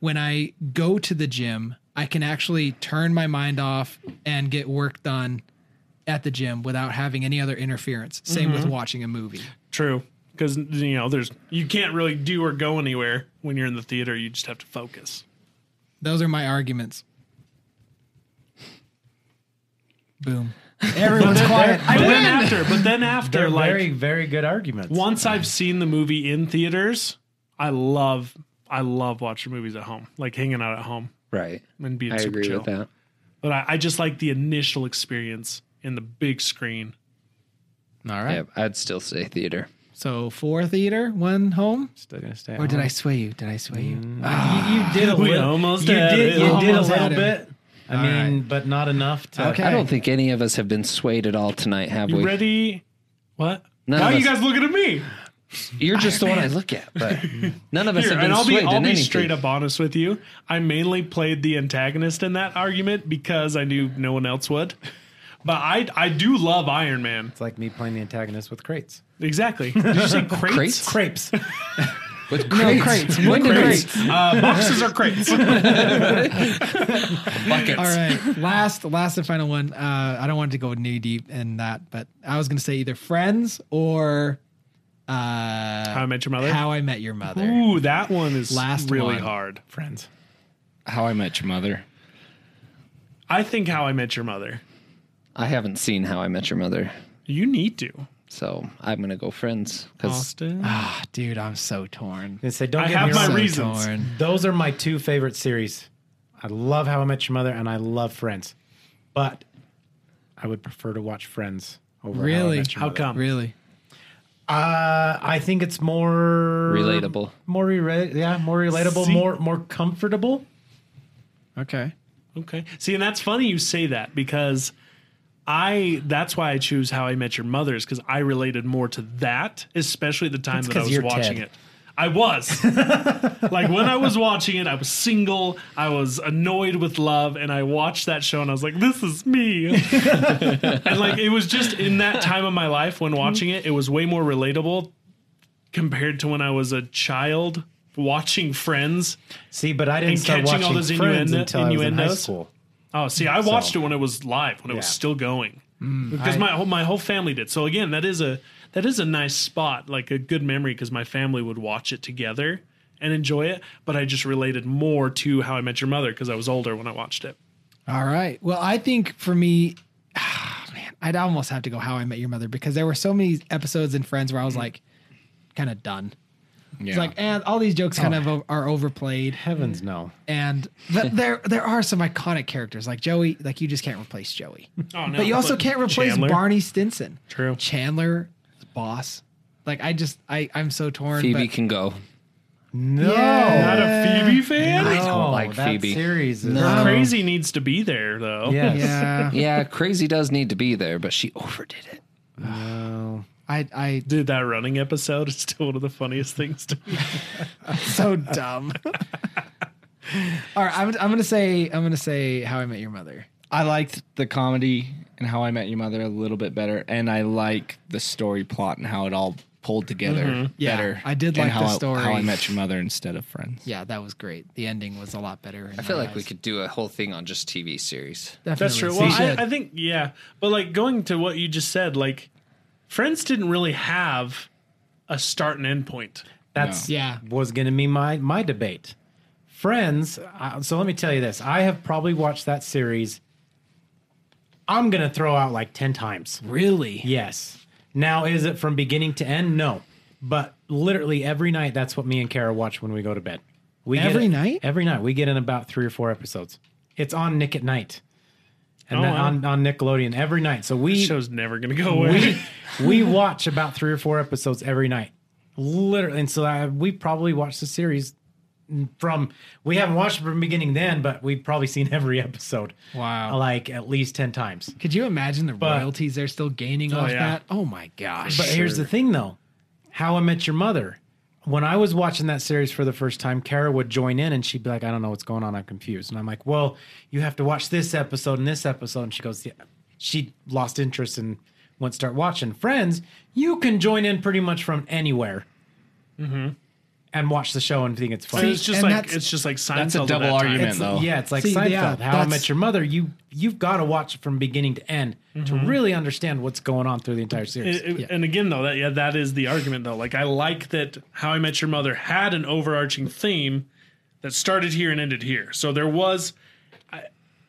Speaker 2: When I go to the gym, I can actually turn my mind off and get work done at the gym without having any other interference. Same with watching a movie.
Speaker 1: True, because you know there's you can't really do or go anywhere when you're in the theater. You just have to focus.
Speaker 2: Those are my arguments. Boom. Everyone's quiet.
Speaker 1: But then after, but then after,
Speaker 4: they're
Speaker 1: like
Speaker 4: very very good arguments.
Speaker 1: once I've seen the movie in theaters, I love I love watching movies at home, like hanging out at home
Speaker 3: right.
Speaker 1: and being
Speaker 3: I
Speaker 1: super
Speaker 3: agree
Speaker 1: chill.
Speaker 3: with that.
Speaker 1: But I, I just like the initial experience in the big screen.
Speaker 2: All right.
Speaker 3: Yeah, I'd still say theater.
Speaker 2: So four theater, one home.
Speaker 4: Still gonna stay. at
Speaker 2: Or did
Speaker 4: home.
Speaker 2: I sway you? Did I sway you?
Speaker 4: You, you did a
Speaker 1: We
Speaker 4: little.
Speaker 1: almost
Speaker 4: you
Speaker 1: had
Speaker 4: did.
Speaker 1: it.
Speaker 4: You did a
Speaker 2: Almost
Speaker 4: little
Speaker 2: had him.
Speaker 4: bit. I mean, but not enough to.
Speaker 2: Okay.
Speaker 3: I don't think any of us have been swayed at all tonight, have we?
Speaker 1: You ready? What?
Speaker 3: None
Speaker 1: Why
Speaker 3: of
Speaker 1: are you
Speaker 3: us-
Speaker 1: guys looking at me?
Speaker 3: You're just the one I look at, but none of us
Speaker 1: Here,
Speaker 3: have been
Speaker 1: and I'll be
Speaker 3: swayed
Speaker 1: I'll
Speaker 3: in
Speaker 1: be
Speaker 3: anything.
Speaker 1: straight up honest with you. I mainly played the antagonist in that argument because I knew no one else would. But I I do love Iron Man.
Speaker 4: It's like me playing the antagonist with crates.
Speaker 1: Exactly. Did you
Speaker 3: [laughs]
Speaker 1: say [laughs] crates?
Speaker 3: Crates?
Speaker 4: Crepes.
Speaker 1: [laughs]
Speaker 3: With crates.
Speaker 2: crates. When did crates?
Speaker 1: Uh, boxes are crates.
Speaker 3: Buckets.
Speaker 2: All right. Last, last and final one. Uh, I don't want to go knee deep in that, but I was going to say either friends or uh,
Speaker 1: How I Met Your Mother. Oh.
Speaker 2: How I Met Your Mother.
Speaker 1: Ooh, that one is
Speaker 2: Last
Speaker 1: really
Speaker 2: one.
Speaker 1: hard.
Speaker 4: Friends.
Speaker 6: How I Met Your Mother.
Speaker 1: I think How I Met Your Mother.
Speaker 3: I haven't seen How I Met Your Mother,
Speaker 1: You need to.
Speaker 3: so I'm gonna go Friends because
Speaker 1: Austin.
Speaker 2: Ah, dude, I'm so torn.
Speaker 4: And say, don't
Speaker 1: I
Speaker 4: get
Speaker 1: have
Speaker 4: me
Speaker 1: my
Speaker 4: wrong.
Speaker 2: so
Speaker 1: reasons.
Speaker 2: torn.
Speaker 4: Those are my two favorite series. I love How I Met Your Mother and I love Friends, but I would prefer to watch Friends over How I
Speaker 2: Really?
Speaker 4: Met Your
Speaker 1: How
Speaker 4: Mother.
Speaker 1: come?
Speaker 2: Really?
Speaker 4: Uh, I think it's more
Speaker 3: relatable.
Speaker 4: more re- yeah, more relatable,
Speaker 1: See-
Speaker 4: more more comfortable.
Speaker 2: Okay.
Speaker 1: Okay. See, and that's funny you say that because I that's why I choose How I Met Your Mother is because I related more to that, especially the time
Speaker 4: That's
Speaker 1: that I
Speaker 4: 'cause
Speaker 1: was
Speaker 4: you're
Speaker 1: watching
Speaker 4: Ted.
Speaker 1: it. I
Speaker 4: [laughs]
Speaker 1: was. like when I was watching it, I was single, I was annoyed with love, and I watched that show and I was like, this is
Speaker 4: [laughs]
Speaker 1: me. and like it was just in that time of my life when watching it, it was way more relatable compared to when I was a child watching Friends
Speaker 4: See, but I didn't
Speaker 1: And
Speaker 4: start
Speaker 1: catching
Speaker 4: watching
Speaker 1: all those
Speaker 4: Friends
Speaker 1: innuendo-
Speaker 4: until I was in high
Speaker 1: innuendos?
Speaker 4: school.
Speaker 1: Oh, see, I watched it when it was live, when it was
Speaker 4: Yeah.
Speaker 1: still going,
Speaker 2: Mm,
Speaker 1: because
Speaker 4: I-
Speaker 1: my whole my whole family did. So again, that is a that is a nice spot, like a good memory, because my family would watch it together and enjoy it. But I just related more to How I Met Your Mother because I was older when I watched it.
Speaker 2: All right. Well, I think for me, [sighs] man, I'd almost have to go How I Met Your Mother because there were so many episodes in Friends where I was like, kind of done.
Speaker 6: Yeah.
Speaker 2: It's like, and all these jokes kind of o- are overplayed,
Speaker 4: Heavens no.
Speaker 2: and
Speaker 1: [laughs]
Speaker 2: but there there are some iconic characters like Joey. Like you just can't replace Joey,
Speaker 1: Oh no!
Speaker 2: but
Speaker 1: [laughs]
Speaker 2: you also can't replace
Speaker 1: Chandler?
Speaker 2: Barney Stinson.
Speaker 1: True.
Speaker 2: Chandler, is boss. Like I just I I'm so torn.
Speaker 3: Phoebe
Speaker 2: but-
Speaker 3: can go.
Speaker 4: No.
Speaker 1: Not a Phoebe fan.
Speaker 3: I don't like
Speaker 4: that
Speaker 3: Phoebe.
Speaker 4: series is
Speaker 3: No.
Speaker 1: Crazy needs to be there though.
Speaker 4: Yes.
Speaker 2: Um, yeah,
Speaker 3: Yeah, Crazy does need to be there, but she overdid it.
Speaker 2: I I
Speaker 1: Dude, that running episode is still one of the funniest things to me. [laughs]
Speaker 2: so dumb. [laughs] All right, I'm, I'm gonna say I'm gonna say How I Met Your Mother.
Speaker 6: I liked the comedy and How I Met Your Mother a little bit better, and I like the story plot and how it all pulled together
Speaker 2: Mm-hmm. Yeah,
Speaker 6: better.
Speaker 2: I did
Speaker 6: and
Speaker 2: like the
Speaker 6: how I-
Speaker 2: story.
Speaker 6: How I Met Your Mother instead of Friends.
Speaker 2: Yeah, that was great. The ending was a lot better.
Speaker 3: I feel like we could do a whole thing on just TV series.
Speaker 1: That's true. Well, I, I think yeah, but like going to what you just said, like Friends didn't really have a start and end point.
Speaker 4: That's
Speaker 2: Yeah.
Speaker 4: was going to be my my debate. Friends. Uh, so let me tell you this: I have probably watched that series. I'm going to throw out like ten times.
Speaker 2: really.
Speaker 4: Yes. Now is it from beginning to end? No, but literally every night. That's what me and Kara watch when we go to bed. We
Speaker 2: Every
Speaker 4: get,
Speaker 2: night?
Speaker 4: Every night we get in about three or four episodes. It's on Nick at Night, and
Speaker 1: Oh,
Speaker 4: then
Speaker 1: wow.
Speaker 4: on on Nickelodeon every night. So we
Speaker 1: This show's never gonna go [laughs] away.
Speaker 4: we we watch about three or four episodes every night, literally. And so I, we probably watched the series from we haven't watched it from beginning then, but we've probably seen every episode.
Speaker 2: Wow.
Speaker 4: like at least ten times.
Speaker 2: Could you imagine the royalties they're still gaining off
Speaker 1: yeah.
Speaker 2: that? Oh my gosh.
Speaker 4: But here's the thing, though: How I Met Your Mother. When I was watching that series for the first time, Kara would join in and she'd be like, "I don't know what's going on. I'm confused." And I'm like, "Well, you have to watch this episode and this episode." And she goes, "Yeah." She lost interest and went start watching Friends. You can join in pretty much from anywhere,
Speaker 1: Mm-hmm.
Speaker 4: and watch the show and think it's
Speaker 1: And
Speaker 4: funny.
Speaker 1: it's just
Speaker 2: and
Speaker 1: like
Speaker 2: that's-
Speaker 1: it's just like Seinfeld.
Speaker 6: That's a
Speaker 1: at that
Speaker 6: double
Speaker 1: time.
Speaker 6: argument,
Speaker 4: It's-
Speaker 6: though.
Speaker 4: Yeah, it's like
Speaker 2: See,
Speaker 4: Seinfeld.
Speaker 2: yeah,
Speaker 4: How I
Speaker 2: that's-
Speaker 4: Met Your Mother. You you've got to watch it from beginning to end to really understand what's going on through the entire series.
Speaker 1: Mm-hmm. It- it- And again, though, that yeah, that is the argument, though. Like, I like that How I Met Your Mother had an overarching theme that started here and ended here. So there was, I,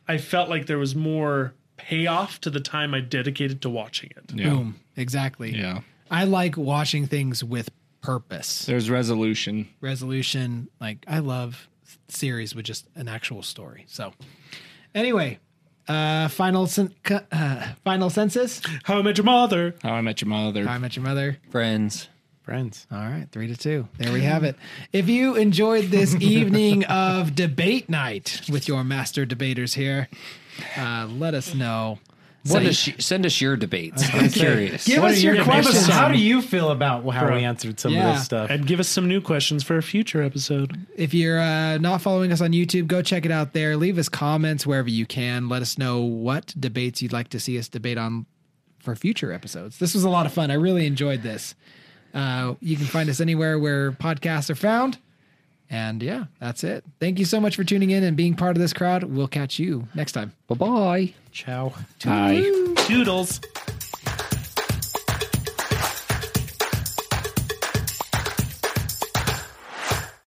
Speaker 1: I felt like there was more payoff to the time I dedicated to watching it.
Speaker 6: Yeah.
Speaker 2: boom. Exactly.
Speaker 6: Yeah.
Speaker 2: I like watching things with purpose,
Speaker 6: There's resolution.
Speaker 2: resolution. Like I love series with just an actual story. So, anyway, uh, final sen- cu- uh, final census.
Speaker 1: How I Met Your Mother.
Speaker 6: How I Met Your
Speaker 2: I
Speaker 6: Mother.
Speaker 2: met your mother.
Speaker 3: Friends.
Speaker 4: Friends.
Speaker 2: All right, three to two. There we have it. If you enjoyed this evening of debate night with your master debaters here, uh, let us know.
Speaker 3: Send us send us
Speaker 1: [laughs]
Speaker 3: your debates. I'm curious.
Speaker 2: Give
Speaker 4: What
Speaker 2: us
Speaker 4: are
Speaker 2: your questions.
Speaker 4: How do you feel about how we answered some
Speaker 2: Yeah.
Speaker 4: of this stuff?
Speaker 1: And give us some new questions for a future episode.
Speaker 2: If you're uh, not following us on YouTube, go check it out there. Leave us comments wherever you can. Let us know what debates you'd like to see us debate on for future episodes. This was a lot of fun. I really enjoyed this. Uh, you can find us anywhere where podcasts are found. And yeah, that's it. Thank you so much for tuning in and being part of this crowd. We'll catch you next time.
Speaker 3: Bye bye.
Speaker 4: Chow.
Speaker 6: Hi.
Speaker 1: Doodles.